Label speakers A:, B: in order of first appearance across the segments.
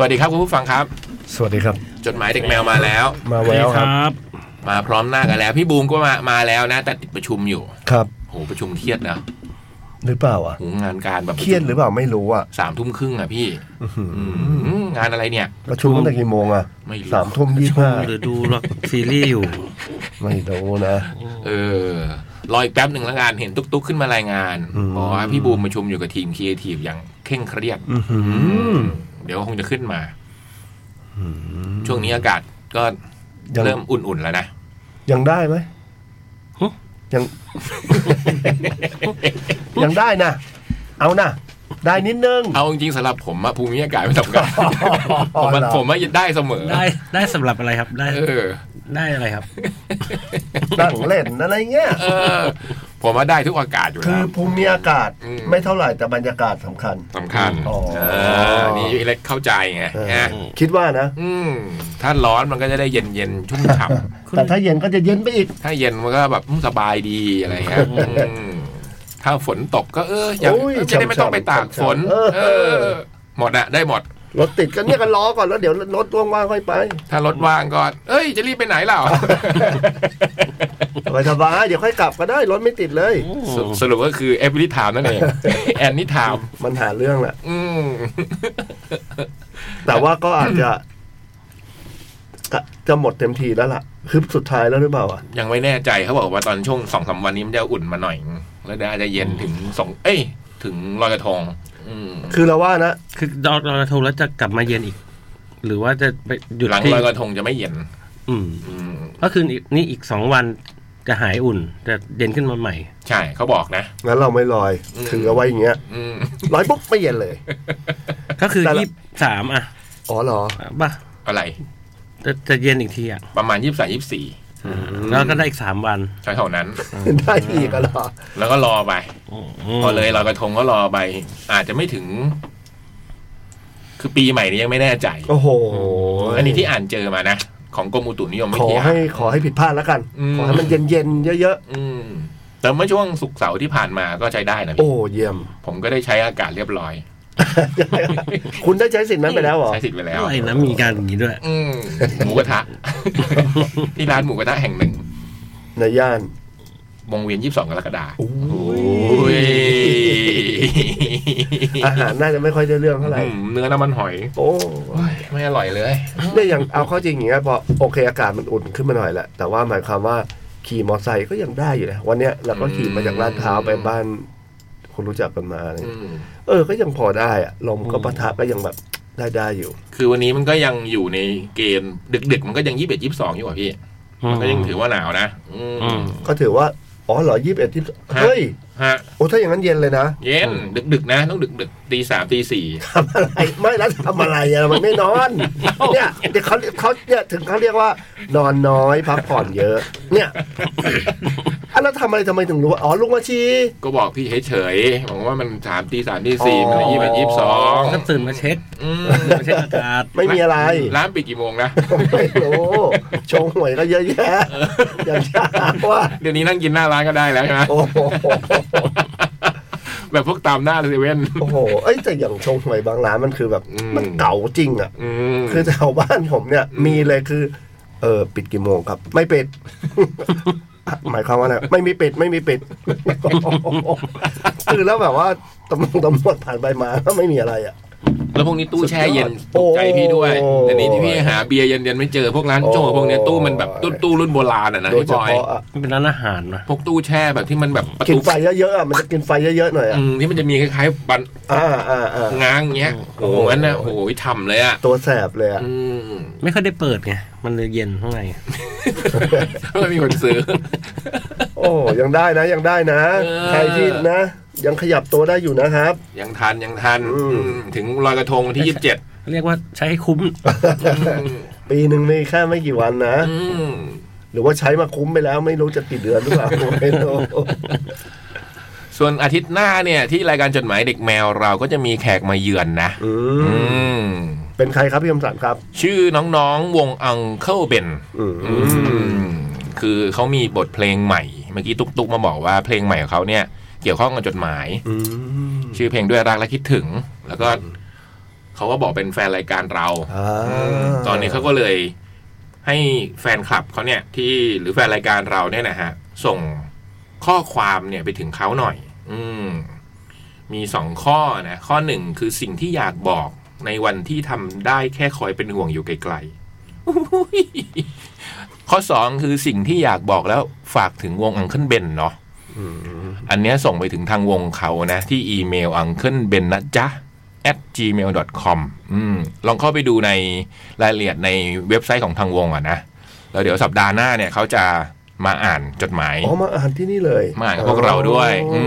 A: วัสดีครับคุณผู้ฟังครับ
B: สวัสดีครับ
A: จดหมายเด็กแมวมาแล้ว
B: มาแล้วครับ
A: มาพร้อมหน้ากันแล้ว พี่บูมก็มามาแล้วนะ แต่ติดประชุมอยู่
B: ครับ
A: โหประชุมเครียดนะ
B: หรือเปล่าอ่ะ
A: โหงานการแบบ
B: เครียดหรือเปล่าไม่รู้อ่ะ
A: สามทุ่มครึ่งอ่ะพี่
B: อื้อหือ
A: อืมงานอะไรเนี่ย
B: ประชุมตั้งแต่กี่โมงอ่ะ
A: ไม่รู้
B: สามทุ่มยี่สิบห้า
C: หรือดูหรอกซีรีส์อยู่
B: ไม่รู้นะ
A: เออรออีกแป๊บหนึ่งละกันเห็นตุ๊กตุ๊กขึ้นมารายงาน
B: อืม
A: บอกว่าพี่บูมประชุมอยู่กับทีมครีเอทีฟอย่างเคร่งเครียด
B: อื้อหือ
A: เดี๋ยวคงจะขึ้นมา ช่วงนี้อากาศก็
B: ยัง
A: เริ่มอุ่นๆแล้วนะ
B: ยังได้ไหม
C: ฮะ
B: ยัง ยังได้นะเอานะได้นิดนึง
A: เอาจริงๆสำหรับผมอะภูมิอากาศไม่สำคัญ
B: อ๋อ
A: มัน
B: เหรอ
A: ผมว่าได้เสมอ
C: ได้ได้สำหรับอะไรครับได้
A: เออ
C: ได้อะไรครับ
B: นั่งเล่นอะไรเงี้ย
A: เออ ผมว่าได้ทุกอากาศอยู่
B: คื
A: แล้
B: อ
A: ว
B: ภูมิอากาศ
A: อืม
B: ไม่เท่าไหร่แต่บรรยากาศสำคัญ
A: สำคัญ
B: อ๋อ
A: เออนี่พี่เล็กเข้าใจไง
B: เออ
A: นะ
B: คิดว่านะ
A: อืมถ้าร้อนมันก็จะได้เย็นเย็นๆชุ่มฉ่
C: คุณ
B: แต่ถ้าเย็นก็จะเย็นไปอีก
A: ำถ้าเย็นมันก็แบบอืมสบายดีอะไรเงี้ยอืมถ้าฝนตกก็เอออย่าง
B: โอ้ย
A: จะได้ไม่ต้องไปตากฝน
B: เออ
A: เออ หมดอะได้หมด
B: รถติดกันเนี่ยก็ล้อก่อนแล้วเดี๋ยวรถว่างๆค่อยไป
A: ถ้ารถว่างก็เอ้ย จะรีบไปไหน เล่า
B: สบายสบายๆเดี๋ยวค่อยกลับก็ได้รถไม่ติดเลย
A: สรุปสรุปก็คือเอฟวิทามนั่นเอง แอนนิทาม
B: มันหาเรื่องแหละ
A: อืม
B: แต่ว่าก็อาจจะ จะจะหมดเต็มทีแล้วล่ะ คือสุดท้ายแล้วหรือเปล่าอ่ะ
A: ยังไม่แน่ใจเขาบอกว่าตอนช่วงสองสามวันนี้มันจะอุ่นมาหน่อย แล้วเดี๋ยวอาจจะเย็นถึงสองเอ้ย ถึงลอยกระทงอืม
B: คือเราว่านะ
C: คือดอกเราโทรแล้วจะกลับมาเย็นอีก หรือว่าจะไปหยุด
A: หลัง
C: ที่
A: ลอยกระทงจะไม่เย็น
C: อืม
A: อืม
C: ก็คืออีกนี่อีกสองวันจะหายอุ่นจะเย็นขึ้นมาใหม่
A: ใช่เขาบอกนะ
B: งั้นเราไม่ลอย
A: อืม
B: ถือเอาไว้อย่างเงี้ย
A: อืม
B: ลอยปุ๊บไม่เย็นเลย
C: ก็คือ
B: แต่ละ
C: ยี่สิบสามอ่ะ
B: อ๋อเหร อ
C: บ้า
A: อะไร
C: จะจะเย็นอีกทีอ่ะ
A: ประมาณยี่สิบสามยี่สี่
C: แล้วก็ได้อีกสามวัน
A: ใช่เท่านั้น
B: ได้อีกอะเหรอ
A: แล้วก็รอไป พอเลยลอยกระทงก็รอไป อาจจะไม่ถึง คือปีใหม่นี้ยังไม่แน่ใจ
B: โอ้โห
A: อันนี้ที่อ่านเจอมานะ ของกรมอุตุนิยมวิ
B: ขอ
A: ทยา
B: ให้ขอให้ผิดพลาดแล้วกัน
A: อืม
B: ขอให้มันเย็นเย็นๆเยอะ
A: อืม แต่เมื่อช่วงศุกร์เสาร์ที่ผ่านมาก็ใช้ได้นะ
B: ๆ
A: พี่
B: โอ้เยี่ยม
A: ผมก็ได้ใช้อากาศเรียบร้อย
B: คุณได้ใช้สิทธิ์นั้นไปแล้วเหรอ
A: ใช้สิทธิ์ไปแล้ว
C: อะไรนะมีการอย่างนี้ด้วย
A: อืมหมูกระทะ ที่ร้านหมูกระทะแห่งหนึ่ง
B: ในย่าน
A: วงเวียนยี่สิบสองกรกฎาคม
B: โอ้
A: โอ้
B: ย
A: ย
B: อาหารน่าจะไม่ค่อยได้เรื่องเท่าไหร่
A: อืมเนื้อน้ำมันหอย
B: โอ้
A: โอ้ยไม่อร่อยเลย
B: เนี่ยอย่างเอาเข้อจริงอย่างเงี้ยพอโอเคอากาศมันอุ่นขึ้นมาหน่อยแหละ แต่ว่าหมายความว่าขี่มอเตอร์ไซค์ก็ยังได้อยู่นะวันเนี้ยเราก็ขี่มาจากลาดพร้าวไปบ้านคนรู้จักกันมาเนี่ย
A: อืม
B: เออ ก็ยังพอได้อะลมก็ปะทะก็ยังแบบได้ได้อยู่
A: คือวันนี้มันก็ยังอยู่ในเกณฑ์ดึกๆ มันก็ยังยี่สิบเอ็ดยี่สิบสองอยู่อ่ะพี่ มันก็ยังถือว่าหนาวนะ อืม
C: อืม
B: ก็ถือว่า อ๋อเหรอยี่สิบเอ็ดที่
A: ฮะ
B: เฮ้ย
A: ฮะ
B: โอ้ถ้าอย่างนั้นเย็นเลยนะ
A: เย็นดึกๆนะ ต้องดึกๆตีสามตีสี่
B: ทำอะไรไม่แล้วทำอะไรอะมันไม่นอน เนี่ยเดี๋ยวเขาเขาเนี่ยถึงเขาเรียกว่า นอนน้อยพักผ่อนเยอะ เนี่ย อ่ะแล้วทำอะไรทำไมถึงรู้ว่าอ๋อลุงมาชี
A: ก็บอกพี่เฉยๆบอกว่ามันสามตีสามตีสี่มันยี่สิบยี่สิบสอง
C: ก็ตื่นมาเช็คตื่นมาเช็คอากาศ
B: ไม่มีอะไร
A: ร้านปิดกี่โมงนะ
B: ไม่รู้ชงหวยก็เยอะแยะอย่างช้าว่า
A: เดี๋ยวนี้นั่งกินหน้าร้านก็ได้แล้วใช่ไหม
B: โอ้โห
A: แบบพวกตามหน้าเซเว่น
B: โอ้โหเอ้ยแต่อย่างชงหวยบางร้านมันคือแบบ
A: อืม
B: มันเก่าจริงอ่ะ
A: อืม
B: คือแถวบ้านผมเนี่ย มีเลยคือ เออปิดกี่โมงครับ ไม่ปิด หมายความว่าอะไรไม่มีปิดไม่มีปิดคือแล้วแบบว่าตำรวจตำรวจผ่านไปมาก็ไม่มีอะไรอ่ะ
A: แล้วพวกนี้ตู้แช่เย็น
B: สุ
A: ต
B: ดยอด
A: กใจพี่ด้วย
B: โอ้
A: เดี๋ยวนี้ที่พี่หาเบียร์เย็นๆไม่เจอพวกร้านโจ้
B: โอ้
A: พวกเนี้ยตู้มันแบบตู้ตู้รุ่นโบราณอ่ะนะ
B: โดย
A: พี่
B: เฉ
A: บอย
B: พาะอ่ะ
C: มันเป็นร้านอาหารนะ
A: พวกตู้แช่แบบที่มันแบบประ
B: กิน
A: ตู
B: ไฟเยอะๆอ่ะมันจะกินไฟเยอะๆหน่อยอ่ะ
A: อืมที่มันจะมีคล้ายๆบัน
B: อ่าอ่าอ่า
A: ง้างเงี้ยโอ้โหงั้นนะโอ้โหฉ่ำเลยอ่ะ
B: ตัวแสบเลยอ่ะ
A: อืม
C: ไม่ค่อยได้เปิดไง มันเลยเย็นข้างใน
A: ไม่มีคนซื้อ
B: โอ้ยังได้นะยังได้นะ
A: เออ
B: ใครที่นะ ยังขยับตัวได้อยู่นะครับ
A: ยังทันยังทัน
B: อืม
A: อืมถึงลอยกระทงวันที่ยี่สิบเจ็ด
C: เรียกว่าใช้ให้ คุ้ม
B: ปีหนึ่งมีแค่ไม่กี่วันนะ หรือว่าใช้มาคุ้มไปแล้วไม่รู้จะกี่เดือนหรือเปล่าไม่รู้
A: ส่วนอาทิตย์หน้าเนี่ยที่รายการจดหมายเด็กแมวเราก็จะมีแขกมาเยือนนะ
B: อื
A: อื
B: ม
A: ม
B: เป็นใครครับพี่คำสันครับ
A: ชื่อน้องๆวงอังเคิลเบน
B: อืม
A: คือเขามีบทเพลงใหม่ เมื่อกี้ตุ๊กตุ๊กมาบอกว่าเพลงใหม่ของเขาเนี่ย เกี่ยวข้องกับจดหมาย
B: อืม
A: ชื่อเพลงด้วยรักและคิดถึง แล้วก็ เขาก็บอกเป็นแฟนรายการเรา
B: อ่า
A: ตอนนี้เขาก็เลยให้แฟนคลับเขาเนี่ยที่หรือแฟนรายการเราเนี่ยนะฮะ ส่งข้อความเนี่ยไปถึงเขาหน่อย อืม มีสองข้อนะ ข้อหนึ่งคือสิ่งที่อยากบอกในวันที่ทำได้แค่คอยเป็นห่วงอยู่ไกลๆอุ๊ยข้อสองคือสิ่งที่อยากบอกแล้วฝากถึงวงอังเคิลเบนเนาะอันเนี้ยส่งไปถึงทางวงเขานะ ที่อีเมลอังเคิลเบนนะจ๊ะ at gmail.com อืม ลองเข้าไปดูในรายละเอียดในเว็บไซต์ของทางวงอ่ะนะ แล้วเดี๋ยวสัปดาห์หน้าเนี่ยเขาจะมาอ่านจดหมาย
B: อ๋อมาอ่านที่นี่เลย
A: มาอ่านกับพวกเราด้วย อื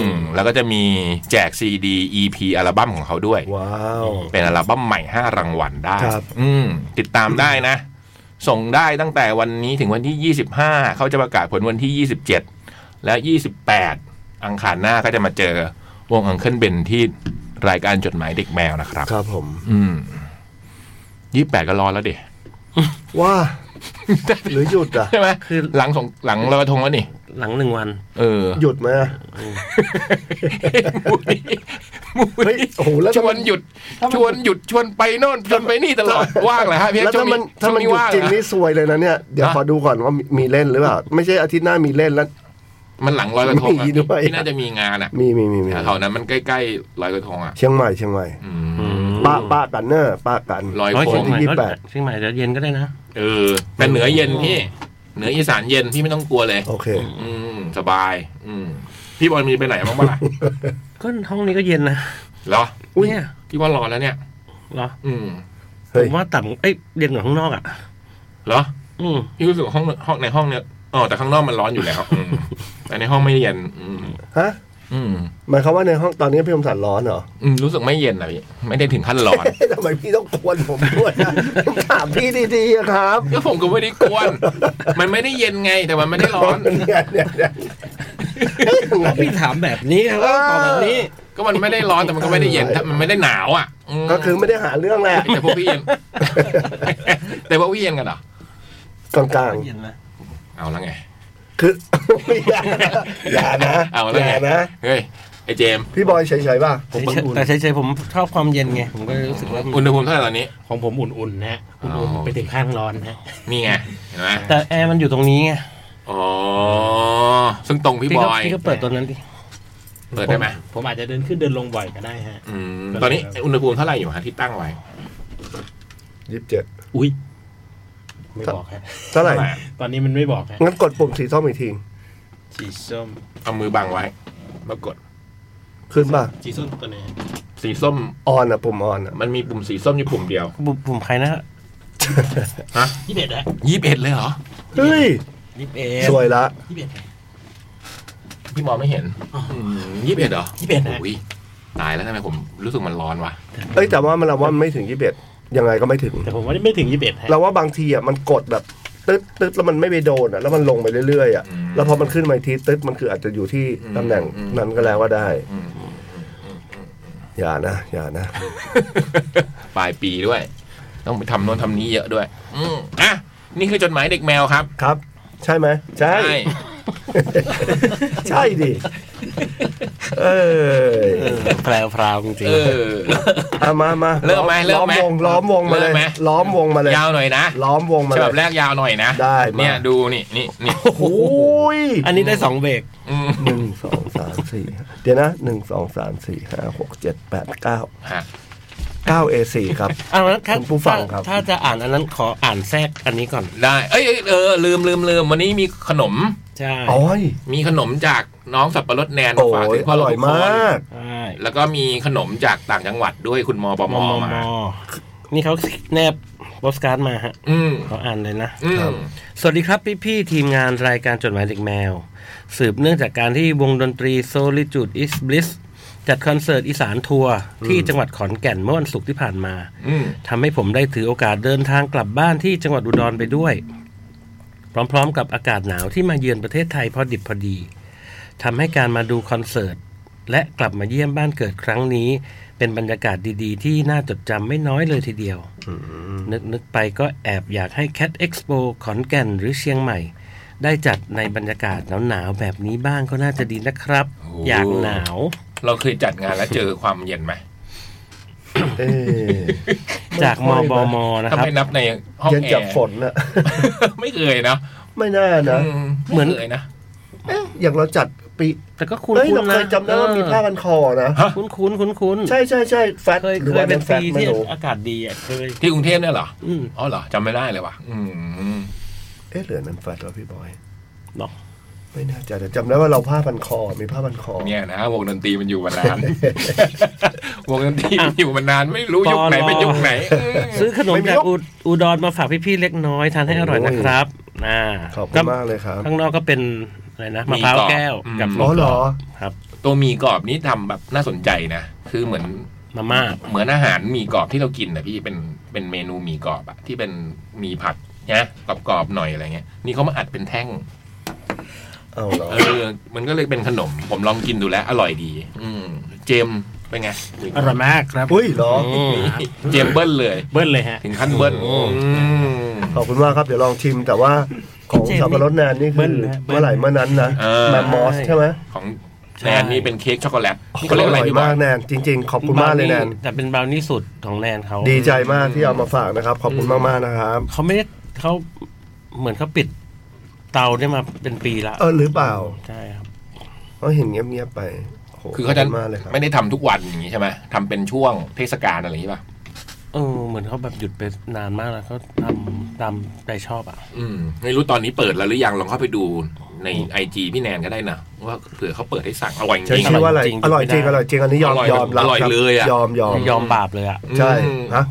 A: ม แล้วก็จะมีแจกซีดี EP อัลบั้มของเขาด้วย
B: ว้าว
A: เป็นอัลบั้มใหม่ 5 รางวัลได้
B: ครับ
A: อืม ติดตามได้นะ ส่งได้ตั้งแต่วันนี้ถึงวันที่ 25 เขาจะประกาศผลวันที่ 27 และ 28 อังคารหน้าก็จะมาเจอวงอังเคิลเบนที่รายการจดหมายเด็กแมวนะครับ
B: ครับผม
A: อืมยี่แปดก็รอแล้วดิ
B: ว่า หรือหยุดอ่ะ
A: ใช่ไหม
C: คือ
A: หลังสงหลังลอยกระทงแล้วนี่
C: หลังหนึ่งวัน
A: เออ
B: หยุดไหมอะ
A: มุ้ยมุ้
B: เฮ้
A: ย
B: ยโอ้โหแล้ว
A: ช
B: ถ้า
A: วน
B: มัน
A: หยุด ชวนหยุดชวนไปโน่นชวนไปนี่ตลอด ว่างเหรอฮะพี่
B: แล้ว
A: ช่ว
B: ถ้างมั
A: นี้
B: น
A: ช่
B: ถ้าว
A: ง
B: มัน
A: นี้
B: หยุด
A: ว่าง
B: จริง
A: เหร
B: นี่
A: อ
B: ซวยเลยนะเนี่ย เดี๋ยว
A: ฮะ
B: ขอดูก่อนว่ามีมีเล่นหรือเปล่า ไม่ใช่อาทิตย์หน้ามีเล่นแล้ว
A: มันหลังลอยกระทงอะ
B: มีด้วย
A: ที่น่าจะมีงานอ่ะ
B: มีมีมีมี
A: แถวๆนั้นมันใกล้ๆลอยกระทงอ่ะ
B: เชียงใหม่เชียงใหม่
A: อื
C: อื
A: ม
C: ม
B: ป้าป้ากันเนอะป้ากัน
A: ลอย
C: ร้อย
A: โค
C: เชียง
A: ม
C: ใหม่
B: ยี่
C: ก็
B: สิบแปด
C: เชียงใหม่เดี๋ยวเย็นก็ได้นะ
A: เออแต่เหนือเย็นพี่ เหนืออีสานเย็นพี่ไม่ต้องกลัวเลย
B: โอเค
A: อืม สบาย อืม พี่บอลมีไปไหนบ้างบ้างล่ะ
C: ก็ห้องนี้ก็เย็นนะ
A: เหรอ
B: อุ๊ย
C: เนี่ย
A: พี่ว่ารอแล้วเนี่ย
C: เหรอ
A: อืม
B: เฮ้ย
C: ผมว่าต่ำเอ้ยเย็นกว่าข้างนอกอ่ะ
A: เหรอ
C: อืม
A: พี่รู้สึกว่าห้องห้องในห้องเนี่ยอ๋อแต่ข้างนอกมันร้อนอยู่แล้วอืมแต่ในห้องไม่เย็น อืม
B: ฮะ
A: อืม
B: หมายความว่าในห้องตอนนี้พี่คมสันร้อนเหรอ
A: อืมรู้สึกไม่เย็นนะพี่ไม่ได้ถึงขั้นร้อน
B: เอ๊ะทำไมพี่ต้องควนผมด้วยอะผมถามพี่ดีๆอะครับ
A: ก็ผมก็ไม่ได้กวน มันไม่ได้เย็นไงแต่มันไม่ได้ร้อน
B: เนี่ยเนี่ยเนี่ยเฮ้ยยังไง
C: พี่ถามแบบนี้ครับ
B: เออ
C: ตอบแบบนี้
A: ก็มันไม่ได้ร้อนแต่มันก็ไม่ได้เย็นถ้ามันไม่ได้หนาวอ่ะม
B: ก็คือไม่ได้หาเรื่องแหละ
A: แต่พวกพี่เย็น แต่พวกพี่เย็นกันเหรอก
B: ลาง
C: เย็นนะ
A: เอาแล้วไง
B: ๆคือ อย่าอย่านะ
A: เอาแล้
B: อ
A: วไง
B: ย่านะ
A: เฮ้ยไอเจมส์
B: พี่บอยเฉยๆป่ะผม
C: เฉยๆแต่เฉยๆผมชอบความเย็นไง ผมก็เลยรู้สึกว่ามัน
A: อุณหภูมิเท่าไหร่ตอนนี้
D: ของผมอุ่นๆนะฮะ
A: อ๋อ
D: อุ่นๆไปถึงข้างร้อนนะฮะ
A: นี่ไงเห็นไหม
C: แต่แอร์มันอยู่ตรงนี้ไง
A: อ๋อซึ่งตรงพี่
C: พี่
A: บ
C: ก็
A: อย
C: พี่ก็เปิดตัวนั้นดิ
A: เปิดได้ไหม
D: ผมอาจจะเดินขึ้นเดินลงบ่อยก็ได้ฮะ
A: อืมตอนนี้อุณหภูมิเท่าไหร่อยู่ฮะที่ตั้งไว้
B: ยี่สิบเจ็ด
D: อุ้ยไม่บอกฮะ
B: เท่าไหร่
D: ตอนนี้มันไม่บอกฮะ
B: งั้นกดปุ่มสีส้มอีกที
D: สีส้ม
A: เอามือบังไว้ แล้วกด
B: ขึ้นป่ะ
D: สีส้มตัวไหนี้
A: สีส้ม
B: ออนอ่ะปุ่มออนอ่ะ
A: มันมีปุ่มสีส้มอยู่ปุ่มเดียว
C: บุบผมใครนะ
D: ยี่สิบเอ็ดฮะ
A: ยี่สิบเอ็ดเลยเหรอ
B: เฮ้ย
D: ยี่สิบเอ็
B: สวยละ
D: ยี่สิบเอ็ดฮะ
A: พี่มองไม่เห็น
D: อ๋ออื
A: ยี่สิบเอ็ดเหรอ
D: 21นะ
A: โอ้ยตายแล้วทำไมผมรู้สึกมันร้อนวะ
B: เอ้ยแต่ว่ามันเราว่ามันไม่ถึงยี่สิบเอ็ดยังไงก็ไม่ถึง
D: แต่ผมว่าไม่ถึงยี่สิบเอ็ดฮะ
B: เราว่าบางทีอ่ะมันกดแบบตึ๊ดตึ๊ดแล้วมันไม่ไปโดนอ่ะแล้วมันลงไปเรื่อยๆอ่ะแล้วพอมันขึ้นมาอีกทีตึ๊ดมันคืออาจจะอยู่ที่ตำแหน่งนั้นก็แล้วก็ได้ อย่านะ อย่านะ
A: ปลายปีด้วย ต้องไปทำโน่นทำนี้เยอะด้วย อืมอ่ะ นี่คือจดหมายเด็กแมวครับ
B: ครับ ใช่ไหมใช่ ใช่ดิเออ
C: เออแพรวพราวจริง
A: เออ
B: เอามามา
A: เริ่มไหมเริ่มไหม
B: ล้อมวงล้อมวงมาเล
A: เริ่
B: ย
A: มไหม
B: ล้อมวงมาเลย
A: ยาวหน่อยนะ
B: ล้อมวงมา
A: ฉ
B: เล
A: บับแร
B: ย
A: กยาวหน่อยนะ
B: ได้มา
A: เนี่ยดูนี่นี่นี่
B: โอ้โห
C: ๆอันนี้ได้สองเบรก
A: อืม
B: หนึ่งสองสามสี่เดี๋ยวนะหนึ่งสองสามสี่ห้าหกเจ็ดแปดเก้า
A: ฮะ
B: เก้าเอสี่ครับ
C: อันนั้นถ้า
B: คุณผู้ฟังครับ
C: ถ้าจะอ่านอันนั้นขออ่านแทรกอันนี้ก่อน
A: ได้เอ้ยเอ้ยเออลืมลืมลืมวันนี้มีขนม
C: ใช่
B: โอ้ย
A: มีขนมจากน้องสับปะรดแนน
B: โอ้
A: มาฝาก
B: ย
A: ถึงพ่
B: อ
A: อ
B: ร่อย
A: ทุกคน
B: มาก
C: ใช่
A: แล้วก็มีขนมจากต่างจังหวัดด้วยคุณมอปอม
C: มอ
A: อ
C: มอ
A: มา
C: มอนี่เขาแนบโปสการ์ดมาฮะ
A: อืม
C: ขออ่านเลยนะ
A: อืม
B: ครับ
C: สวัสดีครับพี่ๆทีมงานรายการจดหมายเด็กแมว สืบเนื่องจากการที่วงดนตรี Solitude is Bliss จัดคอนเสิร์ตอีสานทัวร์ที่จังหวัดขอนแก่นเมื่อวันศุกร์ที่ผ่านมา
A: อืม
C: ทำให้ผมได้ถือโอกาสเดินทางกลับบ้านที่จังหวัดอุดรไปด้วย พร้อมๆกับอากาศหนาวที่มาเยือนประเทศไทยพอดิบพอดีทำให้การมาดูคอนเสิร์ต และกลับมาเยี่ยมบ้านเกิดครั้งนี้ เป็นบรรยากาศดีๆ ที่น่าจดจำไม่น้อยเลยทีเดียว นึกนึกไปก็แอบอยากให้ Cat Expo ขอนแก่นหรือเชียงใหม่ ได้จัดในบรรยากาศหนาวๆแบบนี้บ้างก็น่าจะดีนะครับ อยากหนาว
A: เราเคยจัดงานแล้วเจอความเย็นไหม
B: เออ
C: จากมบมนะ
A: ถ้า
C: ครับ
A: ไม่นับในห้อง
B: เย็น
A: แอ
B: จาก
A: ร์
B: ฝนอะ
A: ไม่เคยนะ
B: ไม่น่านะ
A: อื
C: เหมือน
A: ไคยนะ
B: เอ๊ะอย่างเราจัดปี
C: แต่ก็คุ้น
B: เฮ้ย
C: ๆ
B: เรา
C: นะ
B: เคยจำได้ว่ามีผ้ากันคอนะ
C: คุ้นคุ้นคุ้นคุ้นๆ
B: ใช่ใช่ใช่แฟต
D: เคย
B: ห
D: เค
B: รือย ว่า
D: เป็
B: เป็น นแฟ
D: ปี
B: ตไม่
D: ที่
B: รู้
D: อากาศดีอ่ะเคย
A: ที่กรุงเทพเนี่ยเหรอ
C: อืม
A: อ๋อเหรอจำไม่ได้เลยว่ะอืม
B: เอ๊ะเหลือนั้นแฟตเหรอพี่บอย
D: เนาะ
B: ไม่น่าจะแต่จำได้ว่าเราผ้าพันคอ มีผ้าพันคอ
A: เนี่ยนะวงดนตรีมันอยู่มานาน วงดนตรีมันอยู่มานานไม่รู้ยุคไหนเป็นยุคไหนอืม
C: ซื้อขนม
B: ไม่มี
C: จาก
B: ลูก
C: อุดอุดรมาฝากพี่ๆเล็กน้อยทานให้อร่อย
B: โอ้
C: นะ
B: ย
C: ครับอ่า
B: ขอบคุณมากเลยครับ
C: ข้างนอกก็เป็นอะไรนะมะพร้าวแก้วกับ
B: อ๋อเหรอ
C: ครับ
A: ตัวหมีกรอบนี้ทำแบบน่าสนใจนะ คือเหมือน
C: มาม่า
A: เหมือนอาหารหมีกรอบที่เรากินนะพี่เป็นเป็นเมนูหมีกรอบอะที่เป็นหมีผักนะกรอบๆหน่อยอะไรเงี้ยนี่เขามาอัดเป็นแท่ง
B: เอาเหรอ
A: เออ มันก็เลยเป็นขนม ผมลองกินดูแล้ว อร่อยดี อืมเจมส์เป็นไง
D: อร่อยมากครับ
B: อุ้ยเหรอ
D: อืมครับ
A: เจมส์เบิ้ลเลย
D: เบิ้ลเลยฮะ
A: ถึงขั้นเบิ้ล
B: โอ้
A: อืม
B: ขอบคุณมากครับ เดี๋ยวลองชิมแต่ว่าของ
D: เจมส์
B: สับปะรดแนนนี่
D: เบิ้
B: คือ
D: ลนะเบิ้ล
B: เมื่อไหร่เมื่อนั้นนะ
A: เออ
B: แมมมอสใช่ไหม
A: ของแนนนี่เป็นเค้กช็อกโกแลตนี่
B: ก็
A: เขาเรียก
B: อ
A: อะไร
B: ร่อย
A: พี่บอ
B: มาก
A: ย
B: แนนจริง ๆ ขอบคุณมากเลยแนน
C: แต่เป็นบราวนี่สุดของแนนเขา
B: ดีใจมากที่เอามาฝากนะครับ ขอบคุณมากๆนะครับ
C: เขาไม่ได้เขาเหมือนเขาปิดเตาได้มาเป็นปีละ
B: เออหรือเปล่า
C: ใช่ครับ
B: เขาเห็นเงียบๆไปโโห
A: คือเขาจะ
B: บณมากเลยครับ
A: ไม่ได้ทำทุกวันอย่างนี้ใช่ไหมทำเป็นช่วงเทศกาลอะไรอย่างนี้ป่ะ
C: เออเหมือนเขาแบบหยุดไปนานมากแล้วเขาทำตามใจชอบอ่ะ
A: อืมไม่รู้ตอนนี้เปิดแล้วหรือยังลองเข้าไปดูในไอจีพี่แนนก็ได้นะว่าเผื่อเขาเปิดให้สั่งอร่อยจ
B: ใช้
A: ริง
B: ชื่อว่าอะไร
C: จริงๆ
B: อร่อยจริง
C: ไม่ได้
B: อร่อยจริงอันนี้ยอม
A: อร่อย
B: ยอมรับ
A: อร่อย
B: ครับ
A: เลยอะ
B: ยอมยอม
C: ยอมบาปเลยอ่ะ
A: ๆ
B: ใช่
A: อืม
B: ฮะ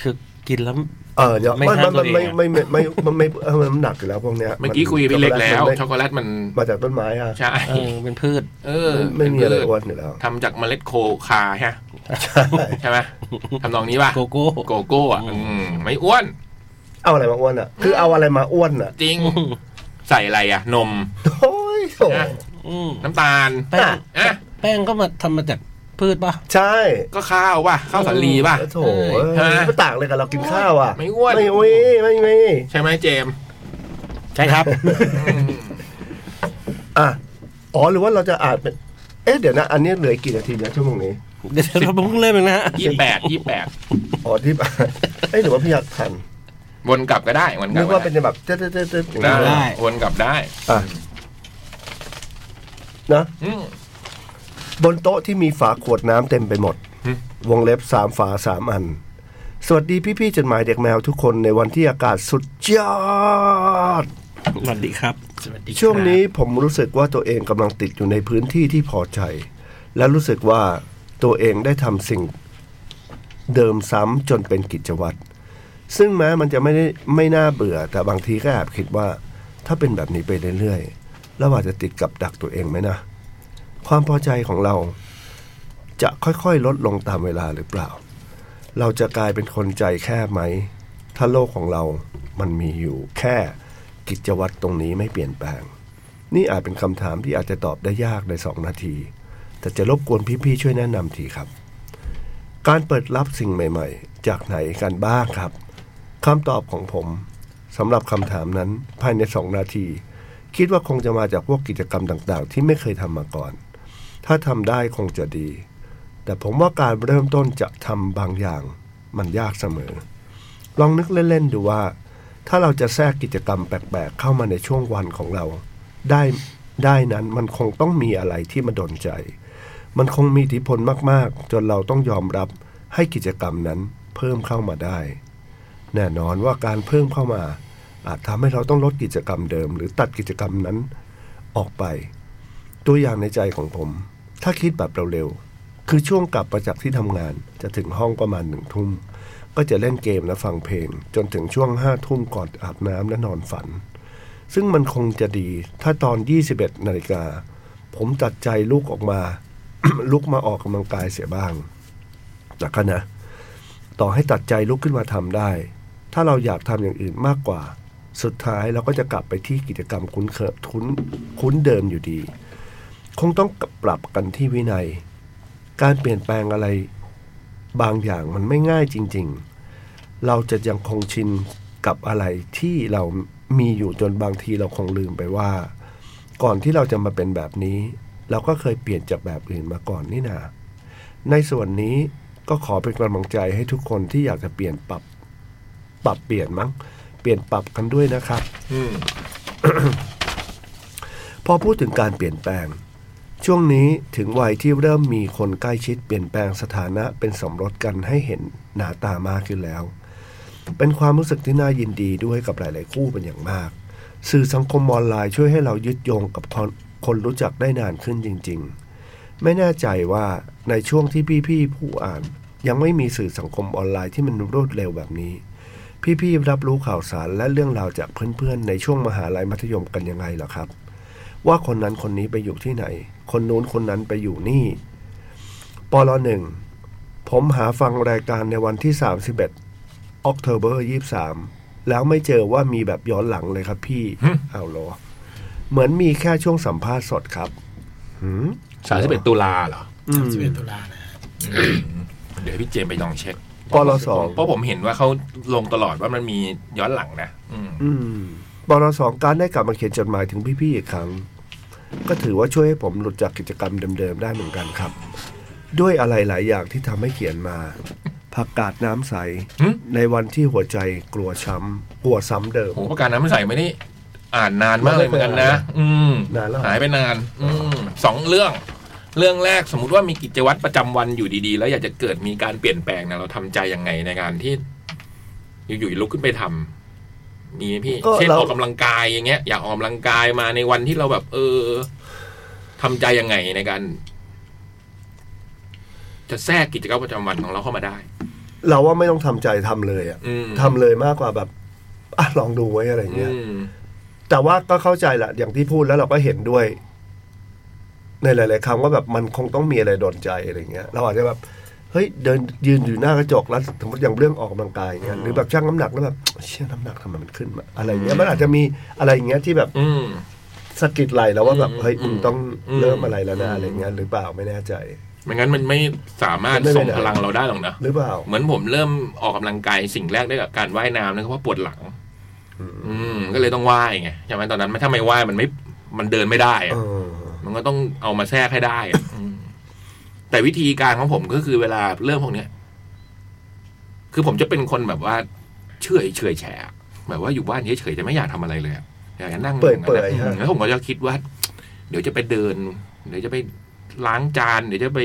C: คือกินแล้ว
B: เออยอม
C: ไม่
B: ไม่
C: ห้าม
B: มัน
C: ตัว
B: ไม่
C: เองอะ
B: ไม่ไม่ไม่ไม่ไม่เออมันหนักอยู่แล้วพวกเนี้ย
A: เมื่อกี้คุยกับพี่เล็กแล้ว ช็
B: มั
A: อน กโกแลตมัน
B: มาจากต้นไม้อะ
A: ใช่
C: เอ อเป็นพืช
A: เออ
B: ไม่มีอะไรอ้วนอยู่แล้ว
A: ทำจากเมล็ดโคคาฮะ
B: ใช่
A: ใช่ไหมทำนองนี้ป่ะ
C: โกโก้
A: โกโก้อะ
C: อืม
A: อืมไม่อ้วน
B: เอาอะไรมาอ้วนอ่ะ คือเอาอะไรมาอ้วนอ่ะ
A: จริง ใส่อะไรอะนม
B: โอ้ยโถ
A: นะ
C: อืม
A: น้ำตาล
C: แป้ง
A: อ่ะ
C: แป้งก็มาทำมาจากพืชป่ะ
B: ใช่
A: ก็ข้าวป่ะข้าวสาลีป่ะ
B: โถ
A: ใช่ไหม
B: ไม่ต่างเลยกับเรากินข้าวอ่ะ
A: ไม่อ้วน
B: ไม่มีไม่มี
A: ใช่ไหมเจมส์
D: ใช่ครับ
A: อืม
B: อ่ะอ๋อหรือว่าเราจะอ่านเป็น เอ๊ะเดี๋ยวนะ อันนี้เหลืออีกกี่นาทีนะชั่วโมงนี้
C: เดี๋ยวเราเพิ่งเริ่มเองนะฮะ
A: ยี่สิบแปดยี่สิบแปด
B: อ๋อที่ เอ๊ะหรือว่าพี่อยากทัน
A: วนกลับก็ได้วนกลั
B: นึ
A: บ
B: ก
A: ก็
B: ว่าเป็นแบบเต๊ะเต๊ะเต๊ะเต๊ะอย่าง
A: ได้
B: นี้
D: ได้
A: ได้วนกลับได้
B: อ่ะนะ
A: อืม
B: บนโต๊ะที่มีฝาขวดน้ำเต็มไปหมด
A: หึ
B: วงเล็บสามฝาสามอัน สวัสดีพี่ๆจดหมายเด็กแมวทุกคนในวันที่อากาศสุดยอด
C: สวัสดีครับ
D: สวัสดี
B: ช่วงนี้ผมรู้สึกว่าตัวเองกำลังติดอยู่ในพื้นที่ที่พอใจ และรู้สึกว่าตัวเองได้ทำสิ่งเดิมซ้ำจนเป็นกิจวัตรซึ่งแม้มันจะไม่ได้ไม่น่าเบื่อ แต่บางทีก็แอบคิดว่า ถ้าเป็นแบบนี้ไปเรื่อยๆเราอาจจะติดกับดักตัวเองไหมนะ ความพอใจของเรา จะค่อยๆ ลดลงตามเวลาหรือเปล่า เราจะกลายเป็นคนใจแคบไหม ถ้าโลกของเรามันมีอยู่แค่กิจวัตรตรงนี้ไม่เปลี่ยนแปลง นี่อาจเป็นคำถามที่อาจจะตอบได้ยากในสองนาที แต่จะรบกวนพี่ๆช่วยแนะนำทีครับ การเปิดรับสิ่งใหม่ๆ จากไหนกันบ้างครับคำตอบของผมสำหรับคำถามนั้นภายในสองนาที คิดว่าคงจะมาจากพวกกิจกรรมต่างๆ ที่ไม่เคยทำมาก่อน ถ้าทำได้คงจะดี แต่ผมว่าการเริ่มต้นจะทำบางอย่าง มันยากเสมอ ลองนึกเล่นๆดูว่า ถ้าเราจะแทรกกิจกรรมแปลกๆ เข้ามาในช่วงวันของเรา ได้ได้นั้นมันคงต้องมีอะไรที่มาดนใจ มันคงมีอิทธิพลมากๆ จนเราต้องยอมรับให้กิจกรรมนั้นเพิ่มเข้ามาได้ แน่นอนว่าการเพิ่มเข้ามา อาจทำให้เราต้องลดกิจกรรมเดิม หรือตัดกิจกรรมนั้นออกไป ตัวอย่างในใจของผม ถ้าคิดแบบเร็วๆคือช่วงกลับมาจากที่ทำงานจะถึงห้องประมาณหนึ่งทุ่ม ก็จะเล่นเกมและฟังเพลง จนถึงช่วงห้าทุ่มก่อนอาบน้ำและนอนฝัน ซึ่งมันคงจะดี ถ้าตอน 21นาฬิกา ผมตัดใจลุกออกมา ลุกมาออกกำลังกายเสียบ้างแต่ก็นะ ต่อให้ตัดใจลุกขึ้นมาทำได้ ถ้าเราอยากทำอย่างอื่นมากกว่า สุดท้ายเราก็จะกลับไปที่กิจกรรมคุ้นเคยคุ้นคุ้นเดิมอยู่ดี คงต้องปรับกันที่วินัย การเปลี่ยนแปลงอะไร บางอย่างมันไม่ง่ายจริง ๆ เราจะยังคงชินกับอะไรที่เรามีอยู่จนบางทีเราคงลืมไปว่า ก่อนที่เราจะมาเป็นแบบนี้ เราก็เคยเปลี่ยนจากแบบอื่นมาก่อนนี่นาในส่วนนี้ ก็ขอเป็นกำลังใจให้ทุกคนที่อยากจะเปลี่ยนปรับ ปรับเปลี่ยนมั้ง เปลี่ยนปรับกันด้วยนะครับ
A: อืม
B: พอพูดถึงการเปลี่ยนแปลง ช่วงนี้ถึงวัยที่เริ่มมีคนใกล้ชิดเปลี่ยนแปลงสถานะเป็นสมรสกันให้เห็นหน้าตามากขึ้นแล้ว เป็นความรู้สึกที่น่ายินดีด้วยกับหลาย ๆ คู่เป็นอย่างมาก สื่อสังคมออนไลน์ช่วยให้เรายึดโยงกับคนคนรู้จักได้นานขึ้นจริง ๆ ไม่แน่ใจว่าในช่วงที่พี่ ๆ ผู้อ่าน ยังไม่มีสื่อสังคมออนไลน์ที่มันรวดเร็วแบบนี้ พี่ ๆ รับรู้ข่าวสารและเรื่องราวจากเพื่อน ๆ ในช่วงมหาลัยมัธยมกันยังไงเหรอครับ ว่าคนนั้นคนนี้ไปอยู่ที่ไหน คนนู้นคนนั้นไปอยู่นี่ปลหนึ่ง ผมหาฟังรายการในวันที่ 31 ออกเทเบอร์ 23 แล้วไม่เจอว่ามีแบบย้อนหลังเลยครับพี่
A: หึ
B: เอาโลเหมือนมีแค่ช่วงสัมภาษณ์สดครับหืม
A: สามสิบเอ็ดตุลาเหรอ
B: อืม
D: สิบเอ็ดตุลานะ
A: เดี๋ยวพี่เจมส์ไปลองเช็ค
B: ปลสอง
A: เพราะผมเห็นว่าเขาลงตลอดว่ามันมีย้อนหลังนะอืม
B: อืมปรสองการได้กลับมาเขียนจดหมายถึงพี่ ๆ อีกครั้ง ก็ถือว่าช่วยให้ผมหลุดจากกิจกรรมเดิม ๆ ได้เหมือนกันครับ ด้วยอะไรหลายอย่างที่ทำให้เขียนมาผักกาดน้ำใส
A: หึ
B: ในวันที่หัวใจกลัวช้ำกลัวซ้ำเดิม
A: โหประการน้ำไม่ใส่ไม่ได้อ่านนานมากเลยเหมือนกันนะอืม
B: นานแล้ว
A: หายไปนาน อืมสองเรื่อง เรื่องแรกสมมุติว่ามีกิจวัตรประจำวันอยู่ดีๆ แล้วอยากจะเกิดมีการเปลี่ยนแปลงนะเราทำใจยังไงในการที่ อยู่ๆลุกขึ้นไปทำมีไหมพี่
B: ก็
A: เช่น
B: เรา
A: ออกกำลังกายอย่างเงี้ย อยากออกกำลังกายมาในวันที่เราแบบ เออทำใจยังไงในการ จะแทรกกิจกรรมประจำวันของเราเข้ามาได้
B: เราว่าไม่ต้องทำใจทำเลยอะ
A: อืม
B: ทำเลยมากกว่าแบบอ่ะลองดูไว้อะไรเงี้ย
A: อืม
B: แต่ว่าก็เข้าใจแหละอย่างที่พูดแล้วเราก็เห็นด้วย ในหลาย ๆครั้งว่าแบบมันคงต้องมีอะไรโดนใจอะไรเงี้ย เราอาจจะแบบเฮ้ยเดินยืนอยู่หน้ากระจกแล้วสมมติอย่างเรื่องออกกำลังกายเงี้ยหรือแบบชั่งน้ำหนักแล้วแบบเชี่ยน้ำหนักทำไมมันขึ้นมาอะไรเงี้ยมันอาจจะมีอะไรเงี้ยที่แบบ
A: อืม
B: สะกิดไหลแล้วว่าแบบ
A: อืม
B: เฮ้ยมึงต้อง
A: อืม
B: เริ่มอะไรแล้วนะอะไรเงี้ยหรือเปล่าไม่แน่ใจ
A: ไม่งั้นมันไม่สามารถ
B: มันไม่ไป
A: ส่ง
B: ไหน
A: พลังเราได้หรอกนะ
B: หรือเปล่า
A: เหมือนผมเริ่มออกกำลังกายสิ่งแรกได้กับการว่ายน้ำนะเพราะปวดหลัง อืม ก็เลยต้องว่ายไงใช่ไหมตอนนั้นถ้าไม่ว่ายมันไม่ มันเดินไม่ได้อะ
B: เออ
A: มันก็ต้องเอามาแทรกให้ได้อะอืมแต่วิธีการของผมก็คือเวลาเรื่องพวกเนี้ย คือผมจะเป็นคนแบบว่า เฉอยเฉอยแฉะแบบว่าอยู่บ้านเฉยๆจะไม่อยากทำอะไรเลยอะอยากจะนั่ง
B: เปื่อยๆ
A: างนั้น
B: ฮะ
A: อะแล้วผมก็จะคิดว่า เดี๋ยวจะไปเดิน เดี๋ยวจะไปล้างจาน เดี๋ยวจะไป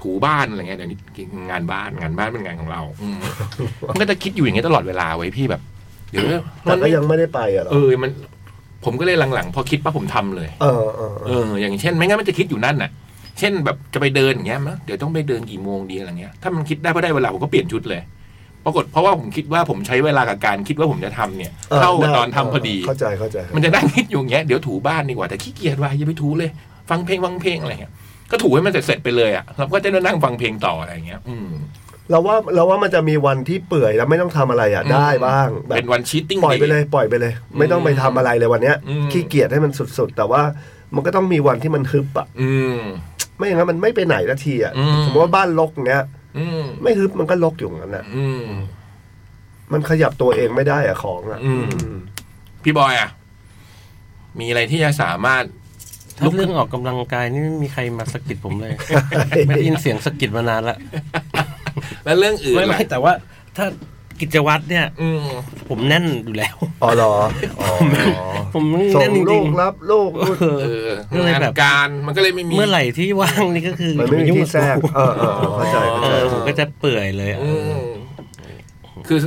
A: ถูบ้านอะไรเงี้ยเดี๋ยวนี้งานบ้านงานบ้านเป็นงานของเรา อืมมันก็จะคิดอยู่อย่างเงี้ยตลอดเวลาไว้ยพี่แบบ เดี๋ยว
B: แต่ก็ยังไม่ได้ไปอ่ะเหรอ
A: เออมัน ผมก็เลยหลังๆ พอคิดปั๊บผมทำเลย
B: เออเออเอ
A: เอ
B: อ
A: ออย่างเช่นไม่งั้นมันจะคิดอยู่นั่นน่ะ เช่นแบบจะไปเดินอย่างเงี้ยมั้งเดี๋ยวต้องไปเดินกี่โมงดีอะไรเงี้ยถ้ามันคิดได้ก็ได้เวลาผมก็เปลี่ยนชุดเลย ปรากฏเพราะว่าผมคิดว่าผมใช้เวลากับการคิดว่าผมจะทำเนี่ยเท่ากับตอนทำพอดี
B: เข้าใจเข้าใจ
A: มันจะนั่งคิดอยู่อย่างเงี้ยเดี๋ยวถูบ้านดีกว่าแต่ขี้เกียจว่ะอย่าไปถูเลย ฟังเพลงฟังเพลงอะไรเงี้ยก็ถูให้มันเสร็จๆไปเลยอ่ะเราก็จะนั่งฟังเพลงต่ออะไรเงี้ย อืม
B: เราว่าเราว่ามันจะมีวันที่เปื่อยแล้วไม่ต้องทำอะไรอ่ะได้บ้างแบบ
A: เป็นวันชีตติ้ง
B: ปล่อยไปเลยปล่อยไปเลย ไม่ต้องไปทำอะไรเลยวันเนี้ย
A: อืม
B: ขี้เกียจให้มันสุดๆ แต่ว่ามันก็ต้องมีวันที่มันฮึบอะ
A: อืม
B: ไม่อย่างนั้นมันไม่ไปไหนละทีอะ
A: อืม
B: สมมติว่าบ้านรกอย่างเงี้ย
A: อืม
B: ไม่ฮึบมันก็รกอยู่อย่างนั้นอะ
A: อืม
B: มันขยับตัวเองไม่ได้อะของอะ
A: อืม พี่บอยอ่ะมีอะไรที่จะสามารถ
C: ถ้าเรื่องออกกำลังกายนี่ไม่มีใครมาสะกิดผมเลย ไม่ได้ยินเสียงสะกิดมานานละ
A: แล้วเรื่องอื่น
C: ไม่
A: ล่ะ
C: ไม่แต่ว่าถ้ากิจวัตรเนี่ย
A: อืม
C: ผมแน่นอยู่แล้ว
B: อ๋อเหรอ อ๋อ
C: ผม
B: ส่
C: แน่
B: ง
C: นจ
B: ลู
C: ริง
B: ก
C: ๆ
B: รับลูกนู่น
C: เออ
A: เออ
C: ก็เลย
A: งาน
C: แบบ
A: การมันก็เลยไม่มี
C: เมื่อไหร่ที่ว่างนี่ก็คือ
B: มันไม่มีที่แทรกเออเออเออเข้าใจ
C: เอ
B: เข้าใจ
C: อผมก็จะเปื่อยเลย
A: อืมคือ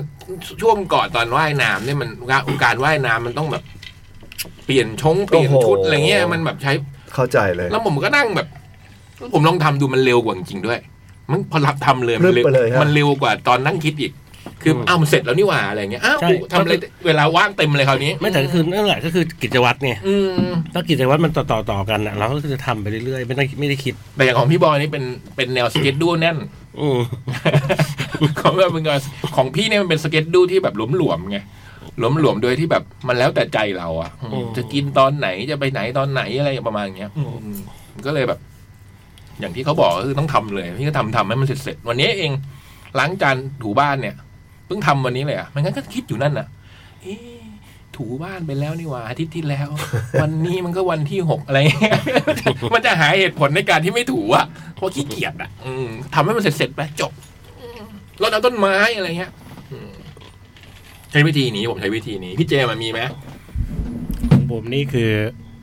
A: ช่วงก่อนตอนว่ายน้ำเนี่ยมันการการว่ายน้ำมันต้องแบบ เปลี่ยนชงเปลี่ยนชุดอะไรเงี้ยมันแบบใช้
B: เข้าใจเลย
A: แล้วผมก็นั่งแบบ ผมลองทำดูมันเร็วกว่าจริงๆด้วย มันพอรับทำเลย
B: เริ่
A: มั
B: ม
A: เร็ว
B: ไปเลยฮะ
A: มันเร็วกว่าตอนนั่งคิดอีก คืออ้าวมันเสร็จแล้วนี่หว่าอะไรเงี้ยอ้าวกูทำอะไรเวลาว่างเต็มเลยคราวนี้
C: ไม่แต่ก็คือนั่นแหละก็คือกิจวัตรไง
A: อืม
C: ถ้ากิจวัตรมันต่อต่อต่อกันอ่ะเราก็คือจะทำไปเรื่อยๆไม่ได้ไม่ได้คิด
A: แต่อย่างของพี่บอยนี่เป็นเป็นแนวสเก็ตดูแน่น
C: อืม
A: ของแบบมึงก็ของพี่เนี่ยมันเป็นสเก็ตดูที่แบบหลวมๆไงหลวมๆโดยที่แบบมันแล้วแต่ใจเราอะอืมจะกินตอนไหนจะไปไหนตอนไหนอะไรประมาณเนี้ยอืมก็เลยแบบ อย่างที่เขาบอกก็คือต้องทำเลยพี่ก็ทำทำให้มันเสร็จๆวันนี้เองล้างจานถูบ้านเนี่ยเพิ่งทำวันนี้เลยอะไม่งั้นก็คิดอยู่นั่นน่ะเอ๊ะ ถูบ้านไปแล้วนี่หว่าอาทิตย์ที่แล้ว วันนี้มันก็วันที่หกอะไรเงี้ย มันจะหาเหตุผลในการที่ไม่ถูอะเพราะขี้เกียจอะอืมทำให้มันเสร็จๆไปจบอืมรดน้ำต้นไม้อะไรเงี้ยอืมใช้วิธีนี้ผมใช้วิธีนี้พี่เจมันมีไหม
E: ของผมนี่คือ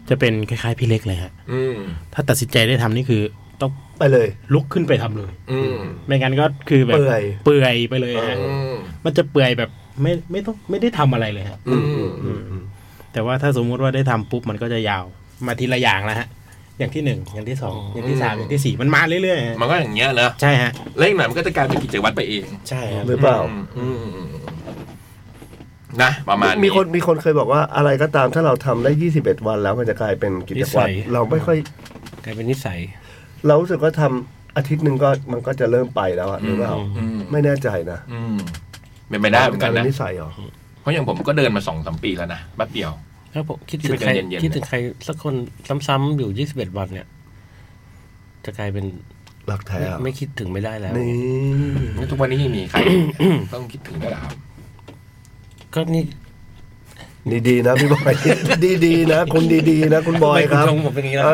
E: จะเป็นคล้ายๆพี่เล็กเลยฮะ
A: อืม
E: ถ้าตัดสินใจได้ทำนี่คือต้อง
B: ไปเลย
E: ลุกขึ้นไปทำเลย
A: อืม
E: ไม่งั้นก็คือแบบ
B: เปื่อย
E: เปื่อยไปเลยฮะ
A: อืม
E: มันจะเปื่อยแบบไม่ไม่ต้องไม่ได้ทำอะไรเลยฮะ
A: อืม
E: แต่ว่าถ้าสมมุติว่าได้ทำปุ๊บมันก็จะยาว มาทีละอย่างแล้วฮะ อย่างที่หนึ่งอย่างที่สองอย่างที่สามอย่างที่สี่มันมาเรื่อยๆฮะ
A: มันก็อย่างเงี้ยเนอะ
E: ใช่ฮะ
A: แล้วอีกหน่อยมันก็จะกลายเป็นกิจวัตรไปเอง
E: ใช่ครับ
B: หรือเปล่า
A: อืมนะประมาณ
B: มีคนมีคนเคยบอกว่าอะไรก็ตามถ้าเราทำได้ 21 วันแล้วมันจะกลายเป็นกิจวัตร
C: นิสัย
B: เราไม่ค่อย
C: กลายเป็นนิสัย
B: เรารู้สึกว่าทำอาทิตย์หนึ่งก็มันก็จะเริ่มไปแล้วอะหรือเปล่า
A: อืม
B: ไม่แน่ใจนะ
A: อืมเป็นไปได้เหมือนกัน
B: เป็
A: นะ
B: นิสัยเหรอ
A: เพราะอย่างผมก็เดินมาสองสามปีแล้วนะแป๊บเดียว
C: ถ้าผมคิดถึงใคร
A: ที่เป็นเย็นๆ
C: คิดถึงใครสักคนซ้ำๆอยู่ยี่สิบเอ็ดวันเนี่ย จะกลายเป็น
B: หลักแท้
C: ไม่
B: อะ
C: ไม่คิดถึงไม่ได้แล้ว
B: นี่
A: แล้วทุกวันนี้ยังมี ใคร ต้องคิดถึงกันเหรอครับ
C: ก็นี่
B: นี่ดีนะพี่บอย ดีดีๆนะคุณดีดีๆนะคุณบอยครับ
C: ทำไมณทรงผมเป็นอย่างนี้แล้ว
B: เอ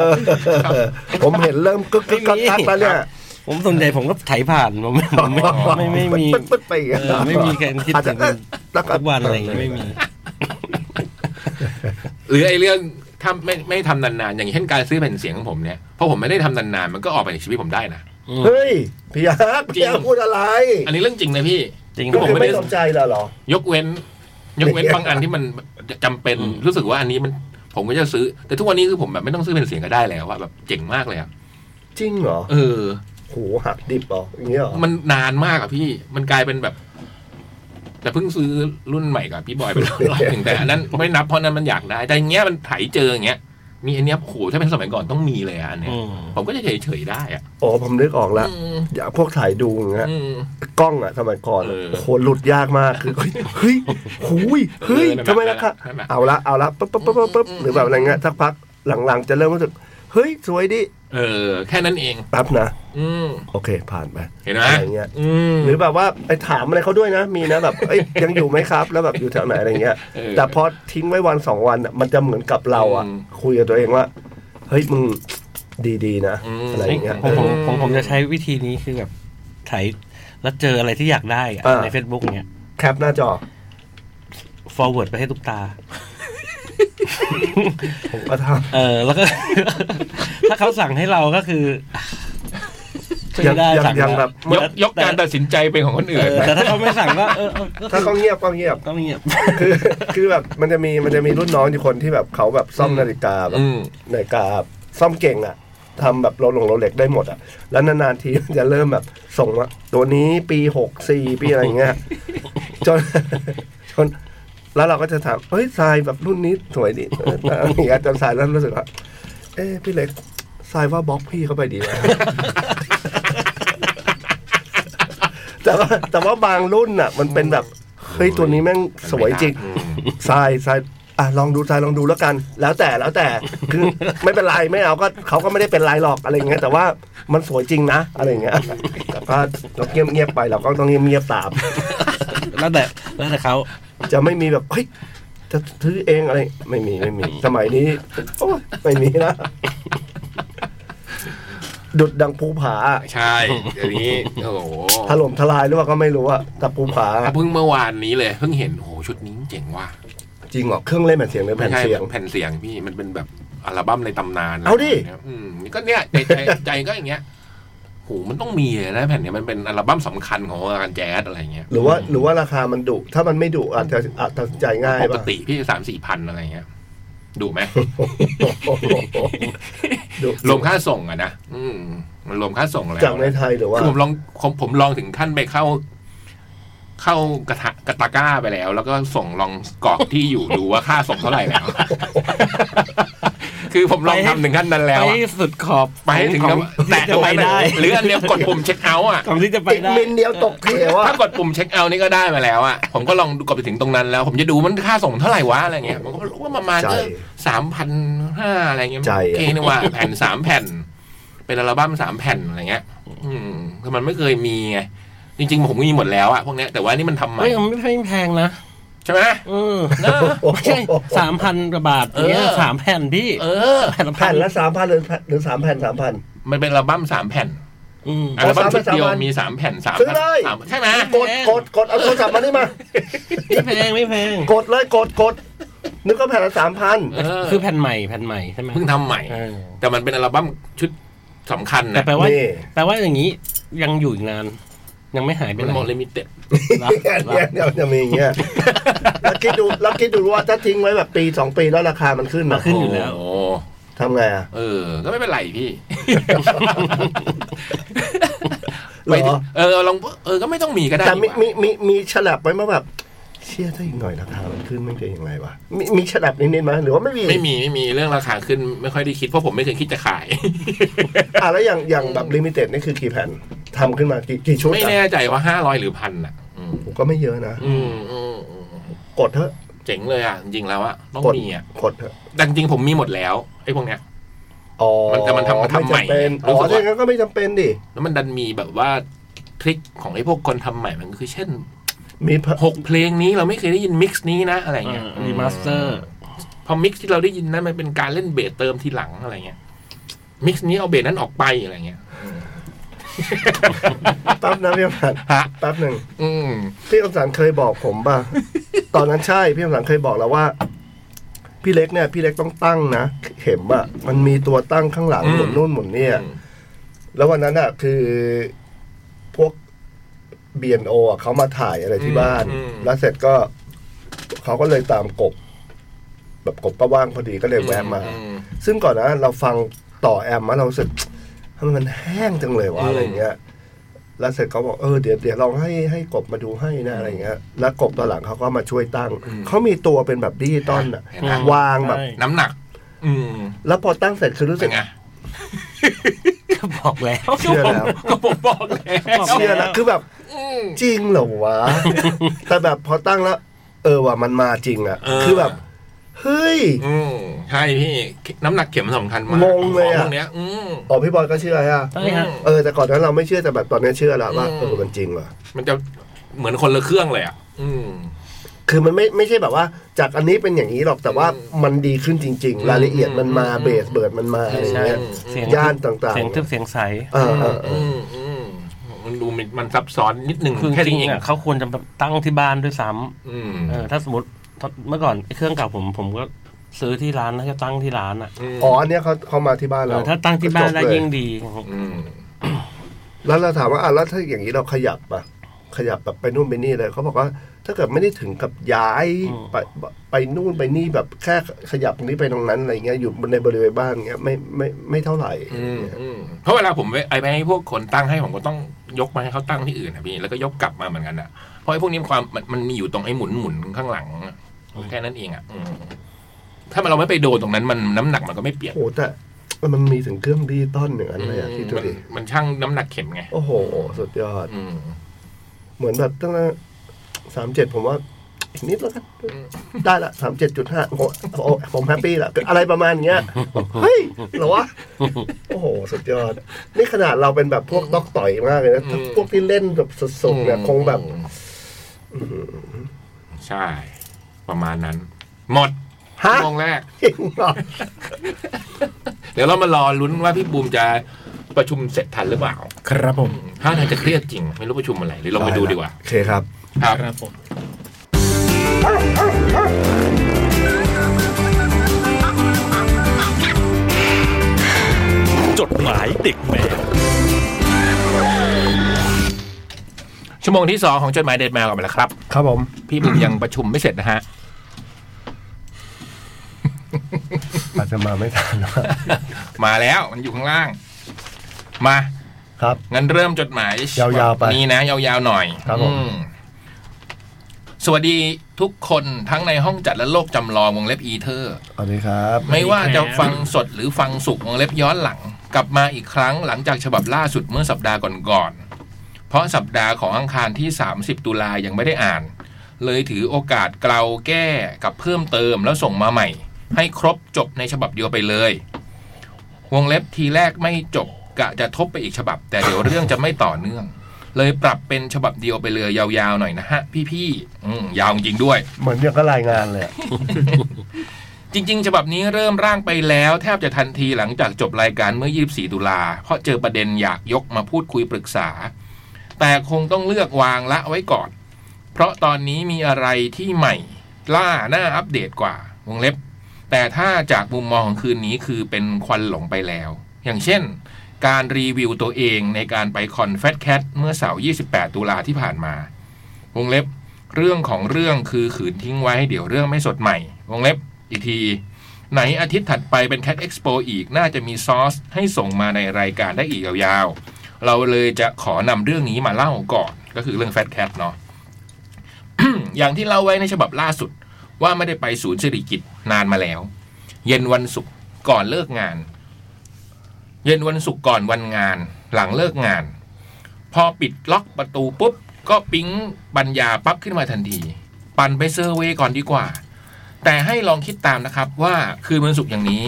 B: อผมเห็นเริ่มกึกกึกกักกักแล้วเนี่ย
C: ผมส่วนใหญ่ผมก็ไถผ่านผมผมไม่ไม่ไม่ไม่มี
B: ปึ๊ดปึ๊ดไปอย่างเงี้ย
C: เออไม่มีการคิด
B: อาจ
C: ถึ
B: จะ
C: ง
B: เอ๊ะแล้ว
C: ทุกวันอะไรอย่างเงี้ยไม่มี
A: หรือไอ้เรื่องถ้าไม่ไม่ทำนานๆอย่างเช่นการซื้อแผ่นเสียงของผมเนี่ยพอผมไม่ได้ทำนานๆมันก็ออกไปจากชีวิตผมได้นะ
B: เฮ้ยพี่ยักษ์พี่ยัก
A: จริ
B: ษ์
A: ง
B: พูดอะไร
A: อันนี้เรื่องจริงนะพี่
C: จริง
A: ก็ ผมไม่
B: ไม่
A: ได้
B: สนใจแล้วเหรอ
A: ยกเว้น ยกเว้น บางอันที่มันจำเป็นรู้สึกว่าอันนี้มันผมก็จะซื้อ แต่ทุกวันนี้คือผมแบบไม่ต้องซื้อแผ่นเสียงก็ได้แล้วอะแบบเจ๋งมากเลยอะ
B: จริงเหรอ
A: เออ
B: โหหักดิบเหรออย่างเงี้ยเหรอ
A: มันนานมากอะพี่ มันกลายเป็นแบบ แต่เพิ่งซื้อรุ่นใหม่กับพี่บอยไปแล้วรอบหนึ่งแต่อันนั้นไม่นับเพราะนั้นมันอยากได้ แต่อย่างเงี้ยมันไถเจออย่างเงี้ย มีอันเนี้ยโอ้โหถ้าเป็นสมัยก่อนต้องมีเลยอะอันเนี้ย
C: อืม
A: ผมก็จะเฉยๆได้อะ
B: อ๋อผมนึกออกแล้ว
A: อืม
B: อย่าพวกถ่ายดูอย่างเงี้ย
A: อืม
B: กล้องอะสมัยก่อน
A: เออ
B: โอ้โหหลุดยากมากคือ เฮ้ยหุยเฮ้ย
A: เออ
B: ทำไมล่ะคะ
A: ใช่ไหม
B: เอาละเอาละปั๊บปั๊บปั๊บปั๊บปั๊บหรือแบบอะไรเงี้ยสักพักหลังๆ จะเริ่มรู้สึก เฮ้ย สวยดิ
A: เออ แค่นั้นเอง
B: แป๊บนะ
A: อืม
B: โอเค ผ่านไป
A: เห็นไหม
B: อะไรเงี้ย
A: อืม
B: หรือแบบว่าไปถามอะไรเขาด้วยนะ มีนะแบบเอ้ยยังอยู่ไหมครับ แล้วแบบอยู่แถวไหนอะไรเงี้ย
A: เออ
B: แต่พอทิ้งไว้วันสองวันอะมันจะเหมือนกับเราอะ
A: อืม
B: คุยกับตัวเองว่า เฮ้ยมึงดีๆนะ
A: อืม
B: อะไรเงี้ย
C: ผมผมผมผมจะใช้วิธีนี้คือแบบไถแล้วเจออะไรที่อยากได้อะ
B: อ่า
C: ใน Facebook เนี่ย
B: แคปหน้าจอ
C: forward ไปให้ทุกตา
B: ผมก็ท
C: เออแล้วก็ ถ้าเขาสั่งให้เราก็คือ
B: ำยังยัง
C: สั่
B: ยัง แบบ
A: ยกยกการตัดสินใจเป็นของคน
C: เอ
A: อื่น
C: อแต่ถ้าเขาไม่สั่งก็เออเออก็
B: ถ้า
C: คือ
B: เขาเงียบก็เงียบ
C: ก็เงียบ
B: คือคือแบบมันจะมีมันจะมีรุ่นน้องอยู่คนที่แบบเขาแบบซ่อมนาฬิกาแบบ
A: อืม
B: นาฬิกาซ่อมเก่งอ่ะทำแบบโรหลงโรเล็กได้หมดอ่ะ แล้วนานๆทีมันจะเริ่มแบบส่งว่าตัวนี้ปีหกสี่ปีอะไรอย่างเงี้ยจนจนแล้วเราก็จะถามเฮ้ยทรายแบบรุ่นนี้สวยดีเอออย่างเงี้ยจนทรายเริ่มรู้สึกว่าเอ้พี่เล็กทรายว่าบล็อกพี่เข้าไปดีนะ แต่ว่าแต่ว่าบางรุ่นอ่ะ มันเป็นแบบเฮ้ยตัวนี้แม่งสวยจริง
A: อืม
B: ทรายทรายอ่ะลองดูทรายลองดูแล้วกัน แล้วแต่แล้วแต่คือ ไม่เป็นไรไม่เอาก็เขาก็ไม่ได้เป็นไรหรอกอะไรอย่างเงี้ยแต่ว่ามันสวยจริงนะอะไรอย่างเงี้ยแต่ก็เราเงียบเงียบๆไปเราก็ต้องเงียบเงียบๆตาม
C: แล้วแต่แล้วแต่เขา
B: จะไม่มีแบบเฮ้ยจะซื้อเองอะไรไม่มีไม่มี สมัยนี้โอ้ยไม่มีนะดุดดังภูผา
A: ใช่เดี๋ยวนี้ โอ้โห
B: ถล่มทลายหรือว่าก็ไม่รู้อะแต่ภูผา
A: เพิ่งเมื่อวานนี้เลยเพิ่งเห็นโอ้โหชุดนี้เจ๋งว่ะ
B: จริงเหรอเครื่องเล่นแผ่นเสียงหรือ
A: ไม่
B: แผ่น
A: ใช่
B: เสียง
A: แผ่นเสียงพี่มันเป็นแบบอัลบั้มในตำนาน
B: เอาดิ
A: อืมก็เนี่ยใจใจใจก็อย่างเงี้ยโหมันต้องมีเลยนะแผ่นเนี้ยมันเป็นอัลบั้มสำคัญของวงการแจ๊สอะไรเงี้ย
B: หรือว่าหรือว่าราคามันดุถ้ามันไม่ดุอาจจะอาจจะตัดสินใจง่าย
A: ปก
B: ป่ะ
A: ติพี่สามสี่พันอะไรเงี้ยดูไหม
B: ดุ
A: รวมค่าส่งอะนะอืมมันรวมค่าส่งแล้ว
B: จากในไทยหรือว่า
A: คือผมลองผมผมลองถึงขั้นไปเข้า เข้ากระทะกระตาก้าไปแล้ว แล้วก็ส่งลองกรอกที่อยู่ดูว่าค่าส่งเท่าไหร่แล้ว คือผมลองทำถึงขั้นนั้นแล้ว
C: ไป
A: อะ
C: สุดขอบ
A: ไปให้ถึง
C: ขอ
A: แล้ว
C: ที่
A: แตะ
C: จะ
A: ลง
C: ไป
A: ป
C: ได้
A: หรืออันเดียวกดปุ่มเช็คเอาท์อ่ะ
C: ของที่จะไป
B: อีก
C: ได้
B: มินเดียวตกเขวอะ
A: ถ้ากดปุ่มเช็คเอาท์นี่ก็ได้มาแล้วอ่ะ ผมก็ลองกดไปถึงตรงนั้นแล้ว ผมจะดูมันค่าส่งเท่าไหร่วะอะไรเงี้ยผมก็รู้ว่าประมาณ
B: ใจ
A: สามพันห้าอะไรเงี้ย
B: ใจอะ
A: โอเคนี่ว่าแผ่นสามแผ่น เป็นอัลบั้มสามแผ่นอะไรเงี้ย อืมคือมันไม่เคยมีไง จริง ๆ ผมมีหมดแล้วอ่ะพวกเนี้ยแต่ว่านี่มันทำใหม่
C: ไม่ไม่ไม่แพงนะ
A: ใช่ไหม
C: เออนะไม่ใช่สามพันกว่าบาทเนี่ย
A: เออ
C: สามแผ่นพี่
A: เออ
C: แผ่นละ
B: แผ่
C: พัน
B: นละสามพันหรือหรือสามแผ่นสามพัน
A: มันเป็นอัลบั้มสามแผ่น
C: อืม
A: อัลบั้ม
B: สาม
A: ชุ
B: แผ่
A: ด
B: น
A: เดียว
B: สามอัน
A: มีสามแผ่นสาม
B: ซื้อเลย
A: สามใช่ไหม
B: กดกดกดเอาโทรศัพท์มานี่มา
C: ไม่แพงไม่แพง
B: กดเลยกดกดนึกว่าแผ่นละสามพัน
A: เออ
C: คือแผ่นใหม่แผ่นใหม่ใช่ไหม
A: เพิ่งทำใหม่
C: เออ
A: แต่มันเป็นอัลบั้มชุดสำคัญ
C: แต่
A: นะ
C: แปลว่า
B: นี่
C: แปลว่าอย่างนี้ยังอยู่อีกนาน ยังไม่หายไป
A: มัน
C: ไหน
A: มอลลิมิเต็ด
C: รับ
B: เนี่ย
C: รั
B: เนี่ย
C: บ
B: เดี๋ยวจะมีอย่างเงี้ยแล้วคิดดูแล้วคิดดูว่าถ้าทิ้งไว้แบบปีสองปีแล้วราคามันขึ้น
C: มา
B: นะ
C: ขึ้นอยู่แล้ว
A: โ
B: ทำไงอ่ะ
A: เออ ก็ไม่เป็นไรพี่
B: เหรอ
A: ไปถึงเออลองเออก็ไม่ต้องมีก็ได้
B: แต่มี
A: นี่หว่า
B: มีมีมีฉลับไว้มาแบบ เชี่ยถ้าอีกหน่อยราคามันขึ้นไม่เป็นอย่างไรวะมีมีฉลับนิดๆมั้ยหรือว่าไม่มี
A: ไม่มีไม่มีเรื่องราคาขึ้นไม่ค่อยได้คิดเพราะผมไม่เคยคิดจะขาย
B: อ่ะแล้วอย่างอย่างแบบลิมิเต็ดนี่คือกี่แผ่นทำขึ้นมากี่กี่ชุด
A: ไม่
B: อ่ะ
A: แน่ใจว่าห้าร้อยหรือพันอ่ะ อืม
B: ผมก็ไม่เยอะนะ
A: อืมอืมอืม
B: กดเถอะ
A: เจ๋งเลยอ่ะ จริงๆแล้วอ่ะต้อง
B: กด
A: มีอ่ะ
B: กดเถอะ
A: แต่จริงๆผมมีหมดแล้วไอ้พวกเนี้ย
B: อ๋อ
A: มันแต่มันทำมันทำใหม่
B: ไจำเป็น
A: รู้
B: อ๋
A: สึ
B: อก
A: ว่า
B: ถ้าอย่างนั้นก็ไม่จำเป็นดิ
A: แล้วมันดันมีแบบว่าทริคของไอ้พวกคนทำใหม่มันก็คือเช่น
B: มีเพิ่ม
A: หกเพลงนี้เราไม่เคยได้ยินมิกซ์นี้นะอะไรเงี้ย
C: อ่า remaster
A: พอมิกซ์ที่เราได้ยินนั้นมันเป็นการเล่นเบสเติมทีหลังอะไรเงี้ยมิกซ์นี้เอาเบสนั้นออกไปอะไรเงี้ย
B: แปั๊บนะพี่อมสัน
A: ฮะ
B: แปั๊บหนึ่ง
A: อืม
B: พี่อมสันเคยบอกผมป่ะ ตอนนั้นใช่ พี่อมสันเคยบอกแล้วว่า พี่เล็กเนี่ย พี่เล็กต้องตั้งนะเข็มอะมันมีตัวตั้งข้างหลังหมุนนู่นหมุนเนี่ย แล้ววันนั้นอะคือพวก b บีโอะเขามาถ่ายอะไรที่บ้าน แล้วเสร็จก็ เขาก็เลยตามกบ แบบกบก็ว่างพอดีก็เลยแวะมา
A: อืม
B: ซึ่งก่อนหนะเราฟังต่อแอมมาเรารู้สึก ทำไมมันแห้งจังเลยวะอะไรเงี้ย แล้วเสร็จเขาบอกเออเดี๋ยวเดี๋ยวลองให้ให้กบมาดูให้นะอะไรเงี้ย แล้วกบตอนหลังเขาก็มาช่วยตั้ง เขามีตัวเป็นแบบดิจิตอลอะ
A: เห็นไหม
B: วางแบบ
E: ใช่
A: น้ำหนัก อืม
B: แล้วพอตั้งเสร็จคือรู้สึ
A: เป็น
B: ก
A: ไง
C: ก็บอกแล้ว
B: เชื่อแล้ว
A: ก็ผมบอกแล้ว
B: เชื่อแล้วคือแบบ
A: อืม
B: จริงเหรอวะ แต่แบบพอตั้งแล้ว เออว่ะมันมาจริงอะ
A: เออ
B: คือแบบเฮ้ย
A: อืมใช่พี่น้ำหนักเข็มสำคัญมาก
B: งงเลย
A: ขพ
B: อะ
A: วกเนี้ย อืม
B: อ๋อพี่บอยก็เชื่อฮะ
C: ใช่ฮะ
B: เออแต่ก่อนนั้นเราไม่เชื่อแต่แบบตอนนี้เชื่อแล้วว่าเออมันจริงว่ะ
A: มันจะเหมือนคนละเครื่องเลยอ่ะ อืม
B: คือมันไม่ไม่ใช่แบบว่า จากอันนี้เป็นอย่างนี้หรอกแต่ว่ามันดีขึ้นจริง
A: อืม
B: ๆ รายละเอียดมันมา
A: อืม
B: เบสเบิร์ดมันมาอะไรอย่างเงี้ย
A: อืม
C: เสียง
B: ย่านต่าง
C: เสียงทึบ
B: ๆ
C: เสียงใส
B: เออเออเอ
A: อื
B: อ
A: มอืมมันดูมันมันซับซ้อนนิดหนึ่ง
C: คือ
A: แค่
C: จริ
A: นี้
C: ง
A: เอ
C: ๆ
A: ง
C: อ่ะเขาควรจะแบบตั้งที่บ้านด้วยซ้
A: อืม
C: ำเออถ้าสมมติเมื่อก่อนไอ้เครื่องเก่าผมผมก็ซื้อที่ร้านน่าจะตั้งที่ร้านอ่ะ
A: ม
B: อ๋ออันเนี้ยเขาเขามาที่บ้าน
C: เอ
B: เรา
C: อถ้าตั้งที่บ้านได้
B: จบเลย
C: ยิ่งดี
A: ม
B: แล้วเราถามว่าอ่ะแล้วถ้าอย่างนี้เราขยับปะขยับแบบไปนู่นไปนี่เลยเขาบอกว่าถ้าเกิดไม่ได้ถึงกับย้ายไปไปนู่นไปนี่แบบแค่ขยับตรงนี้ไปตรงนั้นอะไรเงี้ยอยู่ในบริเวณบ้านเงี้ยไม่ไม่ไม่เท่าไหร่
A: อืมอืมเพราะเวลาผมไปไอ้ไปให้พวกคนตั้งให้ผมก็ต้องยกมาให้เขาตั้งที่อื่นนะพี่แล้วก็ยกกลับมาเหมือนกันอ่ะเพราะไอ้พวกนี้ความมันมันมีอยู่ตรงไอ้หมุนหมุนข้างหลังอะแค่นั้นเองอ่ะอืมถ้ามันเราไม่ไปโดนตรงนั้นมันน้ำหนักมันก็ไม่เปลี่ยน
B: โอ้แต่มันมีถึงเครื่องดีต้อนอย่างนั้นเลยอะที่ดู
A: มัน
B: ดิ
A: มันช่างน้ำหนักเข็มไง
B: โอ้โห สุดยอด
A: อืม
B: เหมือนแบบตั้งแต่สามเจ็ดผมว่าอีกนิดแล้วกันได้ละสามเจ็ดจุดห้าผมผมแฮปปี้ละอะไรประมาณเนี้ยเฮ้ยเหรอวะ โอ้โห สุดยอด นี่ขนาดเราเป็นแบบพวกต๊อกต่อยมากเลยนะ
A: อืม
B: พวกที่เล่นแบบสุดๆเนี่ยคงแบบ
A: ใช่ ประมาณนั้น หมด
B: ฮะ
A: ชั่วโมงแรก
B: จริงเหรอ
A: เดี๋ยวเรามารอลุ้นว่าพี่บูมจะประชุมเสร็จทันหรือเปล่า
E: ครับผม
A: ถ้าทางจะเครียดจริง ไม่รู้ประชุมอะไรหรือลองไปดูดีกว่า
B: โอเคครับ
A: ครับ
E: ครับผม
F: จดหมายเด็กแมว
A: ชั่วโมงที่สองของจดหมายเด็ดแมวกันไปแล้วครับ
B: ครับผม
A: พี่บูมยังประชุมไม่เสร็จนะฮะ
B: อาจจะมาไม่ทันวะ
A: มาแล้วมันอยู่ข้างล่าง มา
B: ครับ
A: งั้นเริ่มจดหมาย
B: ยาวๆไป
A: นี้นะยาวๆหน่อย
B: ครับผม
A: อืสวัสดีทุกคนทั้งในห้องจัดและโลกจำลองวงเล็บอีเทอร์
B: สวัสดีครับ
A: ไม่ว่าจะฟังสดหรือฟังสุกวงเล็บย้อนหลัง กลับมาอีกครั้งหลังจากฉบับล่าสุดเมื่อสัปดาห์ก่อนๆ เพราะสัปดาห์ของอังคารที่ 30 ตุลายังไม่ได้อ่าน เลยถือโอกาสเกลาแก้กับเพิ่มเติมแล้วส่งมาใหม่ ให้ครบจบในฉบับเดียวไปเลย วงเล็บทีแรกไม่จบกะจะทบไปอีกฉบับ แต่เดี๋ยวเรื่องจะไม่ต่อเนื่อง เลยปรับเป็นฉบับเดียวไปเลยยาวๆหน่อยนะฮะ พี่ๆอืมยาวจริงด้วย
B: เหมือนเดี๋ยวก็รายงานเลยอะ
A: จริง ๆ ฉบับนี้เริ่มร่างไปแล้วแทบจะทันทีหลังจากจบรายการเมื่อ 24 ตุลา เพราะเจอประเด็นอยากยกมาพูดคุยปรึกษา แต่คงต้องเลือกวางละไว้ก่อน เพราะตอนนี้มีอะไรที่ใหม่ ล่าหน้าอัปเดตกว่าวงเล็บ แต่ถ้าจากมุมมองของคืนนี้คือเป็นควันหลงไปแล้ว อย่างเช่น การรีวิวตัวเองในการไปคอนเฟสแคทเมื่อเสาร์28 ตุลาที่ผ่านมา วงเล็บ เรื่องของเรื่องคือขืนทิ้งไว้ให้เดี๋ยวเรื่องไม่สดใหม่ วงเล็บ อีกที ไหนอาทิตย์ถัดไปเป็น Cat Expo อีกน่าจะมีซอสให้ส่งมาในรายการได้อีกยาวๆ เราเลยจะขอนำเรื่องนี้มาเล่าก่อน ก็คือเรื่อง Fat Cat เนาะ อย่างที่เล่าไว้ในฉบับล่าสุด ว่าไม่ได้ไปศูนย์สิริกิตนานมาแล้ว เย็นวันศุกร์ก่อนเลิกงาน เย็นวันศุกร์ก่อนวันงาน หลังเลิกงาน พอปิดล็อกประตูปุ๊บ ก็ปิ๊งปัญญาปั๊บขึ้นมาทันที ปั่นไปเซอร์เวย์ก่อนดีกว่า แต่ให้ลองคิดตามนะครับว่าคืนวันศุกร์อย่างนี้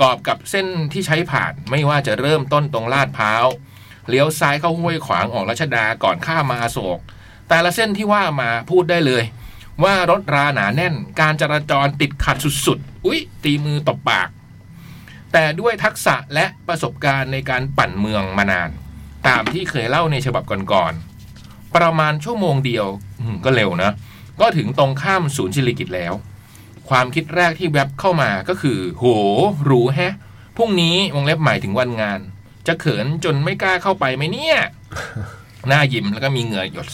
A: กอบกับเส้นที่ใช้ผ่านไม่ว่าจะเริ่มต้นตรงลาดพร้าวเลี้ยวซ้ายเข้าห้วยขวางออกรัชดาก่อนข้ามมาอโศก แต่ละเส้นที่ว่ามาพูดได้เลย ว่ารถราหนาแน่น การจราจรติดขัดสุดๆ อุ๊ย ตีมือตบปาก แต่ด้วยทักษะและประสบการณ์ในการปั่นเมืองมานาน ตามที่เคยเล่าในฉบับก่อนๆ ประมาณชั่วโมงเดียวอืมก็เร็วนะ ก็ถึงตรงข้ามศูนย์ชิลิกิตแล้ว ความคิดแรกที่แวบเข้ามาก็คือ โหหรู้แฮะ พรุ่งนี้วงเล็บหมายถึงวันงาน จะเขินจนไม่กล้าเข้าไปไหมเนี่ย หน้ายิ้มแล้วก็มีเหงื่อหยด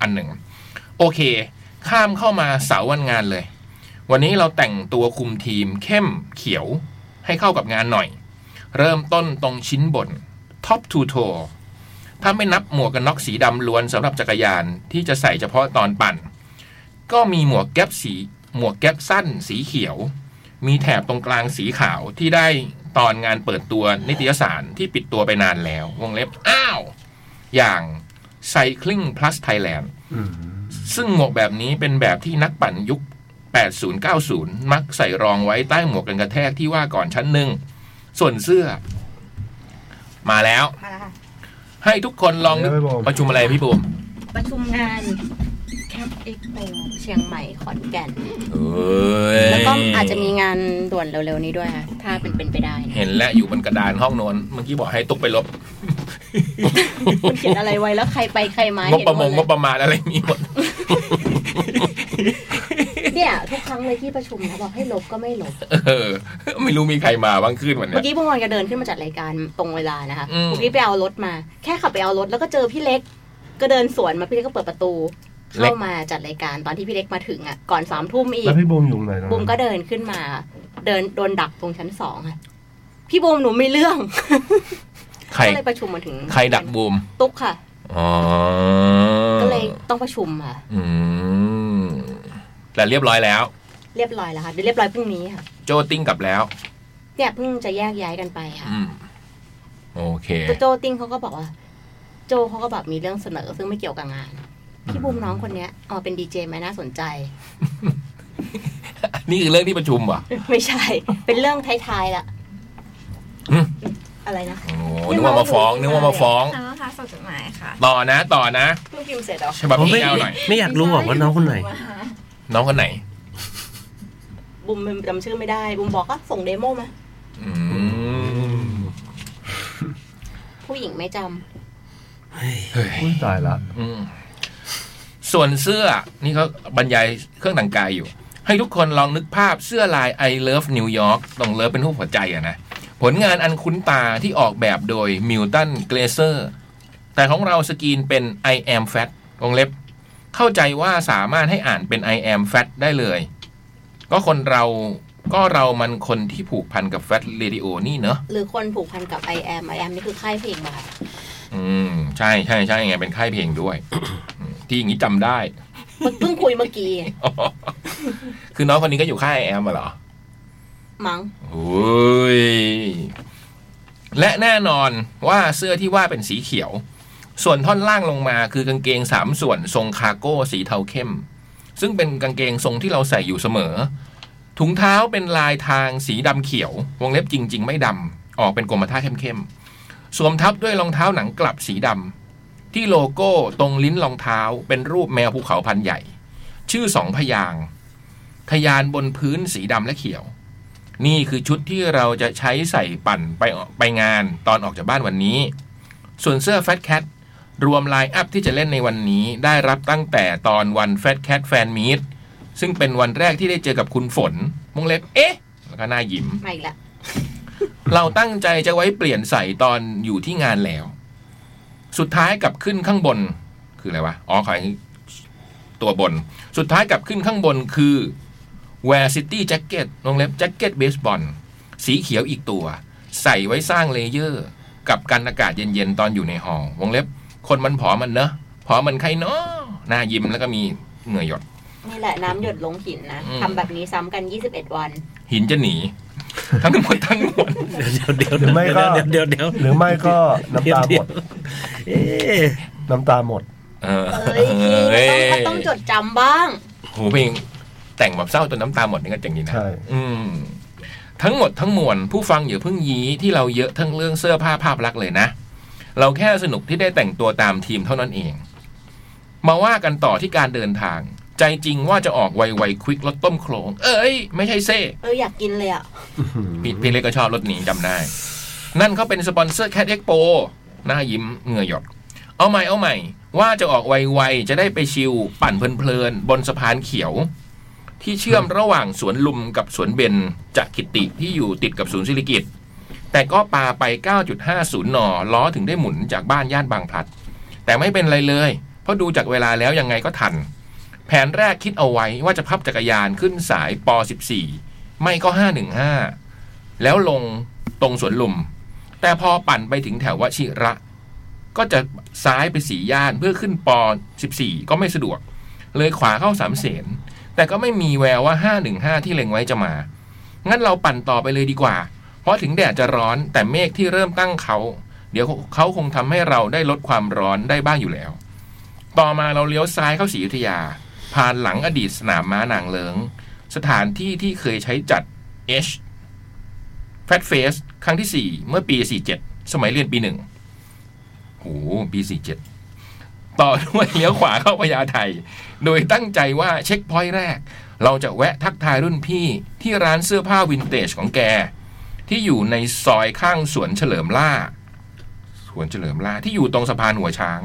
A: อันหนึ่ง โอเค ข้ามเข้ามาเสาร์วันงานเลย วันนี้เราแต่งตัวคุมทีมเข้มเขียวให้เข้ากับงานหน่อย เริ่มต้นตรงชิ้นบนท็อปทูโทถ้าไม่นับหมวกกันน็อกสีดำล้วนสำหรับจักรยานที่จะใส่เฉพาะตอนปั่น ก็มีหมวกแก๊ปสีหมวกแก๊ปสั้นสีเขียว มีแถบตรงกลางสีขาวที่ได้ตอนงานเปิดตัวนิตยสารที่ปิดตัวไปนานแล้ว วงเล็บอ้าว อย่าง Cycling Plus Thailand ซึ่งหมวกแบบนี้เป็นแบบที่นักปั่นยุค 80-90 มักใส่รองไว้ใต้หมวกกันกระแทกที่ว่าก่อนชั้นหนึ่ง ส่วนเสื้อ มาแล้ว
G: มาแล้วค่ะ
A: ให้ทุกคนลองนึก
B: เดี๋ยวพี่บูม
A: ประชุมอะไรพี่บูม
G: ประชุมงานแคปเอ็กโปเชียงใหม่ขอนแก่น
A: เอ้ย
G: แล้วก็อาจจะมีงานด่วนเร็วๆนี้ด้วยค่ะ ถ้าเป็นเป็นไปได้นะ
A: เห็นและอยู่บนกระดานห้องโนอนเมื่อกี้บอกให้ตุกไปลบ
G: คุณเขียนอะไรไว้แล้วใครไปใครมาเห็
A: งบ
G: นห
A: ประม
G: ม
A: งง
G: ดเล
A: บ
G: ย
A: ประมาณอะไรมีหมด
G: เนี่ยทุกครั้งเลยที่ประชุมเขาบอกให้ลบก็ไม่ลบ
A: เออ ไม่รู้มีใครมาบ้างขึ้นวันเนี้
G: เมื่
A: ย
G: อกี้พวกมันก็เดินขึ้นมาจัดรายการตรงเวลานะคะ
A: อืม
G: เมื่อกี้ไปเอารถมา แค่ขับไปเอารถแล้วก็เจอพี่เล็ก ก็เดินสวนมาพี่เล็กก็เปิดประตู เข้ามาจัดรายการตอนที่พี่เล็กมาถึงอ่ะก่อนสามทุ่มอี
B: แล้
G: ก
B: วพี่บูมอยู่ไหนนะ
G: บูมก็เดินขึ้นมา เดินโดนดักตรงชั้นสองค่ะพี่บูมหนูไม่เรื่อง
A: ใคร
G: ก็เลยประชุมมาถึง
A: ใครดักบูม
G: ตุ๊กค่ะ
A: อ๋อ
G: ก็เลยต้องประชุมค่ะ
A: อืมแต่เรียบร้อยแล้ว
G: เรียบร้อยแล้วค่ะเดี๋ยวเรียบร้อยพรุ่งนี้ค่ะ
A: โจติ้งกลับแล้ว
G: เนี่ยเพิ่งจะแยกย้ายกันไปค่ะ
A: อืม โอเค
G: ตัวโจติ้งเขาก็บอกว่า โจเขาก็แบบมีเรื่องเสนอ ซึ่งไม่เกี่ยวกับงาน พี่บูมน้องคนเนี้ยเอามาเป็นดีเจไหมน่าสนใจ
A: นี่คือเรื่องที่ประชุมเหรอ
G: ไม่ใช่ เป็นเรื่องท้ายๆละ
A: อืม
G: อะไรนะ
A: โอ้โหนึกว่ามาฟ้องนึกว่ามาฟ้อง
H: แล้วนะคะส่งจดหมายค่ะ
A: ต่อนะ ต่อนะ
G: เพิ่งพิมพ์เสร็จแล้ว
A: ฉบับ
C: ผมไม่
A: นี้ยาวหน่อย
C: ไม่อยากรู้หรอกว่าน้องคนไหน
A: น้องคนไหน
G: บูมจำชื่อไม่ได้บูมบอกก็ส่งเดโมมา
A: อืม
G: ผู้หญิงไม่จำ
A: เฮ้ย
B: อุ้ยตายละ
A: อืมส่วนเสื้อ นี่เขาบรรยายเครื่องแต่งกายอยู่ ให้ทุกคนลองนึกภาพเสื้อลาย I Love New York ตรงเลิฟเป็นรูปหัวใจอะนะ ผลงานอันคุ้นตาที่ออกแบบโดยมิลตันเกรเซอร์แต่ของเราสกรีนเป็น I am fat วงเล็บ เข้าใจว่าสามารถให้อ่านเป็น I am fat ได้เลย ก็คนเราก็เรามันคนที่ผูกพันกับ Fat Radio นี่เนอะ
G: หรือคนผูกพันกับไอแอมไอแอมนี่คือค่ายเพลงมาค่ะ
A: อืม ใช่ใช่ใช่ไงเป็นค่ายเพลงด้วย อืมที่อย่างนี้จำได้
G: เพิ่งคุยเมื่อกี้
A: คือน้องคนนี้ก็อยู่ค่ายแอมอะเหรอ
G: มั้ง
A: โอ้ยและแน่นอนว่าเสื้อที่ว่าเป็นสีเขียว ส่วนท่อนล่างลงมาคือกางเกงสามส่วนทรงคาร์โก้สีเทาเข้ม ซึ่งเป็นกางเกงทรงที่เราใส่อยู่เสมอ ถุงเท้าเป็นลายทางสีดำเขียว วงเล็บจริง ๆ ไม่ดำออกเป็นกรมท่าเข้มๆสวมทับด้วยรองเท้าหนังกลับสีดำ ที่โลโก้ตรงลิ้นรองเท้าเป็นรูปแมวภูเขาพันใหญ่ ชื่อสองพยางค์ทะยานบนพื้นสีดำและเขียว นี่คือชุดที่เราจะใช้ใส่ปั่นไปไปงานตอนออกจากบ้านวันนี้ ส่วนเสื้อ Fat Cat รวมไลน์อัพที่จะเล่นในวันนี้ได้รับตั้งแต่ตอนวัน Fat Cat Fan Meet ซึ่งเป็นวันแรกที่ได้เจอกับคุณฝนมงเล็บเอ๊ะ แล้วก็หน้ายิ้ม
G: มาอีกแล้ว
A: เราตั้งใจจะไว้เปลี่ยนใส่ตอนอยู่ที่งานแล้ว สุดท้ายกลับขึ้นข้างบนคืออะไรวะ อ๋อขออย่างนี้ตัวบน สุดท้ายกลับขึ้นข้างบนคือ Wear City Jacket วงเล็บแจ็คเก็ตเบสบอลสีเขียวอีกตัว ใส่ไว้สร้างเลเยอร์ กับกันอากาศเย็นๆ ตอนอยู่ในหอวงเล็บ คนมันผอมมันเนอะผอมมันใครเนาะหน้ายิ้มแล้วก็มีเหงื่อหยด
G: นี่แหละน้ำหยดลงหินนะ
A: อืม
G: ทำแบบนี้ซ้ำกัน 21 วัน
A: หินจะหนี ทั้งหมดทั้งมวล
C: เดี๋ยว
B: หรือไม่ก็
C: เดี๋ยวเดี๋ยวเดี๋ยว
B: หรือไม่ก็น้ำตาหมด
C: เอ๊ะ
B: น้ำตาหมด
A: เออ
G: เอ้ยพี่ก็ต้องก็ต้องจดจำบ้าง
A: โหเพลงแต่งแบบเศร้าจนน้ำตาหมดนี่ก็เจ๋งดีนะ
B: ใช่
A: อืม ทั้งหมดทั้งมวลผู้ฟังอย่าเพิ่งยี้ที่เราเยอะทั้งเรื่องเสื้อผ้าภาพลักษณ์เลยนะ เราแค่สนุกที่ได้แต่งตัวตามทีมเท่านั้นเอง มาว่ากันต่อที่การเดินทาง ใจจริงว่าจะออกไวๆควิกรถต้มโขลงเอ้ย ไม่ใช่เซ่
G: เอออยากกินเลยอ่ะ
A: พี่พี่เล็กก็ชอบรถหนีจำได้ นั่นเขาเป็นสปอนเซอร์แค t เอ็กโปหน้ายิ้มเหงื่อหยด เอาใหม่เอาใหม่ ว่าจะออกไวๆ จะได้ไปชิลปั่นเพลินๆ บนสะพานเขียว ที่เชื่อมระหว่างสวนลุมกับสวนเบนจากกิติที่อยู่ติดกับศูนย์ศิริกิตแต่ก็ปาไป 9.50 หนอ ล้อถึงได้หมุนจากบ้านย่านบางพลัด แต่ไม่เป็นไรเลย เพราะดูจากเวลาแล้วยังไงก็ทัน แผนแรกคิดเอาไว้ว่าจะพับจักรยานขึ้นสายป .14 ไม่ก็ 515 แล้วลงตรงสวนลุม แต่พอปั่นไปถึงแถววชิระ ก็จะซ้ายไปสีย่านเพื่อขึ้นปอน14 ก็ไม่สะดวก เลยขวาเข้าสามเสนแต่ก็ไม่มีแววว่า 515 ที่เล็งไว้จะมา งั้นเราปั่นต่อไปเลยดีกว่า เพราะถึงแดดจะร้อนแต่เมฆที่เริ่มตั้งเขา เดี๋ยวเขาคงทำให้เราได้ลดความร้อนได้บ้างอยู่แล้ว ต่อมาเราเลี้ยวซ้ายเข้าศรีอยุธยา ผ่านหลังอดีตสนามม้านางเลิง สถานที่ที่เคยใช้จัด H แฟตเฟสครั้งที่สี่เมื่อปีสี่เจ็ดสมัยเรียนปีหนึ่งโหปีสี่เจ็ดต่อด้วย เลี้ยวขวาเข้าพญาไทโดยตั้งใจว่าเช็คพอยต์แรก เราจะแวะทักทายรุ่นพี่ที่ร้านเสื้อผ้าวินเทจของแก ที่อยู่ในซอยข้างสวนเฉลิมล่า สวนเฉลิมล่าที่อยู่ตรงสะพานหัวช้าง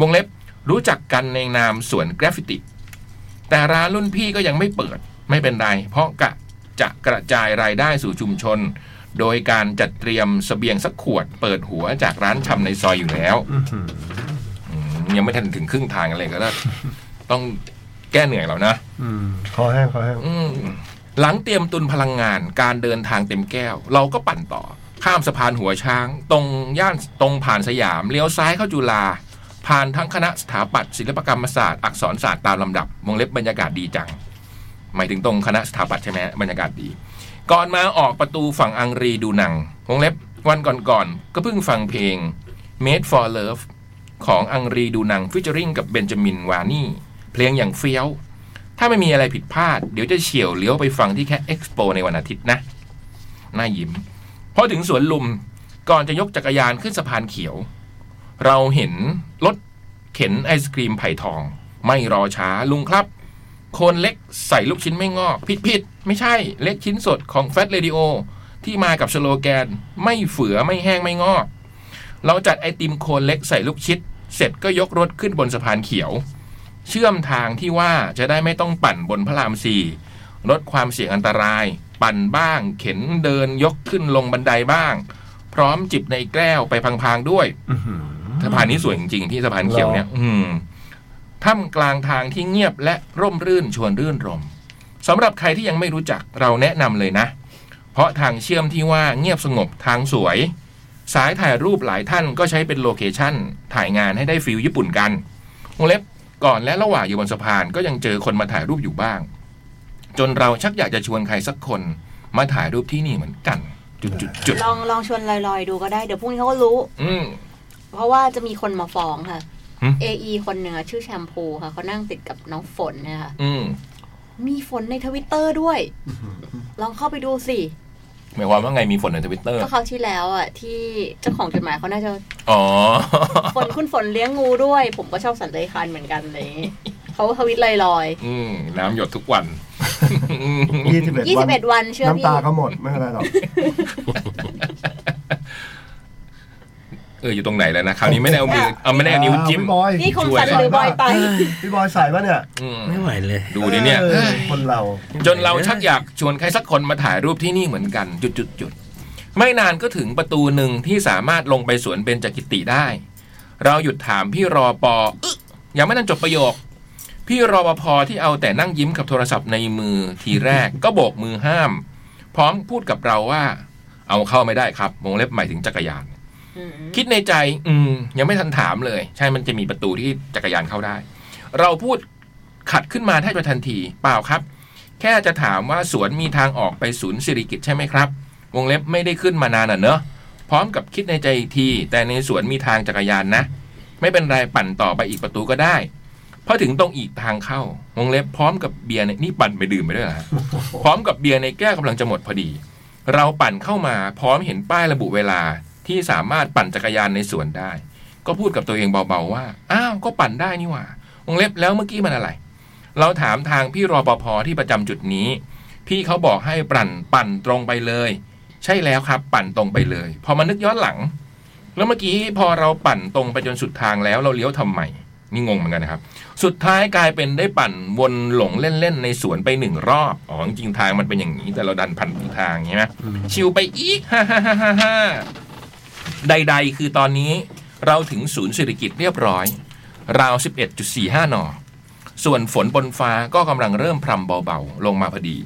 A: วงเล็บรู้จักกันในนามสวนกราฟฟิติ แต่ร้านรุ่นพี่ก็ยังไม่เปิดไม่เป็นไร เพราะกะจะกระจายรายได้สู่ชุมชน โดยการจัดเตรียมสเสบียงสักขวดเปิดหัวจากร้านชำในซอยอยู่แล้วอืมยังไม่ทันถึงครึ่งทางกันเลยก็ได้ต้องแก้เหนื่อยแล้วนะ
B: คอแห้งคอแห้ง
A: อืมหลังเตรียมตุนพลังงานการเดินทางเต็มแก้ว เราก็ปั่นต่อ ข้ามสะพานหัวช้าง ตรงย่านตรงผ่านสยามเลี้ยวซ้ายเข้าจุฬาผ่านทั้งคณะสถาปัตย์ศิลปกรรมศาสตร์อักษรศาสตร์ตามลำดับวงเล็บบรรยากาศดีจัง หมายถึงตรงคณะสถาปัตย์ใช่ไหมบรรยากาศดี ก่อนมาออกประตูฝั่งอังรีดูหนังวงเล็บวันก่อนๆก็เพิ่งฟังเพลง Made for Love ของอังรีดูหนังฟิชเจอริงกับเบนจามินวานี่เพลงอย่างเฟี้ยว ถ้าไม่มีอะไรผิดพลาด เดี๋ยวจะเฉียวเลี้ยวไปฟังที่แค่เอ็กซ์โปในวันอาทิตย์นะ น่ายิ้มพอถึงสวนลุมก่อนจะยกจักรยานขึ้นสะพานเขียว เราเห็นรถเข็นไอศครีมไผ่ทอง ไม่รอช้าลุงครับ คนเล็กใส่ลูกชิ้นไม่งอก ผิดผิดไม่ใช่เล็กชิ้นสดของแฟตเรดิโอที่มากับสโลแกน ไม่เฝือไม่แห้งไม่งอก เราจัดไอติมโคนเล็กใส่ลูกชิด เสร็จก็ยกรถขึ้นบนสะพานเขียว เชื่อมทางที่ว่าจะได้ไม่ต้องปั่นบนพระรามสี่ลดความเสี่ยงอันตราย ปั่นบ้าง เข็นเดินยกขึ้นลงบันไดบ้าง พร้อมจิบในแก้วไปพังๆด้วยสะพานนี้สวยจริงๆที่สะพานเขียวเนี่ย อืมท่ามกลางทางที่เงียบและร่มรื่นชวนรื่นรมสำหรับใครที่ยังไม่รู้จักเราแนะนำเลยนะ เพราะทางเชื่อมที่ว่าเงียบสงบทางสวย สายถ่ายรูปหลายท่านก็ใช้เป็นโลเคชั่นถ่ายงานให้ได้ฟิลญี่ปุ่นกันวงเล็บ ก่อนและระหว่างอยู่บนสะพานก็ยังเจอคนมาถ่ายรูปอยู่บ้าง จนเราชักอยากจะชวนใครสักคน มาถ่ายรูปที่นี่เหมือนกัน จุดจุดจุด
G: ลองลองชวนลอยๆ ดูก็ได้เดี๋ยวพรุ่งนี้เขาก็รู้
A: อืม
G: เพราะว่าจะมีคนมาฟ้องค่ะ
A: หึ
G: เอไอคนเนื้อะชื่อแชมพูค่ะเขานั่งติดกับน้องฝนเนะคะ
A: อืม
G: มีฝนในทวิตเตอร์ด้วย ลองเข้าไปดูสิ
A: หมายความว่าไงมีฝนในทวิตเตอร์
G: ก็คราวที่แล้วอ่ะที่เจ้าของจดหมายเขาน่าจะ
A: อ๋อ
G: ฝนคุณฝนเลี้ยงงูด้วย ผมก็ชอบสันเลอยคลานเหมือนกันอะไรอย่างงี้เขาทวิตลอย
A: อืมน้ำหยดทุกวัน
B: ยี่สิบเอ็ด
G: ๆยี่
B: วั
G: สิ
B: น
G: บเอ็ดวันเชื่อพี่
B: น้ำตาก็หมดไม่เป็นไรหรอก
A: เอออยู่ตรงไหนแล้วนะคราวนี้ไม่ได้เอามือเอาไม่ได้เอานิ้วจิ้ม
B: อ่าพี่บอย
G: นี่คงสันหรือบอยไป
B: พี่บอยใส่ปะเนี่ย
A: อืม
C: ไม่ไหวเลย
A: ดูดิเนี่ย
B: ออคนเรา
A: จนเราชักอยากชวนใครสักคนมาถ่ายรูปที่นี่เหมือนกัน จุดจุดจุดไม่นานก็ถึงประตูหนึ่งที่สามารถลงไปสวนเบญจกิติได้ เราหยุดถามพี่รอปออึ๊ะยังไม่ทันจบประโยค พี่รอปภที่เอาแต่นั่งยิ้มกับโทรศัพท์ในมือทีแรก ก็โบกมือห้าม พร้อมพูดกับเราว่า เอาเข้าไม่ได้ครับวงเล็บหมายถึงจักรยาน
G: อืม
A: คิดในใจ อืม ยังไม่ทันถามเลย ใช่มันจะมีประตูที่จักรยานเข้าได้ เราพูดขัดขึ้นมาแทบจะทันที เปล่าครับ แค่จะถามว่าสวนมีทางออกไปศูนย์สิริกิตใช่ไหมครับ วงเล็บไม่ได้ขึ้นมานานอ่ะเนอะพร้อมกับคิดในใจอีกที แต่ในสวนมีทางจักรยานนะ ไม่เป็นไรปั่นต่อไปอีกประตูก็ได้พอถึงตรงอีกทางเข้าวงเล็บพร้อมกับเบียร์ในนี่ปั่นไปดื่มไปด้วยเหรอฮะพร้อมกับเบียร์ในแก้วกำลังจะหมดพอดี เราปั่นเข้ามาพร้อมเห็นป้ายระบุเวลาที่สามารถปั่นจักรยานในสวนได้ ก็พูดกับตัวเองเบาๆว่า อ้าวก็ปั่นได้นี่หว่าวงเล็บแล้วเมื่อกี้มันอะไร เราถามทางพี่รอปภที่ประจำจุดนี้ พี่เขาบอกให้ปั่นปั่นตรงไปเลย ใช่แล้วครับ ปั่นตรงไปเลย พอมานึกย้อนหลัง แล้วเมื่อกี้พอเราปั่นตรงไปจนสุดทางแล้วเราเลี้ยวทำไมนี่งงเหมือนกันนะครับ สุดท้ายกลายเป็นได้ปั่นวนหลงเล่นๆในสวนไปหนึ่งรอบอ๋อจริงๆทางมันเป็นอย่างนี้ แต่เราดันพันผิดทางใช่ไหมชิวไปอีกฮ่าฮ่าฮ่าฮ่าฮ่าใดๆ คือตอนนี้เราถึงศูนย์เศรษฐกิจเรียบร้อย ราว 11.45 น ส่วนฝนบนฟ้าก็กำลังเริ่มพรำเบาๆ ลงมาพอดี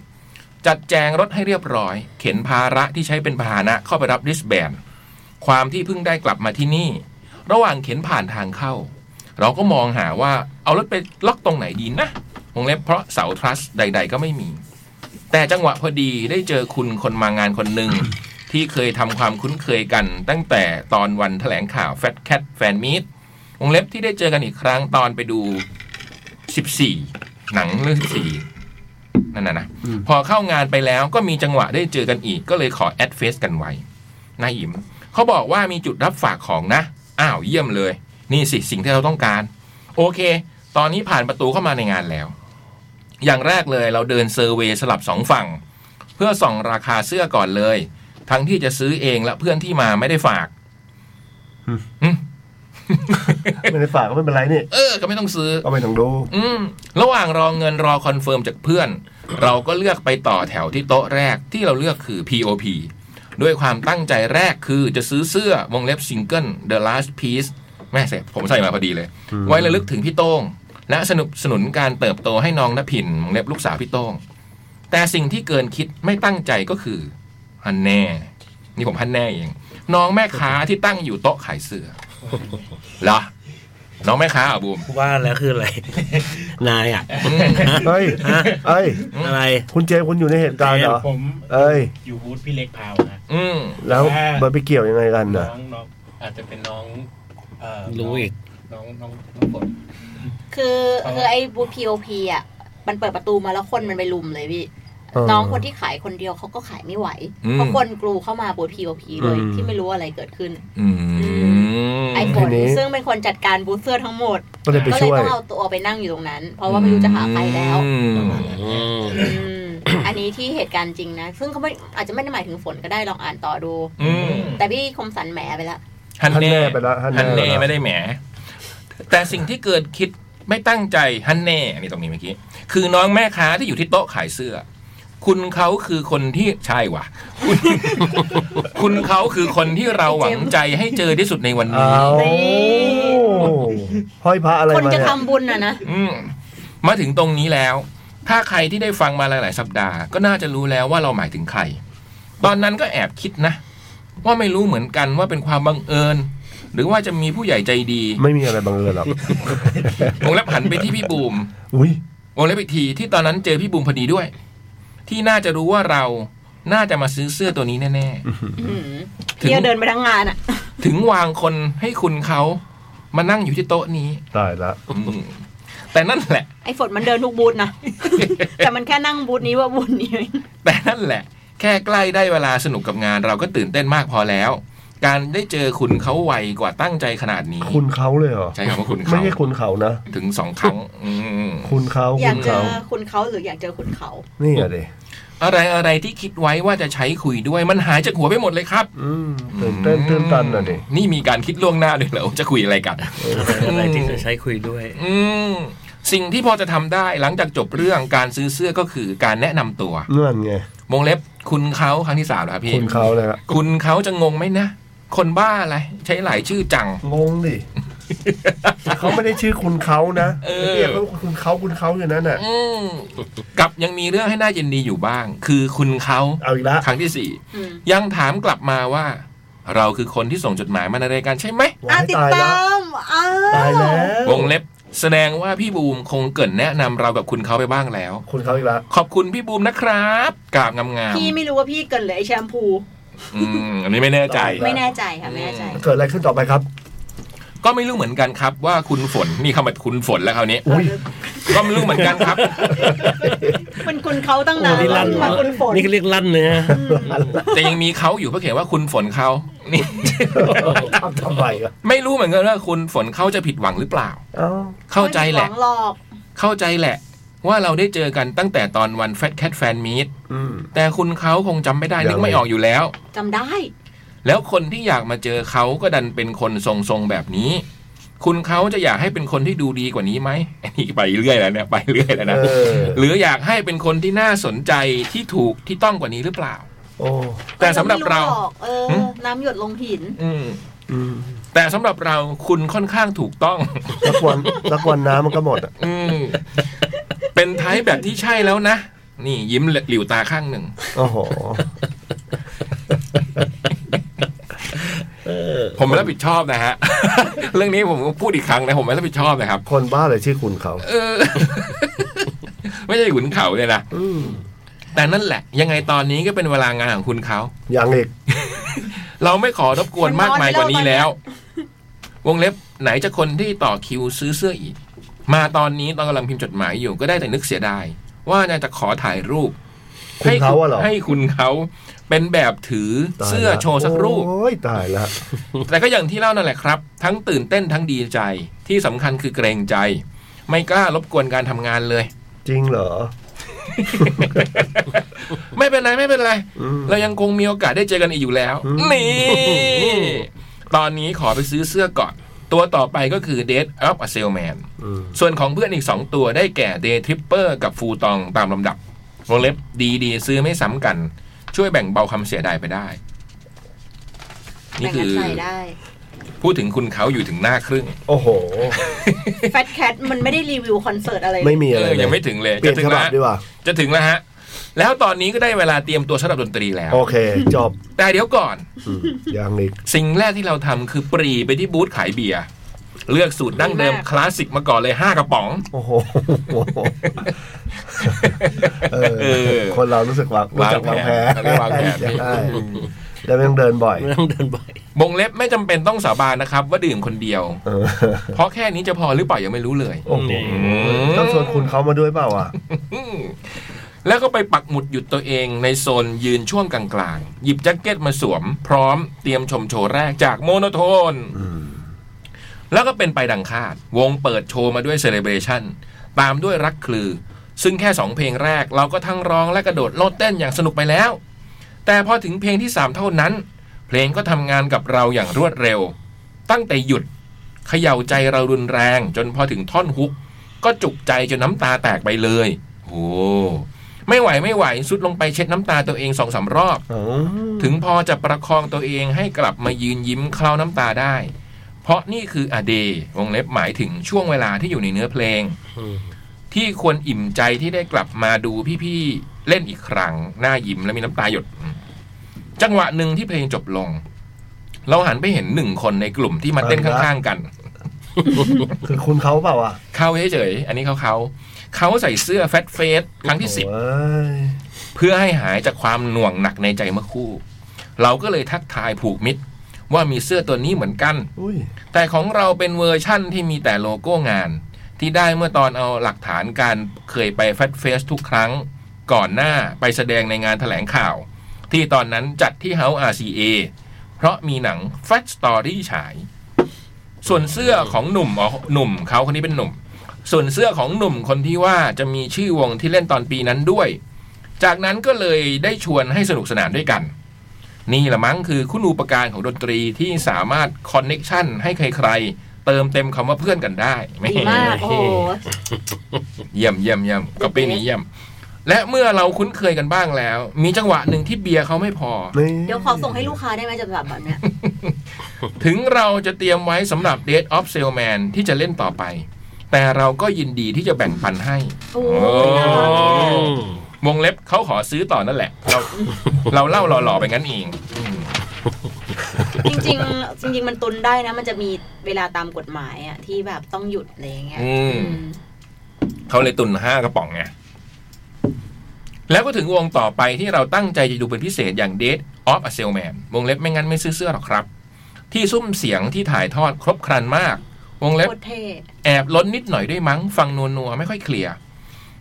A: จัดแจงรถให้เรียบร้อย เข็นภาระที่ใช้เป็นพาหนะเข้าไปรับริสแบน ความที่เพิ่งได้กลับมาที่นี่ ระหว่างเข็นผ่านทางเข้า เราก็มองหาว่าเอารถไปล็อกตรงไหนดีนะวงเล็บเพราะเสาทรัสใด ๆ ก็ไม่มี แต่จังหวะพอดีได้เจอคุณคนมางานคนหนึ่ง ที่เคยทำความคุ้นเคยกัน ตั้งแต่ตอนวันแถลงข่าว Fat Cat Fan Meet วงเล็บที่ได้เจอกันอีกครั้งตอนไปดู 14 หนังเรื่อง 14 นั่นน่ะนะ พอเข้างานไปแล้วก็มีจังหวะได้เจอกันอีกก็เลยขอแอดเฟซกันไว้นายอิมเขาบอกว่ามีจุดรับฝากของนะ อ้าวเยี่ยมเลย นี่สิสิ่งที่เราต้องการ โอเค ตอนนี้ผ่านประตูเข้ามาในงานแล้ว อย่างแรกเลยเราเดินเซอร์เวยสลับสองฝั่ง เพื่อส่องราคาเสื้อก่อนเลย ทั้งที่จะซื้อเองและเพื่อนที่มาไม่ได้ฝาก
B: ไม่ได้ฝากก็ไม่เป็นไรนี่
A: เออ ก็ไม่ต้องซื้อ
B: ก็ไม่ต้องดู
A: อืม ระหว่างรอเงินรอคอนเฟิร์มจากเพื่อน เราก็เลือกไปต่อแถวที่โต๊ะแรกที่เราเลือกคือ POP ด้วยความตั้งใจแรกคือจะซื้อเสื้อวงเล็บซิงเกิล The Last Piece แม่เสพผมใส่มาพอดีเลย ไว้ระลึกถึงพี่โต้ง และสนับสนุนการเติบโตให้น้องนภินวงเล็บลูกสาวพี่โต้ง แต่สิ่งที่เกินคิดไม่ตั้งใจก็คือฮันแน่ นี่ผมฮันแน่เอง น้องแม่ค้าที่ตั้งอยู่โต๊ะขายเสื้อ เหรอน้องแม่ค้าเหรอ่ะบูม
C: ว่าแล้วคืออะไร นายอ่ะ
A: อืม
B: เอ้ย เอ้ย
C: อะไร
B: คุณเจคุณอยู่ในเหตุการณ์เหรอ
E: ผม
B: เอ้ย
E: อยู่บูธพี่เล็กพาวนะ
A: อืม
B: แล้ว
E: อ่า
B: มันไปเกี่ยวยังไงกัน
E: น้
B: น่ะ
E: องน้องอาจจะเป็นน้องเอ่อ
C: รู้อีก
E: น้องน้องน้องฝน
G: คือ
E: ครับ
G: คือไอ้บูธ POP อ่ะมันเปิดประตูมาแล้วคนมันไปลุมเลยพี่
B: เออ
G: น้องคนที่ขายคนเดียวเขาก็ขายไม่ไหว
A: อืม
G: เพราะคนกรูเข้ามาบูธ POP เลย
B: อืม
G: ที่ไม่รู้อะไรเกิดขึ้น
A: อืม
G: ไอฝน
B: ทีนี้
G: ซึ่งเป็นคนจัดการบูธเสื้อทั้งหมด
B: ก็เลยไป
G: ก็เลย
B: ช่วย
G: ต้องเอาตัวไปนั่งอยู่ตรงนั้น เพราะว่าไม่รู้จะหาใครแล้วอืมอันนี้ที่เหตุการณ์จริงนะ ซึ่งเขาไม่อาจจะไม่ได้หมายถึงฝนก็ได้ลองอ่านต่อดู
A: อืม
G: แต่พี่คมสันแหมไปละ
A: ฮัน
B: ฮัน
A: เน่
B: เน่ไปแล้วฮันเน่
A: ฮันเน่
B: ไปแล้ว
A: ไม่ได้แหม แต่สิ่งที่เกิดคิดไม่ตั้งใจฮันเน่อันนี่ตรงนี้เมื่อกี้ คือน้องแม่ค้าที่อยู่ที่โต๊ะขายเสื้อ คุณเขาคือคนที่ใช่ว่ะ คุณ คุณเขาคือคนที่เราหวังใจให้เจอที่สุดในวันนี้
B: เอา
G: นี่
B: ห้อยพระอะไร
G: คน
B: มา
G: จะ
B: เนี่ย
G: ทำบุญอ่ะนะ
A: อืมมาถึงตรงนี้แล้ว ถ้าใครที่ได้ฟังมาหลาย ๆ สัปดาห์ ก็น่าจะรู้แล้วว่าเราหมายถึงใคร ตอนนั้นก็แอบคิดนะ ว่าไม่รู้เหมือนกันว่าเป็นความบังเอิญ หรือว่าจะมีผู้ใหญ่ใจดี
B: ไม่มีอะไรบังเอิญหรอก
A: วงเล็บหันไปที่พี่บูม
B: อุ้ยว
A: งเล็บอีกทีที่ตอนนั้นเจอพี่บูมพอดีด้วย ที่น่าจะรู้ว่าเราน่าจะมาซื้อเสื้อตัวนี้แน่
G: อื้อหือ
A: ถึง
G: เที่ยวเดินไปทั้งงานอ่ะ
A: ๆ ถึงวางคนให้คุณเขามานั่งอยู่ที่โต๊ะนี้
B: ตายละ
A: อืมแต่นั่นแหละ
G: ไอฝนมันเดินทุกบูธนะ แต่มันแค่นั่งบูธนี้ว่าบูธนี้
A: แต่นั่นแหละ แค่ใกล้ได้เวลาสนุกกับงานเราก็ตื่นเต้นมากพอแล้ว การได้เจอคุณเขาไวกว่าตั้งใจขนาดนี้
B: คุณเขาเลยเหรอ
A: ใช้คำว่าคุณ
B: ไม่
A: เขา
B: ใช่คุณเขานะ
A: ถึงสองครั้งอืม
B: คุณเขา
G: อยา
B: คุ
G: ก
B: ณ
G: เจ
B: เขา
G: อคุณเขาหรืออยากเจอคุณเขา
B: นี่อะเด
A: อะไรอะไรที่คิดไว้ว่าจะใช้คุยด้วยมันหายจากหัวไปหมดเลยครับ
B: อืมตื่นเต้นตื่นตันอะเด
A: นี่มีการคิดล่วงหน้าด้วยเหรอว่าจะคุยอะไรกัน
C: อะไรที่จะใช้คุยด้วย
A: อืมสิ่งที่พอจะทำได้หลังจากจบเรื่องการซื้อเสื้อก็คือการแนะนำตัว
B: นั่นไง
A: วงเล็บคุณเขาครั้งที่สามแล้วครับพี่
B: คุณเขาเลยอะ
A: คุณเขาจะงงไหมนะ คนบ้าอะไร ใช้หลายชื่อจัง
B: งง ดิเขาไม่ได้ชื่อคุณเขานะ
A: เออ
B: เรียกว่าคุณเขาคุณเขาอยู่นั่นน่ะ
A: อืมกับยังมีเรื่องให้น่ายินดีอยู่บ้าง คือคุณเขา
B: เอาอีกละ
A: ครั้งที่สี่
G: อืม
A: ยังถามกลับมาว่า เราคือคนที่ส่งจดหมายมาในรายการใช่ไหม
G: อ่ะ
B: ให้
G: ติด
B: ตายละ
G: ตามอ้าว
B: ตายแล้ว
A: วงเล็บแสดงว่าพี่บูมคงเกรินแนะนำเรากับคุณเขาไปบ้างแล้ว
B: คุณเขาอีกละ
A: ขอบคุณพี่บูมนะครับกราบงาม
G: พี่ไม่รู้ว่าพี่เกินหรือไอแชมพู
A: ๆอืมอันนี้ไม่แน่ใจ
G: ไม่แน่ใจค่ะ ไม่แน่ใจ
B: เกิดอะไรขึ้นต่อไปครับ
A: ก็ไม่รู้เหมือนกันครับว่าคุณฝนนี่คำว่าคุณฝนแล้วคราวนี้
B: อุ๊ย
A: ก็ไม่รู้เหมือนกันครับ
G: มันคุณเขาตั้งนาน
C: โอ้นี่ลั่น
G: มาคุณฝน
C: นี่ก็เรียกลั่นเนื้อ
A: แต่ยังมีเขาอยู่เพราะเขียนว่าคุณฝนเขานี่
B: ทำทำไมอ่ะ
A: ไม่รู้เหมือนกันว่าคุณฝนเขาจะผิดหวังหรือเปล่า
B: เอ้า
A: เข้าใจแหละ
G: ไม่มีงหลอก
A: เข้าใจแหละ ว่าเราได้เจอกันตั้งแต่ตอนวันแฟตแคทแฟนมีต
B: อืม
A: แต่คุณเขาคงจำไม่ได้
B: ยังไง
A: นึกไม่ออกอยู่แล้ว
G: จำได้
A: แล้วคนที่อยากมาเจอเขาก็ดันเป็นคนทรงๆแบบนี้ คุณเขาจะอยากให้เป็นคนที่ดูดีกว่านี้ไหม อันนี้ไปเรื่อยแล้วเนี่ยไปเรื่อยแล้วนะ
B: เออ
A: หรืออยากให้เป็นคนที่น่าสนใจที่ถูกที่ต้องกว่านี้หรือเปล่า
B: โอ้
A: แต่สำหรับเรา
G: ไม่หลอกเออ
A: หืม
G: น้ำหยดลงหิน
A: อืม
B: อืม
A: แต่สำหรับเราคุณค่อนข้างถูกต้อง
B: สักวัน สักวันน้ำมันก็หมดอ่ะ
A: อืม เป็นไทป์แบบที่ใช่แล้วนะนี่ยิ้มหลิวตาข้างหนึ่ง
B: โอ้โห
A: ผมไม่รับผิดชอบนะฮ ะ เรื่องนี้ผมพูดอีกครั้งนะผมไม่รับผิดชอบนะครับ
B: คนบ้าเลยชื่อคุณเขา
A: เออ ไม่ใช่ขุนเขาเนี่ยนะ
B: อืม
A: แต่นั่นแหละ ยังไงตอนนี้ก็เป็นเวลางานของคุณเขา
B: อย่างอีก
A: เราไม่ขอรบกวนมากมายกว่านี้แล้ว
G: มั
A: วงเล็บไหนจะคนที่ต่อคิวซื้อเสื้ออีก มาตอนนี้ตอนกำลังพิมพ์จดหมายอยู่ก็ได้แต่นึกเสียดาย ว่าน่าจะขอถ่ายรูป
B: คุณเขาอะเหรอ
A: ให้คุณเขาเป็นแบบถือ
B: ตายละ
A: เสื้อโชว์สักรูป
B: โอ้ยตายละ
A: แต่ก็อย่างที่เล่านั่นแหละครับ ทั้งตื่นเต้นทั้งดีใจ ที่สำคัญคือเกรงใจ ไม่กล้ารบกวนการทำงานเลย
B: จริงเหรอ
A: ไม่เป็นไรไม่เป็นไร
B: อืม
A: เรายังคงมีโอกาสได้เจอกันอีกอยู่แล้ว
B: อืม
A: นี่ ตอนนี้ขอไปซื้อเสื้อก่อน ตัวต่อไปก็คือ Date of a Salesman
B: อืม
A: ส่วนของเพื่อนอีก 2 ตัวได้แก่ Day Tripper กับฟูตองตามลำดับวงเล็บดีดีๆ ซื้อไม่ซ้ำกัน ช่วยแบ่งเบาคำเสียดายไปได้ นี่
G: แบ่ง
A: คือ
G: กันใส่ได้
A: พูดถึงคุณเขาอยู่ถึงหน้าครึ่ง
B: โอ้โห
G: แฟตแคทมันไม่ได้รีวิวคอนเสิร์ตอะไรเลย
B: ไม่มี
A: เอ
B: อะไร
A: อ
B: เล
A: ยัง
B: ย
A: ไม่ถึงเลย
B: เปลี่ย
A: จะ
B: น
A: ถึ
B: ฉ
A: ง
B: บั
A: แล้
B: บ
A: ว
B: ดีกว่า
A: จะถึงแล้วฮะ แล้วตอนนี้ก็ได้เวลาเตรียมตัวสำหรับดนตรีแล้ว
B: โอเคจบ
A: แต่เดี๋ยวก่อน
B: อืมอย่างอีก
A: สิ่งแรกที่เราทำคือปรีไปที่บูธขายเบียร์เลือกสูตรดั้งเดิมคลาสสิกมาก่อนเลย 5 กระป๋อง
B: โอ้โหเอ
A: เอ
B: อ
A: อ
B: คนเรารู้สึกว่ารู้จักวางแผน
A: เรียกวางแผน
B: ใช่แล้วยังเดินบ่อย
C: ไม่ต้องเดินบ่อย
A: บงเล็บไม่จำเป็นต้องสาบานนะครับ ว่าดื่มคนเดียว
B: เออ
A: เพราะแค่นี้จะพอหรือเปล่ายังไม่รู้เลย
B: โอ้โห
C: นี่
B: ต้องชวนคุณเขามาด้วยเปล่าอ่ะ
A: แล้วก็ไปปักหมุดหยุดตัวเองในโซนยืนช่วงกลางๆ หยิบแจ็คเก็ตมาสวม พร้อมเตรียมชมโชว์แรกจากโมโนโทน แล้วก็เป็นไปดังคาด วงเปิดโชว์มาด้วยเซเลบร a ชันตามด้วยรักคลือ ซึ่งแค่ 2 เพลงแรกเราก็ทั้งร้องและกระโดดโลดเต้นอย่างสนุกไปแล้ว แต่พอถึงเพลงที่ 3 เท่านั้น เพลงก็ทำงานกับเราอย่างรวดเร็ว ตั้งแต่หยุดเขย่าใจเรารุนแรง จนพอถึงท่อนฮุก ก็จุกใจจนน้ำตาแตกไปเลย โอ้ไม่ไหวไม่ไหวสุดลงไปเช็ดน้ำตาตัวเองสองสามรอบ ถึงพอจะประคองตัวเองให้กลับมายืนยิ้มเคล้าน้ำตาได้ เพราะนี่คืออเดย์วงเล็บหมายถึงช่วงเวลาที่อยู่ในเนื้อเพลง ที่ควรอิ่มใจที่ได้กลับมาดูพี่ๆ เล่นอีกครั้ง หน้ายิ้มและมีน้ำตาหยด จังหวะหนึ่งที่เพลงจบลง เราหันไปเห็นหนึ่งคนในกลุ่มที่มาเต้น
B: เอาละ
A: ข้างๆกัน
B: คือคุณเขาเปล่าอ่ะ
A: เขาเฉยๆอันนี้เขาเขาๆเขาใส่เสื้อแฟตเฟสครั้งที่สิบ
B: โอ้ย
A: เพื่อให้หายจากความหน่วงหนักในใจเมื่อคู่ เราก็เลยทักทายผูกมิตร ว่ามีเสื้อตัวนี้เหมือนกัน
B: อุ้ย
A: แต่ของเราเป็นเวอร์ชั่นที่มีแต่โลโก้งาน ที่ได้เมื่อตอนเอาหลักฐานการเคยไปแฟตเฟสทุกครั้ง ก่อนหน้าไปแสดงในงานแถลงข่าว ที่ตอนนั้นจัดที่เฮา RCA เพราะมีหนัง Fat Story ฉาย ส่วนเสื้อของหนุ่มอ๋อหนุ่มเขาคนนี้เป็นหนุ่ม ส่วนเสื้อของหนุ่มคนที่ว่าจะมีชื่อวงที่เล่นตอนปีนั้นด้วย จากนั้นก็เลยได้ชวนให้สนุกสนานด้วยกัน นี่ละมั้งคือคุณูปการของดนตรีที่สามารถคอนเน็กชันให้ใครๆ เติมเต็มคำว่าเพื่อนกันได้แห
G: ดีมาก โอ้โห
A: เยี่ยมเยี่ยมเยี่ยมกับปีนี้เยี่ยม และเมื่อเราคุ้นเคยกันบ้างแล้ว มีจังหวะหนึ่งที่เบียร์เขาไม่พอ
B: นี่
G: เดี๋ยวขอส่งให้ลูกค้าได้ไหมจะแบบแบบเนี้ย
A: ถึงเราจะเตรียมไว้สำหรับ Date of Salesman ที่จะเล่นต่อไป แต่เราก็ยินดีที่จะแบ่งปันให้
G: โอ้ยน่ารักจังเลย
A: วงเล็บเขาขอซื้อต่อนั่นแหละ เรา เราเล่าหล่อๆไปงั้นเองอืม
G: จริงๆจริง ๆ มันตุนได้นะ มันจะมีเวลาตามกฎหมายอะที่แบบต้องหยุดอะไรอย่างเงี้ย
A: อืม
G: อืม
A: เขาเลยตุนห้ากระป๋องไง แล้วก็ถึงวงต่อไปที่เราตั้งใจจะดูเป็นพิเศษอย่าง Date of a Salesman วงเล็บไม่งั้นไม่ซื้อเสื้อหรอกครับ ที่ซุ้มเสียงที่ถ่ายทอดครบครันมาก วงเล็บ
G: โคตรเท่
A: แอบล้นนิดหน่อยด้วยมั้งฟังนัวนัวๆไม่ค่อยเคลียร์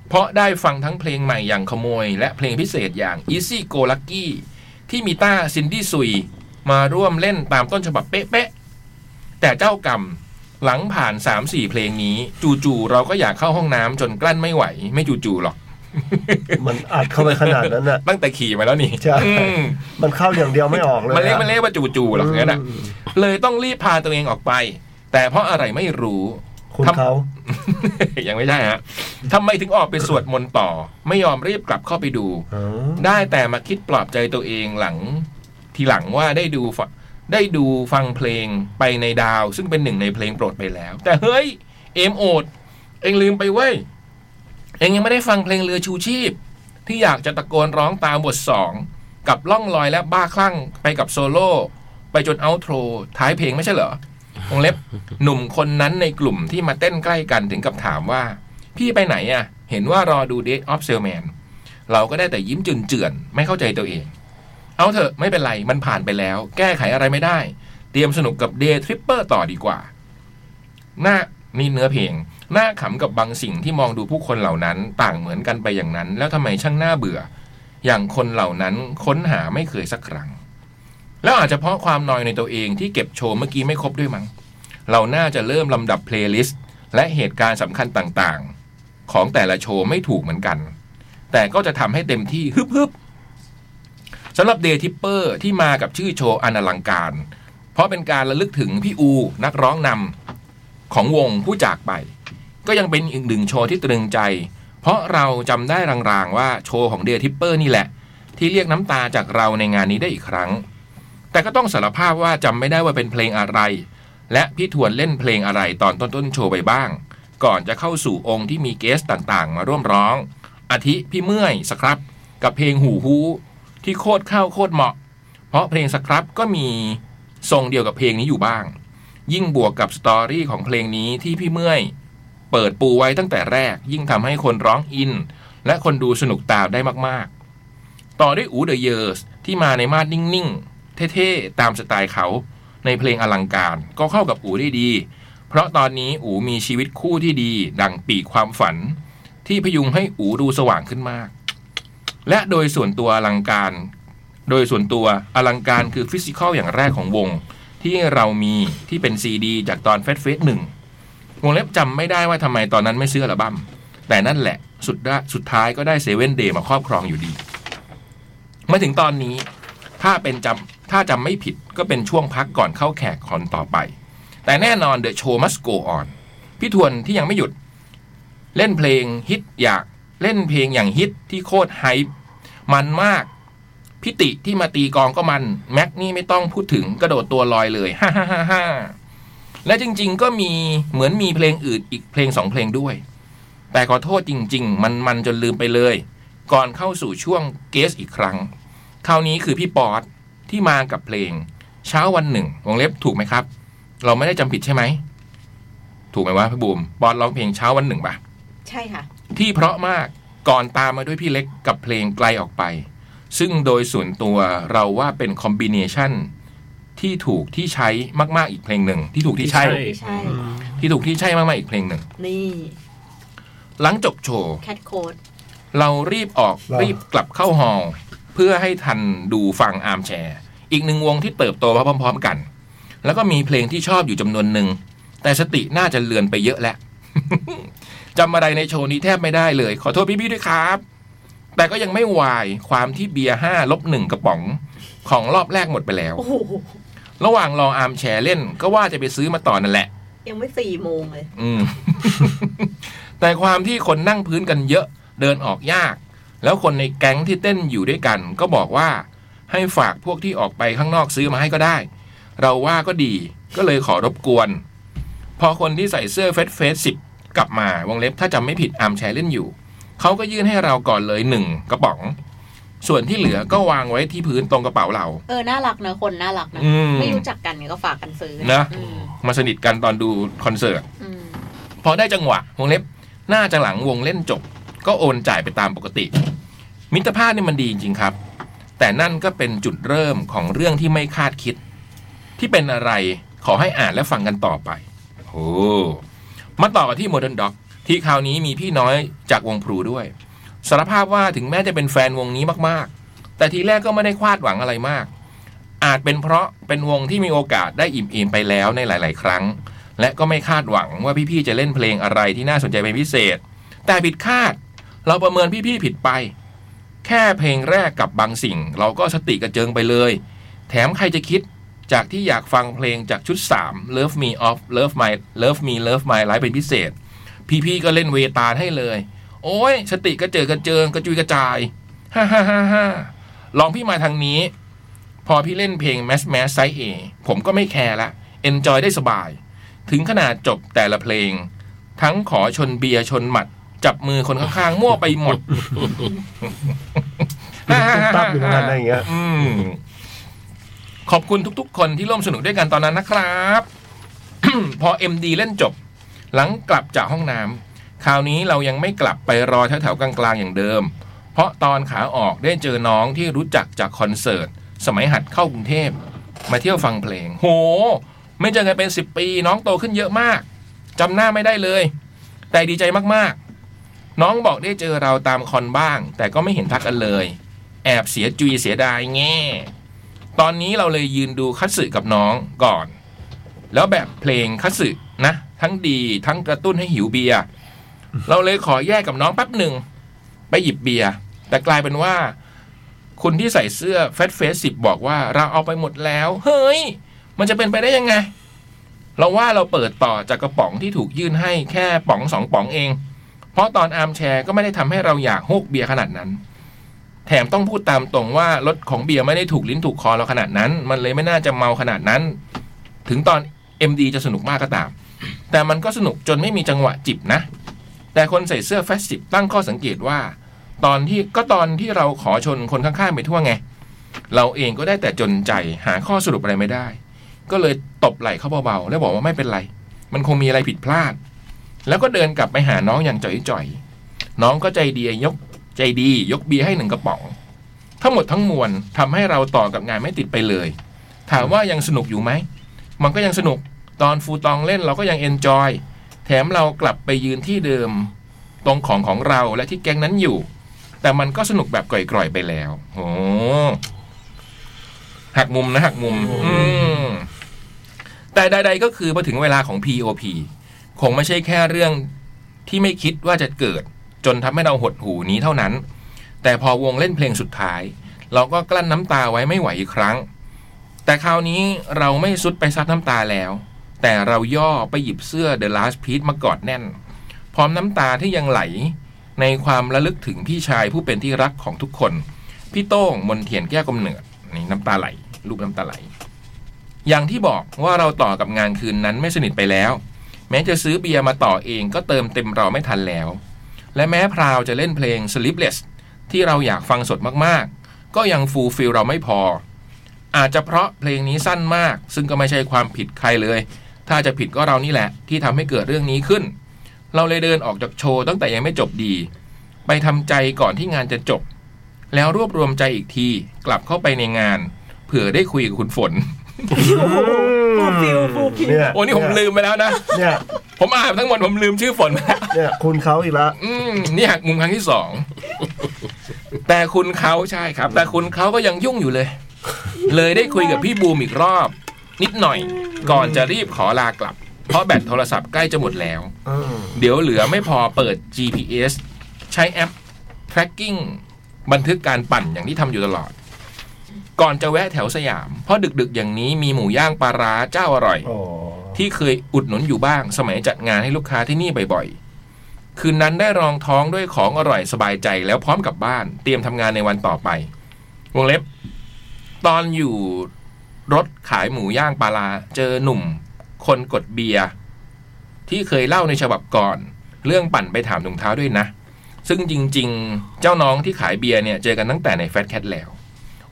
A: เพราะได้ฟังทั้งเพลงใหม่อย่างขโมย และเพลงพิเศษอย่าง Easy Go Lucky ที่มีต้าซินดี้ซุย มาร่วมเล่นตามต้นฉบับเป๊ะๆแต่เจ้ากรรมหลังผ่าน 3-4 เพลงนี้ จู่ๆเราก็อยากเข้าห้องน้ำจนกลั้นไม่ไหว ไม่จู่ๆหรอก
B: มันอัดเข้าไปขนาดนั้นน่ะ
A: ตั้งแต่ขี่มาแล้วนี่
B: ใช่
A: อืม
B: มันเข้าอย่างเดียวไม่ออกเลย
A: มันเรียก
B: ะ
A: มันเรียกว่าจู่ๆหรอกอย่างนั้นอะ
B: ม
A: เลยต้องรีบพาตัวเองออกไป แต่เพราะอะไรไม่รู้
B: คุณ
A: ทำ
B: เขา
A: ยังไม่ใช่ฮะทำไมถึงออกไปสวดมนต์ต่อ ไม่ยอมรีบกลับเข้าไปดู
B: อ๋อ
A: ได้แต่มาคิดปลอบใจตัวเองหลัง ทีหลังว่าได้ดูฟได้ดูฟังเพลงไปในดาว ซึ่งเป็นหนึ่งในเพลงโปรดไปแล้ว แต่เฮ้ย เอมโอด เองลืมไปเว้ย เองยังไม่ได้ฟังเพลงเรือชูชีพ ที่อยากจะตะโกนร้องตามบทสองกับล่องลอยและบ้าคลั่งไปกับโซโล่ไปจนเอาโทร ท้ายเพลงไม่ใช่เหรอวงเล็บ หนุ่มคนนั้นในกลุ่มที่มาเต้นใกล้กันถึงกับถามว่า พี่ไปไหนอะ่ะ เห็นว่ารอดู Date of Salesman เราก็ได้แต่ยิ้มจุนเจือนๆไม่เข้าใจตัวเอง เอาเถอะไม่เป็นไรมันผ่านไปแล้ว แก้ไขอะไรไม่ได้ เตรียมสนุกกับ Day Tripper ต่อดีกว่า หน้านี่เนื้อเพลง หน้าขำกับบางสิ่งที่มองดูผู้คนเหล่านั้น ต่างเหมือนกันไปอย่างนั้น แล้วทำไมช่างน่าเบื่อ อย่างคนเหล่านั้นค้นหาไม่เคยสักครั้ง แล้วอาจจะเพราะความนอยในตัวเองที่เก็บโชว์เมื่อกี้ไม่ครบด้วยมั้ง เราน่าจะเริ่มลำดับเพลย์ลิสต์และเหตุการณ์สำคัญต่างๆ ของแต่ละโชว์ไม่ถูกเหมือนกัน แต่ก็จะทำให้เต็มที่ฮึบฮึบสำหรับเดทิปเปอร์ที่มากับชื่อโชว์อนาลังการ เพราะเป็นการระลึกถึงพี่อู นักร้องนำของวงผู้จากไป ก็ยังเป็นอีกหนึ่งโชว์ที่ตรึงใจ เพราะเราจำได้รางๆว่าโชว์ของเดทิปเปอร์นี่แหละ ที่เรียกน้ำตาจากเราในงานนี้ได้อีกครั้ง แต่ก็ต้องสารภาพว่าจำไม่ได้ว่าเป็นเพลงอะไร และพี่ทวนเล่นเพลงอะไรตอนต้นๆโชว์ไปบ้าง ก่อนจะเข้าสู่องค์ที่มีเกสต่างๆ มาร่วมร้อง อาทิพี่เมื่อยสครับ กับเพลงหูฮูที่โคตรเข้าโคตรเหมาะ เพราะเพลงสครับก็มีทรงเดียวกับเพลงนี้อยู่บ้าง ยิ่งบวกกับสตอรี่ของเพลงนี้ที่พี่เมื่อย เปิดปูไว้ตั้งแต่แรก ยิ่งทำให้คนร้องอิน และคนดูสนุกตามได้มากๆ ต่อด้วยอูเดอะเยอร์สที่มาในมาดนิ่งๆ เท่ๆ ตามสไตล์เขา ในเพลงอลังการก็เข้ากับอูได้ดี เพราะตอนนี้อูมีชีวิตคู่ที่ดี ดังปีกความฝัน ที่พยุงให้อูดูสว่างขึ้นมาก และโดยส่วนตัวอลังการ โดยส่วนตัวอลังการคือฟิสิกอลอย่างแรกของวง ที่เรามีที่เป็นซีดีจากตอนเฟสเฟสหนึ่งวงเล็บจำไม่ได้ว่าทำไมตอนนั้นไม่ซื้ออัลบั้มแต่นั่นแหละสุดได้สุดท้ายก็ได้เซเว่นเดย์มาครอบครองอยู่ดี มาถึงตอนนี้ ถ้าเป็นจำถ้าจำไม่ผิดก็เป็นช่วงพักก่อนเข้าแขกคอนต่อไป แต่แน่นอน The Show Must Go On พี่ทวนที่ยังไม่หยุด เล่นเพลงฮิตอยากเล่นเพลงอย่างฮิตที่โคตรไฮป์มันมาก พิติที่มาตีกลองก็มัน แม็กนี่ไม่ต้องพูดถึงกระโดดตัวลอยเลยฮ่าฮ่าฮ่าฮ่าและจริงๆก็มีเหมือนมีเพลงอื่นอีกเพลงสองเพลงด้วย แต่ขอโทษจริง ๆ มันมันจนลืมไปเลย ก่อนเข้าสู่ช่วงเกสอีกครั้ง คราวนี้คือพี่ป๊อตที่มากับเพลง เช้าวันหนึ่งวงเล็บถูกไหมครับ เราไม่ได้จำผิดใช่ไหม ถูกไหมว่าพี่บูมป๊อตร้องเพลงเช้าวันหนึ่งปะ
G: ใช่ค่ะ
A: ที่เพราะมากก่อนตามมาด้วยพี่เล็กกับเพลงไกลออกไป ซึ่งโดยส่วนตัวเราว่าเป็นคอมบิเนชันที่ถูกที่ใช้มาก ๆ อีกเพลงหนึ่ง ที่ถูกที่ใช่
G: ไม่ใช่
A: ที่ถูกที่ใช่มาก ๆ อีกเพลงหนึ่ง
G: นี่
A: หลังจบโชว์
G: แคทโคด
A: เรารีบออกรีบกลับเข้าฮอลล์ เพื่อให้ทันดูฟังอาร์มแชร์ อีกหนึ่งวงที่เติบโตมาพร้อมๆกัน แล้วก็มีเพลงที่ชอบอยู่จำนวนหนึ่ง แต่สติน่าจะเลือนไปเยอะแล้ว จำอะไรในโชว์นี้แทบไม่ได้เลย ขอโทษพี่ๆด้วยครับ แต่ก็ยังไม่วายความที่เบียร์ห้าลบหนึ่งกระป๋องของรอบแรกหมดไปแล้ว
G: โอ้โห
A: ระหว่างรออาร์มแชร์เล่นก็ว่าจะไปซื้อมาต่อนนั่นแหละ
G: ยังไม่สี่โมงเลย
A: อืม แต่ความที่คนนั่งพื้นกันเยอะเดินออกยาก แล้วคนในแก๊งที่เต้นอยู่ด้วยกัน ก็บอกว่าให้ฝากพวกที่ออกไปข้างนอกซื้อมาให้ก็ได้ เราว่าก็ดีก็เลยขอรบกวน พอคนที่ใส่เสื้อเฟสเฟสสิบกลับมาวงเล็บถ้าจำไม่ผิดอาร์มแชร์เล่นอยู่ เขาก็ยื่นให้เราก่อนเลยหนึ่งกระป๋อง ส่วนที่เหลือก็วางไว้ที่พื้นตรงกระเป๋าเรา
G: เออน่ารักนะคนน่ารักนะ
A: อืม
G: ไม่รู้จักกันก็ฝากกันซื้อ
A: นะ
G: อืม
A: มาสนิทกันตอนดูคอนเสิร์ต
G: อืม
A: พอได้จังหวะวงเล็บน่าจะหลังวงเล่นจบ ก็โอนจ่ายไปตามปกติ มิตรภาพนี่มันดีจริงๆครับ แต่นั่นก็เป็นจุดเริ่มของเรื่องที่ไม่คาดคิด ที่เป็นอะไรขอให้อ่านและฟังกันต่อไปโอ้มาต่อกันที่ Modern Dog ที่คราวนี้มีพี่น้อยจากวงพลูด้วยสารภาพว่าถึงแม้จะเป็นแฟนวงนี้มากๆ แต่ทีแรกก็ไม่ได้คาดหวังอะไรมาก อาจเป็นเพราะเป็นวงที่มีโอกาสได้อิ่มเอมไปแล้วในหลาย ๆ ครั้ง และก็ไม่คาดหวังว่าพี่ ๆ จะเล่นเพลงอะไรที่น่าสนใจเป็นพิเศษ แต่ผิดคาด เราประเมินพี่ ๆ ผิดไป แค่เพลงแรกกับบางสิ่ง เราก็สติกระเจิงไปเลย แถมใครจะคิดจากที่อยากฟังเพลงจากชุด 3 Love Me Off Love My Love Me Love My Life เป็นพิเศษ พี่ ๆ ก็เล่นเวตาลให้เลย โอ้ย สติกระเจิงกระเจิงกระจุยกระจายฮ่าฮ่าฮ่าฮ่าลองพี่มาทางนี้ พอพี่เล่นเพลง Mass Mass Size A ผมก็ไม่แคร์ละ Enjoy ได้สบาย ถึงขนาดจบแต่ละเพลง ทั้งขอชนเบียร์ชนหมัด จับมือคนข้างๆ มั่วไปหมด
B: ตั้งอยู่นานอะไรอย่างเงี้ย
A: อืมขอบคุณทุกๆ คนที่ร่วมสนุกด้วยกันตอนนั้นนะครับ พอ MD เล่นจบ หลังกลับจากห้องน้ำคราวนี้เรายังไม่กลับไปรอแถวๆกลางๆอย่างเดิม เพราะตอนขาออกได้เจอน้องที่รู้จักจากคอนเสิร์ต สมัยหัดเข้ากรุงเทพ มาเที่ยวฟังเพลง โห ไม่เจอกันเป็น 10 ปีน้องโตขึ้นเยอะมากจำหน้าไม่ได้เลย แต่ดีใจมากๆ น้องบอกได้เจอเราตามคอนบ้าง แต่ก็ไม่เห็นทักกันเลย แอบเสียจุยเสียดายแง่ ตอนนี้เราเลยยืนดูคัตสึกับน้องก่อน แล้วแบบเพลงคัตสึนะ ทั้งดีทั้งกระตุ้นให้หิวเบียร์ เราเลยขอแยกกับน้องแป๊บหนึ่ง ไปหยิบเบียร์ แต่กลายเป็นว่า คุณที่ใส่เสื้อเฟสเฟสสิบบอกว่าเราเอาไปหมดแล้ว เฮ้ย มันจะเป็นไปได้ยังไง เราว่าเราเปิดต่อจากกระป๋องที่ถูกยื่นให้แค่ป๋องสองป๋องเอง เพราะตอนอาร์มแชร์ก็ไม่ได้ทำให้เราอยากโฮกเบียร์ขนาดนั้น แถมต้องพูดตามตรงว่ารสของเบียร์ไม่ได้ถูกลิ้นถูกคอเราขนาดนั้น มันเลยไม่น่าจะเมาขนาดนั้น ถึงตอน MD จะสนุกมากก็ตาม แต่มันก็สนุกจนไม่มีจังหวะจิบนะ แต่คนใส่เสื้อแฟชสิบตั้งข้อสังเกตว่า ตอนที่ก็ตอนที่เราขอชนคนข้างๆไปทั่วไง เราเองก็ได้แต่จนใจหาข้อสรุปอะไรไม่ได้ ก็เลยตบไหล่เขาเบาๆแล้วบอกว่าไม่เป็นไร มันคงมีอะไรผิดพลาด แล้วก็เดินกลับไปหาน้องอย่างจ่อยๆน้องก็ใจดียก ใจดียกเบียร์ให้หนึ่งกระป๋อง ทั้งหมดทั้งมวลทำให้เราต่อกับงานไม่ติดไปเลย ถามว่ายังสนุกอยู่ไหม มันก็ยังสนุกตอนฟูตองเล่นเราก็ยังเอนจอย แถมเรากลับไปยืนที่เดิม ตรงของของเราและที่แก๊งนั้นอยู่ แต่มันก็สนุกแบบกร่อยๆไปแล้วโอ้หักมุมนะหักมุม อืมแต่ใดๆก็คือพอถึงเวลาของ POP คงไม่ใช่แค่เรื่องที่ไม่คิดว่าจะเกิด จนทำให้เราหดหูนี้เท่านั้น แต่พอวงเล่นเพลงสุดท้าย เราก็กลั้นน้ำตาไว้ไม่ไหวอีกครั้ง แต่คราวนี้เราไม่ซุดไปซัดน้ำตาแล้ว แต่เราย่อไปหยิบเสื้อ The Last Piece มากอดแน่น พร้อมน้ำตาที่ยังไหล ในความระลึกถึงพี่ชายผู้เป็นที่รักของทุกคน พี่โต้งมนเทียนแก้วกำเนิดนี่น้ำตาไหล รูปน้ำตาไหล อย่างที่บอกว่าเราต่อกับงานคืนนั้นไม่สนิทไปแล้ว แม้จะซื้อเบียร์มาต่อเองก็เติมเต็มเราไม่ทันแล้ว และแม้พราวจะเล่นเพลง Sleepless ที่เราอยากฟังสดมากๆ ก็ยังฟูลฟิลเราไม่พอ อาจจะเพราะเพลงนี้สั้นมาก ซึ่งก็ไม่ใช่ความผิดใครเลย ถ้าจะผิดก็เรานี่แหละ ที่ทำให้เกิดเรื่องนี้ขึ้น เราเลยเดินออกจากโชว์ตั้งแต่ยังไม่จบดี ไปทำใจก่อนที่งานจะจบ แล้วรวบรวมใจอีกทีกลับเข้าไปในงาน เผื่อได้คุยกับคุณฝน
G: โอ้โหฟูลฟิลฟูลฟิล
B: เนี่ย
A: โอ้นี่ผมลืมไปแล้วนะ
B: เนี่ย
A: ผมอ่านทั้งหมดผมลืมชื่อฝนไปแล้ว
B: เนี่ยคุณเขาอีกละ
A: อืมนี่หักมุมครั้งที่สอง แต่คุณเขาใช่ครับ แต่คุณเขาก็ยังยุ่งอยู่เลย เลยได้คุยกับพี่บูมอีกรอบ นิดหน่อย ก่อนจะรีบขอลากลับ เพราะแบตโทรศัพท์ใกล้จะหมดแล้ว
B: อ่า
A: เดี๋ยวเหลือไม่พอเปิด GPS ใช้แอป tracking บันทึกการปั่นอย่างที่ทำอยู่ตลอด ก่อนจะแวะแถวสยาม เพราะดึกๆ อย่างนี้มีหมูย่างปลาร้าเจ้าอร่อย
B: อ๋อ
A: ที่เคยอุดหนุนอยู่บ้าง สมัยจัดงานให้ลูกค้าที่นี่บ่อยๆ คืนนั้นได้รองท้องด้วยของอร่อยสบายใจแล้วพร้อมกลับบ้าน เตรียมทำงานในวันต่อไป วงเล็บ ตอนอยู่รถขายหมูย่างปลาลา เจอหนุ่ม คนกดเบียร์ที่เคยเล่าในฉบับก่อน เรื่องปั่นไปถามถุงเท้าด้วยนะ ซึ่งจริงๆ เจ้าน้องที่ขายเบียร์เนี่ย เจอกันตั้งแต่ในแฟตแคทแล้ว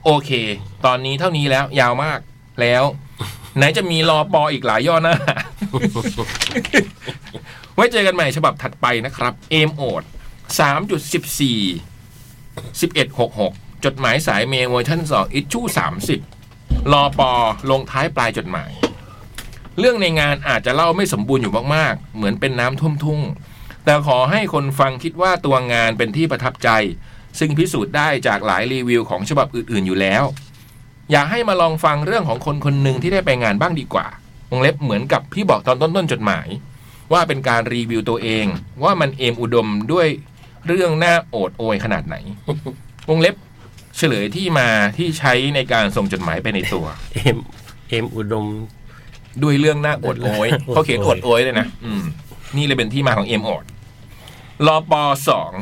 A: โอเค ตอนนี้เท่านี้แล้วยาวมากแล้ว ไหนจะมีรอปออีกหลายย่อหน้า ไว้เจอกันใหม่ฉบับถัดไปนะครับ เอมโอดสามจุดสิบสี่สิบเอ็ดหกหกจดหมายสายเมลเวอร์ชันสองอิชชู่สามสิบรอปอลงท้ายปลายจดหมาย เรื่องในงานอาจจะเล่าไม่สมบูรณ์อยู่มากๆ เหมือนเป็นน้ำท่วมทุ่ง แต่ขอให้คนฟังคิดว่าตัวงานเป็นที่ประทับใจ ซึ่งพิสูจน์ได้จากหลายรีวิวของฉบับอื่นๆอยู่แล้ว อยากให้มาลองฟังเรื่องของคนคนหนึ่งที่ได้ไปงานบ้างดีกว่าวงเล็บเหมือนกับที่บอกตอนต้นต้นจดหมาย ว่าเป็นการรีวิวตัวเอง ว่ามันเอมอุดมด้วยเรื่องหน้าโอดโอยขนาดไหน วงเล็บเฉลยที่มาที่ใช้ในการส่งจดหมายไปในตัว
C: เอ็มเอ็มอุดม
A: ด้วยเรื่องหน้าอด โอยเขาเขียนอดโอยเลยนะอืมนี่เลยเป็นที่มาของเอ็มอดรอปอสอง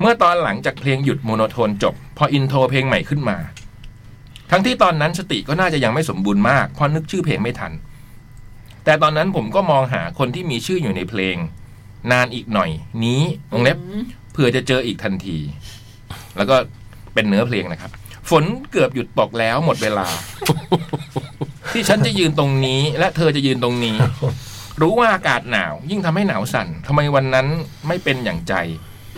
A: เมื่อตอนหลังจากเพลงหยุดโมโนโทนจบ พออินโทรเพลงใหม่ขึ้นมา ทั้งที่ตอนนั้นสติก็น่าจะยังไม่สมบูรณ์มาก เพราะนึกชื่อเพลงไม่ทัน แต่ตอนนั้นผมก็มองหาคนที่มีชื่ออยู่ในเพลง นานอีกหน่อย นี้วงเล็บเผื่อจะเจออีกทันที แล้วก็เป็นเนื้อเพลงนะครับ ฝนเกือบหยุดตกแล้วหมดเวลา ที่ฉันจะยืนตรงนี้ และเธอจะยืนตรงนี้ รู้ว่าอากาศหนาว ยิ่งทำให้หนาวสั่นทำไมวันนั้นไม่เป็นอย่างใจ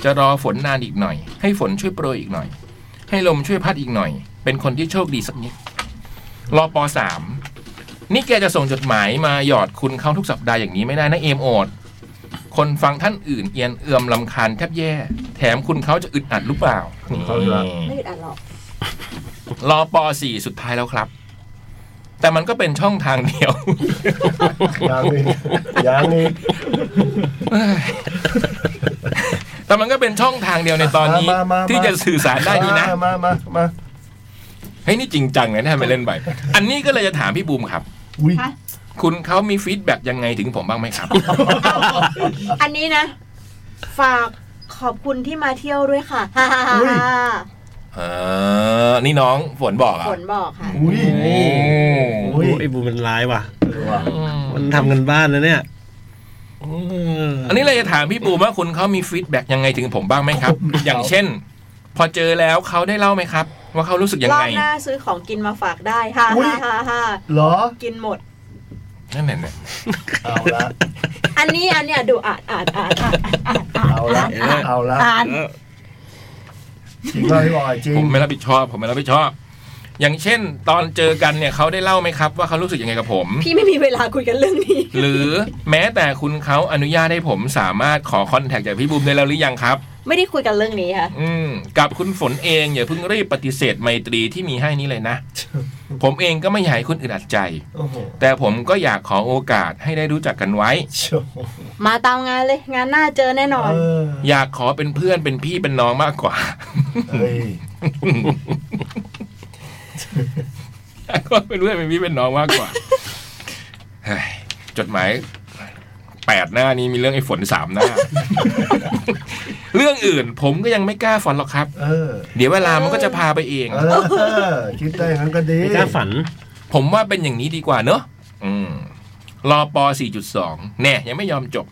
A: จะรอฝนนานอีกหน่อย ให้ฝนช่วยโปรยอีกหน่อย ให้ลมช่วยพัดอีกหน่อย เป็นคนที่โชคดีสักนิดรอปอสามนี่แกจะส่งจดหมายมาหยอดคุณเขาทุกสัปดาห์อย่างนี้ไม่ได้นะเอมโอดคนฟังท่านอื่นเอียนเอื่อมลำคาญแทบแย่ แถมคุณเขาจะอึดอัดหรือเปล่า
B: เขาจะ
A: นี่
G: ไม่อึดอัดหรอก
A: รอปอสี่สุดท้ายแล้วครับ แต่มันก็เป็นช่องทางเดียว
B: ยังอีกยังอีก
A: แต่มันก็เป็นช่องทางเดียวในตอนนี้
B: มามามา
A: ที่จะสื่อสารได้ดีนะ
B: มามามา
A: เฮ้ยนี่จริงจังนะถ้าไม่เล่นไป อันนี้ก็เลยจะถามพี่บูมครับ
B: อุ้ย
G: ฮะ
A: คุณเขามีฟีดแบ็กยังไงถึงผมบ้างไหมครับ
G: อันนี้นะ ฝากขอบคุณที่มาเที่ยวด้วยค่ะ ฮ่าฮ่าฮ่าฮ่า
A: เออ นี่น้องฝนบอกเหรอ่ะ
G: ฝนบอกค่ะ
B: อุ้ย
C: โอ้
B: อุ้ย
C: ไอ้บูมมันร้ายว่ะ มันทำกันบ้านนะเนี่ยเออ
A: อันนี้เลยจะถามพี่บูมว่าคุณเขามีฟีดแบ็กยังไงถึงผมบ้างไหมครับ อย่างเช่น พอเจอแล้วเขาได้เล่าไหมครับ ว่าเขารู้สึกยัง
G: รอ
A: ไง
G: บหน้าซื้อของกินมาฝากได้ ฮ่าฮ่าฮ่าฮ่า
B: เหรอ
G: กินหมด
A: นั่นแหละ
B: เอาละ
G: อันนี้อันเนี้ยดูอ่านอ่านอ่านอ่านอ่านอ่าน
B: เอาละเอาละ
G: อ่าน
B: จริงเลยพี่บอยจริ
A: ผ
B: ง
A: มไม่รับผิดชอบผมไม่รับผิดชอบ อย่างเช่น ตอนเจอกันเนี่ยเขาได้เล่าไหมครับ ว่าเขารู้สึกยังไงกับผม
G: พี่ไม่มีเวลาคุยกันเรื่องนี้
A: หรือแม้แต่คุณเขาอนุญาตให้ผมสามารถขอคอนแทคจากพี่บูมได้แล้วหรือยังครับ
G: ไม่ได้คุยกันเรื่องนี้ค่ะ
A: อืมกับคุณฝนเองอย่าเพิ่งรีบปฏิเสธไมตรีที่มีให้นี้เลยนะ ผมเองก็ไม่อยากให้คุณอึดอัดใจ
B: โอ้โห
A: แต่ผมก็อยากขอโอกาสให้ได้รู้จักกันไว้
B: โชว์
G: มาตามงานเลย งานหน้าเจอแน่นอน
B: เออ
A: อยากขอเป็นเพื่อนเป็นพี่เป็นน้องมากกว่า
B: เฮ้ย
A: ก็เป็นเพื่อนเป็นพี่เป็นน้องมากกว่าเฮ้ยจดหมายแปดหน้านี้มีเรื่องไอ้ฝนสามหน้า เรื่องอื่นผมก็ยังไม่กล้าฝันหรอกครับ
B: เออ
A: เดี๋ยวเวลามันก็จะพาไปเอง
B: เออคิดได้งั้นก็ดี
C: ไม่กล้าฝัน
A: ผมว่าเป็นอย่างนี้ดีกว่าเนอะอืมรอปอ 4.2 แน่ ยังไม่ยอมจบ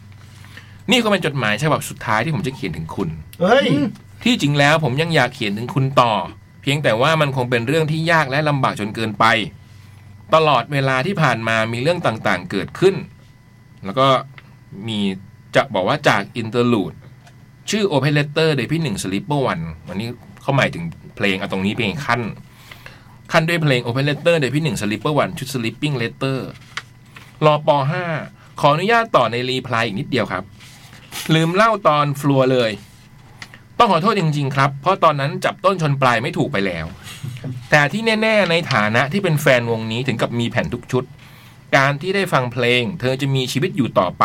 A: นี่ก็เป็นจดหมายฉบับสุดท้ายที่ผมจะเขียนถึงคุณ
B: เฮ้ย
A: ที่จริงแล้วผมยังอยากเขียนถึงคุณต่อ เพียงแต่ว่ามันคงเป็นเรื่องที่ยากและลำบากจนเกินไป ตลอดเวลาที่ผ่านมามีเรื่องต่างๆ เกิดขึ้น แล้วก็มีจะบอกว่าจากอินเตอร์ลูดชื่อ o p e n l e t t e r โดยพี่หนึ่งสลิปเปอร์วันวันนี้เขาหมายถึงเพลงเอาตรงนี้เพลงขั้น ขั้นด้วยเพลง o p e n l e t t e r โดยพี่หนึ่งสลิปเปอร์วันชุด Sleeping Letter รอป .5 ขออนุญาตต่อในรีプライอีกนิดเดียวครับ ลืมเล่าตอนฟลัวเลย ต้องขอโทษจริง ๆ ครับ เพราะตอนนั้นจับต้นชนปลายไม่ถูกไปแล้ว แต่ที่แน่ ๆ ในฐานะที่เป็นแฟนวงนี้ถึงกับมีแผ่นทุกชุด การที่ได้ฟังเพลง เธอจะมีชีวิตอยู่ต่อไป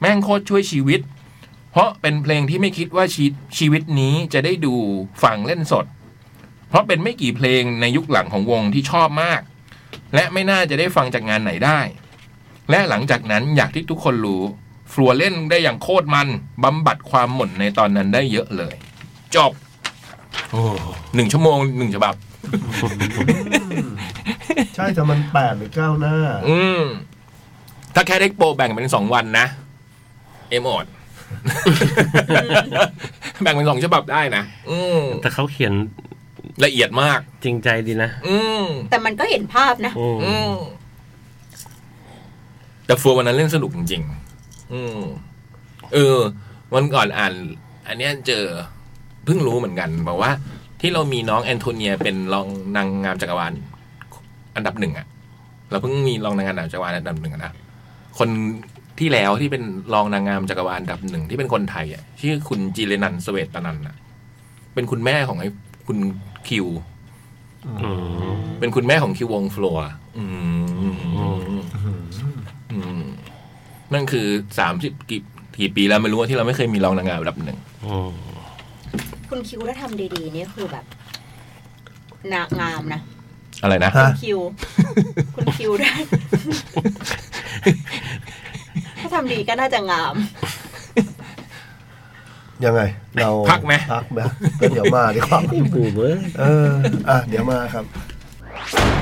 A: แม่งโคตรช่วยชีวิต เพราะเป็นเพลงที่ไม่คิดว่าชีชีวิตนี้จะได้ดูฟังเล่นสด เพราะเป็นไม่กี่เพลงในยุคหลังของวงที่ชอบมาก และไม่น่าจะได้ฟังจากงานไหนได้ และหลังจากนั้นอยากที่ทุกคนรู้ ฟลัวเล่นได้อย่างโคตรมันบำบัดความหม่นในตอนนั้นได้เยอะเลย จบหนึ่งชั่วโมงหนึ่งฉบับ
B: ใช่แต่มันแปดหรือเก้าหน้า
A: อืม ถ้าแค่เด็กโปรแบ่งเป็นสองวันนะ เอมอด แบ่งเป็นสองฉบับได้นะ อืม
C: แต่เขาเขียน
A: ละเอียดมาก
C: จริงใจดีนะ
A: อืม
G: แต่มันก็เห็นภาพนะ
C: อืม
A: อืม แต่ฟัววันนั้นเล่นสนุกจริงๆ อืม เออ วันก่อนอ่าน อันเนี้ยเจอ เพิ่งรู้เหมือนกันบอกว่า ที่เรามีน้องแอนโทเนียเป็นรองนางงามจักรวาลอันดับหนึ่งอะเราเพิ่งมีรองนางงามจักรวาลอันดับหนึ่งอะนะคนที่แล้วที่เป็นรองนางงามจักรวาลอันดับหนึ่งที่เป็นคนไทยอะชื่อคุณจีเรนันสเวตตนันอะเป็นคุณแม่ของไอ้คุณคิว
C: อืม
A: เป็นคุณแม่ของคิววงฟลัวอืมอืมนั่นคือสามสิบกี่กี่ปีแล้วไม่รู้ว่าที่เราไม่เคยมีรองนางงามระดับหนึ่ง
C: อืม
G: คุณคิวถ้าทำดีๆนี่คือแบบนางงามนะ
A: อะไรนะ
B: ฮะ
G: คิว คุณคิวได้ ถ้าทำดีก็น่าจะงาม
B: ยังไง เรา
A: พักไหม
B: พักไหมแล้วเดี๋ยวมาดีกว่า
C: กูเว้ย
B: เออ อ่ะ เดี๋ยวมาครับ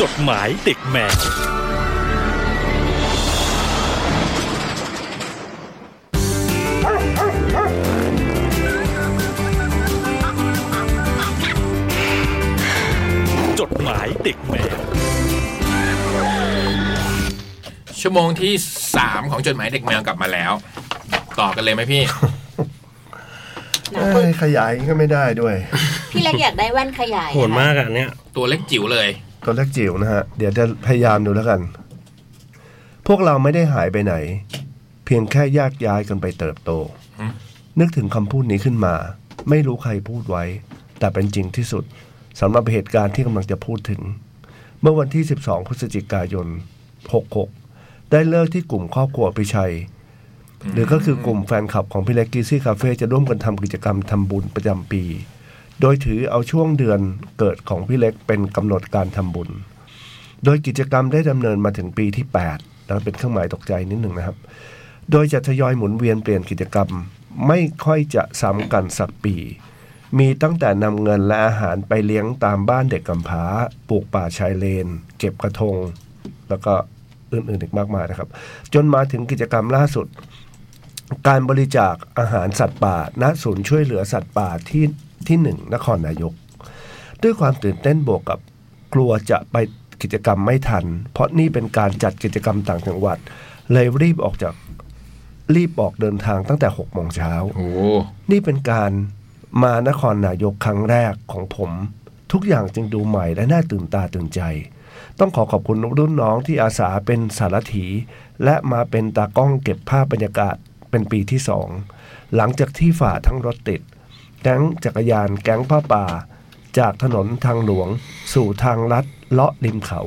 F: จดหมายเด็กแมว จดหมายเด็กแมว
A: ชั่วโมงที่สามของจดหมายเด็กแมวกลับมาแล้ว ต่อกันเลยไหมพี่
G: หนา
B: เอ้
G: ปึ
B: ย
G: ก
B: ขยายก็ไม่ได้ด้วย
G: พี่เล็กอยากได้แว่นขยาย
C: โหดมากอ่ะเนี่ย
A: ตัวเล็กจิ๋วเลย
B: ตัวเล็กจิ๋วนะฮะ เดี๋ยวจะพยายามดูแล้วกัน พวกเราไม่ได้หายไปไหน เพียงแค่แยากย้ายกันไปเติบโต
A: อืม
B: นึกถึงคำพูดนี้ขึ้นมา ไม่รู้ใครพูดไว้ แต่เป็นจริงที่สุดสำหรับเหตุการณ์ที่กำลังจะพูดถึง เมื่อวันที่ 12 พฤศจิกายน 66 ได้เลิกที่กลุ่มครอบครัวพิชัย หรือก็คือกลุ่มแฟนคลับของพี่เล็กกีซี่คาเฟ่จะร่วมกันทำกิจกรรมทำบุญประจำปี โดยถือเอาช่วงเดือนเกิดของพี่เล็กเป็นกำหนดการทำบุญ โดยกิจกรรมได้ดำเนินมาถึงปีที่ 8 แล้วเป็นเครื่องหมายตกใจนิดหนึ่งนะครับ โดยจะทยอยหมุนเวียนเปลี่ยนกิจกรรม ไม่ค่อยจะซ้ำกันสักปี มีตั้งแต่นำเงินและอาหารไปเลี้ยงตามบ้านเด็กกำพร้า ปลูกป่าชายเลน เก็บกระทง แล้วก็อื่นๆอีกมากมายนะครับ จนมาถึงกิจกรรมล่าสุด การบริจาคอาหารสัตว์ป่าณศูนย์ช่วยเหลือสัตว์ป่าที่ที่หนึ่งนครนายก ด้วยความตื่นเต้นบวกกับกลัวจะไปกิจกรรมไม่ทัน เพราะนี่เป็นการจัดกิจกรรมต่างจังหวัด เลยรีบออกจากรีบออกเดินทางตั้งแต่6โมงเช้า
A: โอ้
B: นี่เป็นการมานครนายกครั้งแรกของผม ทุกอย่างจึงดูใหม่และน่าตื่นตาตื่นใจ ต้องขอขอบคุณรุ่นน้องที่อาสาเป็นสารถี และมาเป็นตากล้องเก็บภาพบรรยากาศเป็นปีที่สองหลังจากที่ฝ่าทั้งรถติด แก๊งจักรยานแก๊งผ้าป่า จากถนนทางหลวง สู่ทางลัดเลาะริมเขา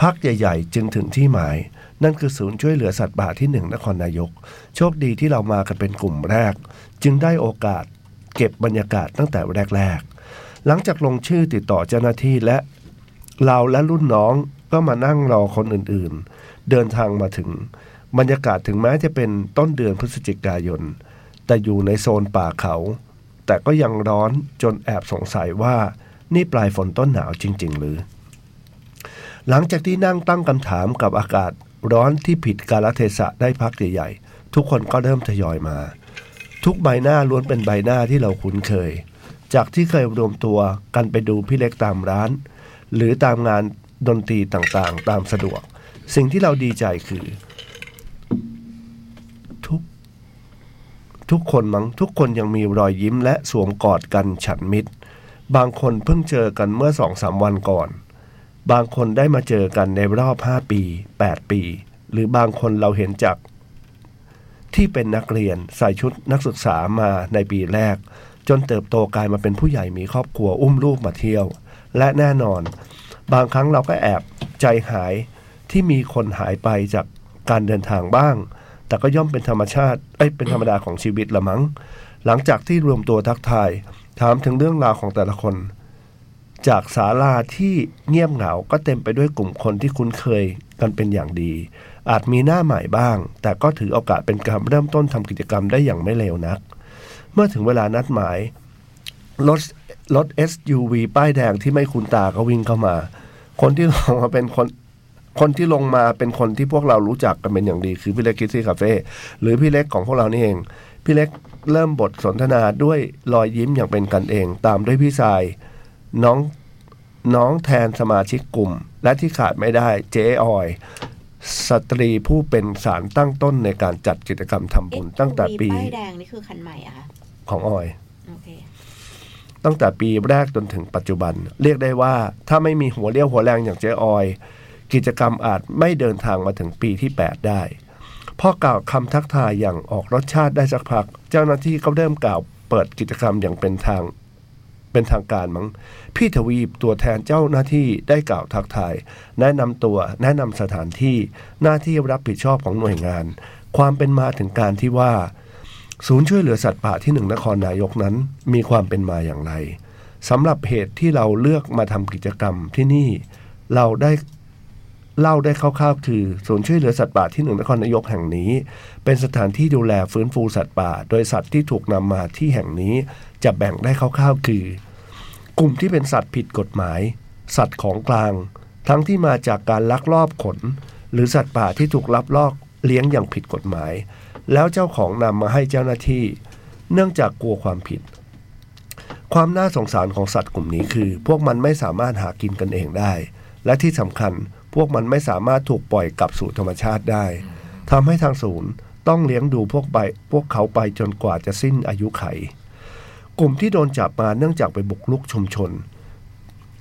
B: พักใหญ่ ๆ จึงถึงที่หมาย นั่นคือศูนย์ช่วยเหลือสัตว์ป่าที่หนึ่งนครนายก โชคดีที่เรามากันเป็นกลุ่มแรก จึงได้โอกาสเก็บบรรยากาศตั้งแต่แรก ๆ หลังจากลงชื่อติดต่อเจ้าหน้าที่และ เราและรุ่นน้องก็มานั่งรอคนอื่นๆ เดินทางมาถึง บรรยากาศถึงแม้จะเป็นต้นเดือนพฤศจิกายน แต่อยู่ในโซนป่าเขา แต่ก็ยังร้อนจนแอบสงสัยว่านี่ปลายฝนต้นหนาวจริง ๆ หรือ หลังจากที่นั่งตั้งคำถามกับอากาศร้อนที่ผิดกาลเทศะได้พักใหญ่ๆ ทุกคนก็เริ่มทยอยมา ทุกใบหน้าล้วนเป็นใบหน้าที่เราคุ้นเคย จากที่เคยรวมตัวกันไปดูพี่เล็กตามร้าน หรือตามงานดนตรีต่างๆ ตามสะดวก สิ่งที่เราดีใจคือ ทุก ทุกคนมั้งทุกคนยังมีรอยยิ้มและสวมกอดกันฉันมิตร บางคนเพิ่งเจอกันเมื่อสองสามวันก่อน บางคนได้มาเจอกันในรอบ 5 ปี 8 ปี หรือบางคนเราเห็นจาก ที่เป็นนักเรียนใส่ชุดนักศึกษามาในปีแรก จนเติบโตกลายมาเป็นผู้ใหญ่มีครอบครัวอุ้มลูกมาเที่ยว และแน่นอน บางครั้งเราก็แอบใจหายที่มีคนหายไปจากการเดินทางบ้าง แต่ก็ย่อมเป็นธรรมชาติเอ้ยเป็นธรรมดาของชีวิตละมั้ง หลังจากที่รวมตัวทักทาย ถามถึงเรื่องราวของแต่ละคน จากศาลาที่เงียบเหงาก็เต็มไปด้วยกลุ่มคนที่คุ้นเคยกันเป็นอย่างดี อาจมีหน้าใหม่บ้าง แต่ก็ถือโอกาสเป็นการเริ่มต้นทำกิจกรรมได้อย่างไม่เลวนัก เมื่อถึงเวลานัดหมาย รถรถ SUV ป้ายแดงที่ไม่คุ้นตาก็วิ่งเข้ามา คนที่ลงมาเป็นคนคนที่ลงมาเป็นคนที่พวกเรารู้จักกันเป็นอย่างดี คือพี่เล็กคิดซี่คาเฟ่หรือพี่เล็กของพวกเรานี่เอง พี่เล็กเริ่มบทสนทนาด้วยรอยยิ้มอย่างเป็นกันเอง ตามด้วยพี่ชาย น้องน้องแทนสมาชิกกลุ่ม และที่ขาดไม่ได้เจ๊ออย สตรีผู้เป็นสารตั้งต้นในการจัดกิจกรรมทำบุญตั้งแต่ปี
G: เอ๊ะ SUV ป้ายแดงนี่คือคันใหม่อะคะ
B: ของออย
G: โอเค
B: ตั้งแต่ปีแรกจนถึงปัจจุบัน เรียกได้ว่าถ้าไม่มีหัวเรี่ยวหัวแรงอย่างเจ๊ออย กิจกรรมอาจไม่เดินทางมาถึงปีที่ 8 ได้พอกล่าวคำทักทายอย่างออกรสชาติได้สักพัก เจ้าหน้าที่ก็เริ่มกล่าวเปิดกิจกรรมอย่างเป็นทาง เป็นทางการมั้งพี่ทวีปตัวแทนเจ้าหน้าที่ได้กล่าวทักทาย แนะนำตัวแนะนำสถานที่หน้าที่รับผิดชอบของหน่วยงาน ความเป็นมาถึงการที่ว่า ศูนย์ช่วยเหลือสัตว์ป่าที่หนึ่งนครนายกนั้น มีความเป็นมาอย่างไรสำหรับเหตุที่เราเลือกมาทำกิจกรรมที่นี่เราได้เล่าได้คร่าวๆคือศูนย์ช่วยเหลือสัตว์ป่าที่หนึ่งนครนายกแห่งนี้ เป็นสถานที่ดูแลฟื้นฟูสัตว์ป่า โดยสัตว์ที่ถูกนำมาที่แห่งนี้จะแบ่งได้คร่าวๆคือ กลุ่มที่เป็นสัตว์ผิดกฎหมาย สัตว์ของกลาง ทั้งที่มาจากการลักลอบขน หรือสัตว์ป่าที่ถูกลักลอบเลี้ยงอย่างผิดกฎหมาย แล้วเจ้าของนำมาให้เจ้าหน้าที่ เนื่องจากกลัวความผิด ความน่าสงสารของสัตว์กลุ่มนี้คือ พวกมันไม่สามารถหากินกันเองได้ และที่สำคัญพวกมันไม่สามารถถูกปล่อยกลับสู่ธรรมชาติได้ทำให้ทางศูนย์ต้องเลี้ยงดูพวกไปพวกเขาไปจนกว่าจะสิ้นอายุไข กลุ่มที่โดนจับมาเนื่องจากไปบุกลุกชุมชน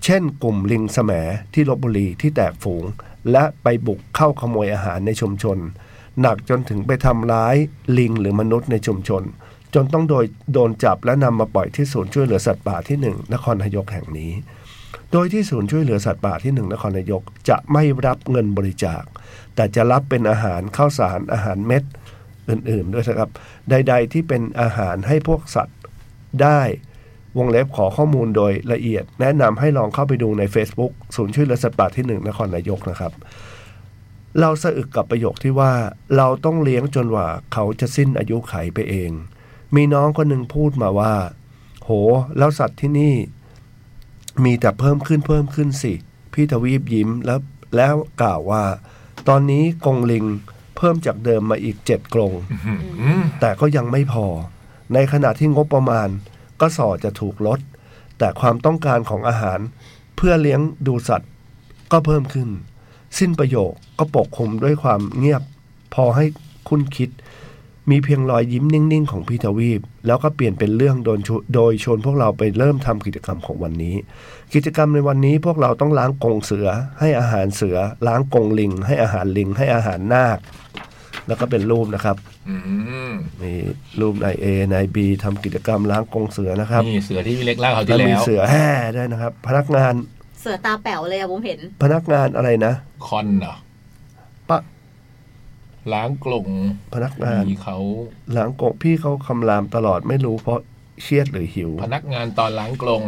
B: เช่น กลุ่มลิงแสมที่ลบบุรีที่แตกฝูง และไปบุกเข้าขโมยอาหารในชุมชน หนักจนถึงไปทำร้ายลิงหรือมนุษย์ในชุมชน จนต้องโดยโดนจับและนำมาปล่อยที่ศูนย์ช่วยเหลือสัตว์ป่าที่หนึ่งนครนายกแห่งนี้ โดยที่ศูนย์ช่วยเหลือสัตว์ป่าที่หนึ่งนครนายกจะไม่รับเงินบริจาค แต่จะรับเป็นอาหารข้าวสารอาหารเม็ดอื่นๆด้วยนะครับ ใด ๆ ที่เป็นอาหารให้พวกสัตว์ได้วงเล็บขอข้อมูลโดยละเอียด แนะนำให้ลองเข้าไปดูใน Facebook ศูนย์ช่วยเหลือสัตว์ป่าที่หนึ่งนครนายกนะครับ เราสะอึกกับประโยคที่ว่าเราต้องเลี้ยงจนกว่าเขาจะสิ้นอายุไขไปเอง มีน้องคนหนึ่งพูดมาว่า โห แล้วสัตว์ที่นี่ มีแต่เพิ่มขึ้นเพิ่มขึ้นสิ พี่ทวีปยิ้มแล้วแล้วกล่าวว่า ตอนนี้กรงลิงเพิ่มจากเดิมมาอีกเจ็ดกรง
A: อืม
B: แต่ก็ยังไม่พอ ในขณะที่งบประมาณก็ส่อจะถูกลด แต่ความต้องการของอาหารเพื่อเลี้ยงดูสัตว์ก็เพิ่มขึ้น สิ้นประโยคก็ปกคลุมด้วยความเงียบ พอให้คุณคิด มีเพียงรอยยิ้มนิ่งๆ ของพี่ทวีป แล้วก็เปลี่ยนเป็นเรื่องโดนชวโดยชวนพวกเราไปเริ่มทำกิจกรรมของวันนี้ กิจกรรมในวันนี้พวกเราต้องล้างกรงเสือ ให้อาหารเสือ ล้างกรงลิง ให้อาหารลิง ให้อาหารนาค แล้วก็เป็นรูปนะครับ
A: อืม
B: มีรูปนายเอนายบีทำกิจกรรมล้างกรงเสือนะครับ
D: นี่เสือที่พี่เล็กเล่าเขาวที่
B: แล้วมี
D: แล้ว
B: เสือแห่ด้วยนะครับ พนักงาน
G: เสือตาแป๋วเลยอะผมเห็น
B: พนักงานอะไรนะ
D: คอนเหรอ
B: ปะ
D: ล้างกลง
B: พนักงาน
D: มีเขา
B: ล้างกรงพี่เขาคำรามตลอดไม่รู้เพราะเครียดหรือหิว
D: พนักงานตอนล้างกลง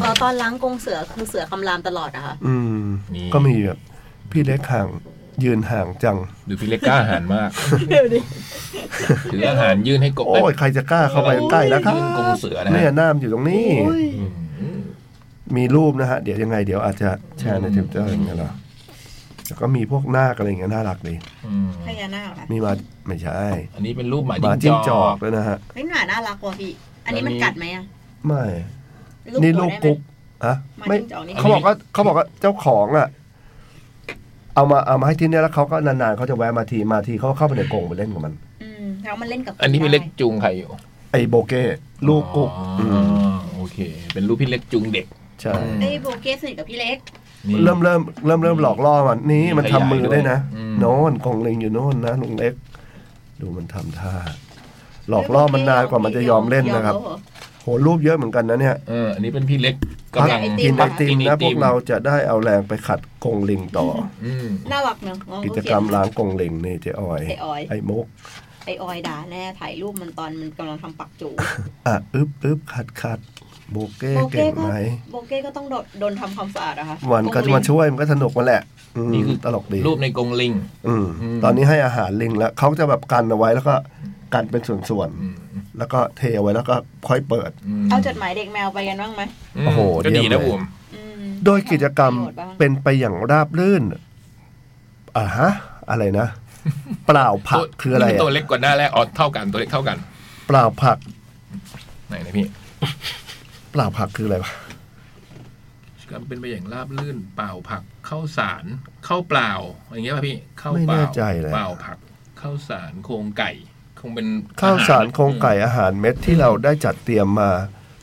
G: เออตอนล้างกรงเสือคือเสือคำรามตลอดอะคะ
B: อืม
D: นี่
B: ก็มีแบบพี่เล็กห่างยืนห่างจัง
D: หรือพี่เล็กกล้าอาหารมาก
G: เดี๋ยวดิ
D: ถืออาหารยื่นให้กบ
B: โอ้ยใครจะกล้าเข้าไปใกล้นะครับ
D: ยื่นกลงเสือนะ
B: เนี่ย
D: ฮะ
B: หน้ามนอยู่ตรงนี้ มีรูปนะฮะ เดี๋ยวยังไงเดี๋ยวอาจจะแชร์ในทวิตเตอร์อย่างเงี้ยเหรอแต่ก็มีพวกหน้าคอะไรอย่างเงี้ยน่ารักดี
D: อืม
G: พญานาคเหรอ
B: มีมาไม่ใช่
D: อันนี้เป็นรูปหมา
B: หมาจิ้
D: จิ้
B: ง
D: ง
B: จ
D: จ
B: อ
D: อก ก
B: ด้วยนะฮะ
G: เฮ้ยหมาน่ารักว่ะพี่ อันนี้มันกัดไหมอะ
B: ไม่
G: รูป
B: นี่
G: หั
B: ลู
G: ว
B: ก
G: ได้ไหม
B: กุ๊กอะ
G: มา
B: ไม่
G: จิ้งจอกนี่
B: เขาบอกว่าเขาบอกว่าเจ้าของอะเอามาเอามาให้ที่เนี่ยแล้วเขาก็นานๆเขาจะแวะมาทีมาทีเขาเข้าไปในกรงไปเล่นกับมัน
G: อืมแล้วมันเล่นกับ
D: อันนี้พี่เล็กจูงใครอยู่
B: ไอ้โบเก้ลูกกุ๊ก
D: อ๋ออ
B: ม
D: โอเค เป็นรูปพี่เล็กจูงเด็ก
B: ใช่
G: ไอ้ยโบเกสสนิทกับพี่เล็ก
D: นี่
B: เริ่มเริ่มเริ่มเริ่มหลอกล่อมันนี่มันทำมือได้นะ
D: อืม
B: โน่นกองเล็งอยู่โน่นนะลุงเล็ก ดูมันทำท่า หลอกล่อมันนานกว่ามันจะยอมเล่นนะครับ
G: ยอมแล้วเหอ
B: โหรูปเยอะเหมือนกันนะเนี่ย
D: เอออันนี้เป็นพี่เล็ก
B: พั
D: กำลัง
G: ไอติ
B: กิน
G: ม
B: ไอติม
D: กินไอติ
B: นะ
D: ม
B: พวกเราจะได้เอาแรงไปขัดกงลิงต่อ
D: อืม
G: น่ารักเนอะงอ
B: กิ
G: เขียน
B: จกรรมล้างกงลิงนี่เจ๊ออย
G: เจ๊ออย
B: ไอ้มก
G: ไอออยด่าแน่ถ่ายรูปมันตอนมันกำลังทำปักจู
B: อ่ะอึ๊บอึ๊บขัดขัดโบเก้เก่ง
G: ก็
B: ไหม
G: โบเก้ก็ต้องโดนโดนทำความสะอาดนะคะ
B: มันก็จะมาช่วยมันก็สนุกมาแหละ อืม
D: นี่คือ
B: ตลกดี
D: รูปในกรงลิง
B: อืม
D: อืม
B: ตอนนี้ให้อาหารลิงแล้วเขาจะแบบกันเอาไว้แล้วก็กันเป็นส่วน
D: อืม
B: ๆ แล้วก็เทเอาไว้แล้วก็ค่อยเปิด
D: ม
G: เอาจดหมายเด็กแมวไปกันบ้างไหม
D: ม
B: โอ้โห
A: ก็ดี
B: เยี่ยมเล
A: นะ
B: ย
A: บุ๋ม
G: อืม
B: โดยกิจกรรม
G: ทำปะโยชน์บ้าง
B: เป็นไปอย่างราบรื่นอ่าฮะ อะไรนะ เปล่าผักคืออะไร
A: นี่มันตัว
B: อะ
A: เล็กกว่าหน้าแรกอ๋อเท่ากันตัวเล็กเท่ากัน
B: เปล่าผัก
A: ไหนนะพี่
B: เปล่าผักคืออะไรวะ
A: ก็เป็นไปอย่างราบรื่นเปล่าผักข้าวสารข้าวเปล่าอย่างเงี้ยป่ะพี่ข้าว
B: ไม่
A: เปล่า
B: แน่ใจเลย
A: เปล่าผักข้าวสารโครงไก่ คงเป็น
B: ข้าวสารโครงไก่อาหารเม็ดที่เราได้จัดเตรียมมา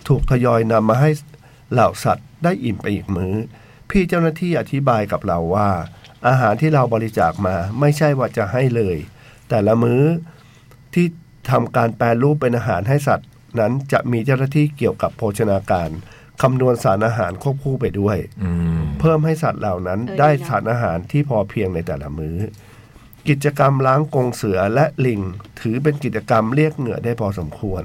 B: ถูกทยอยนำมาให้เหล่าสัตว์ได้อิ่มไปอีกมื้อ พี่เจ้าหน้าที่อธิบายกับเราว่า อาหารที่เราบริจาคมาไม่ใช่ว่าจะให้เลย แต่ละมื้อที่ทำการแปรรูปเป็นอาหารให้สัตว์ นั้นจะมีเจ้าหน้าที่เกี่ยวกับโภชนาการคำนวณสารอาหารควบคู่ไปด้วย
A: อืม
B: เพิ่มให้สัตว์เหล่านั้น
G: เออ
B: ได้
G: ดีนะ
B: สารอาหารที่พอเพียงในแต่ละมื้อ กิจกรรมล้างกรงเสือและลิง ถือเป็นกิจกรรมเรียกเหงื่อได้พอสมควร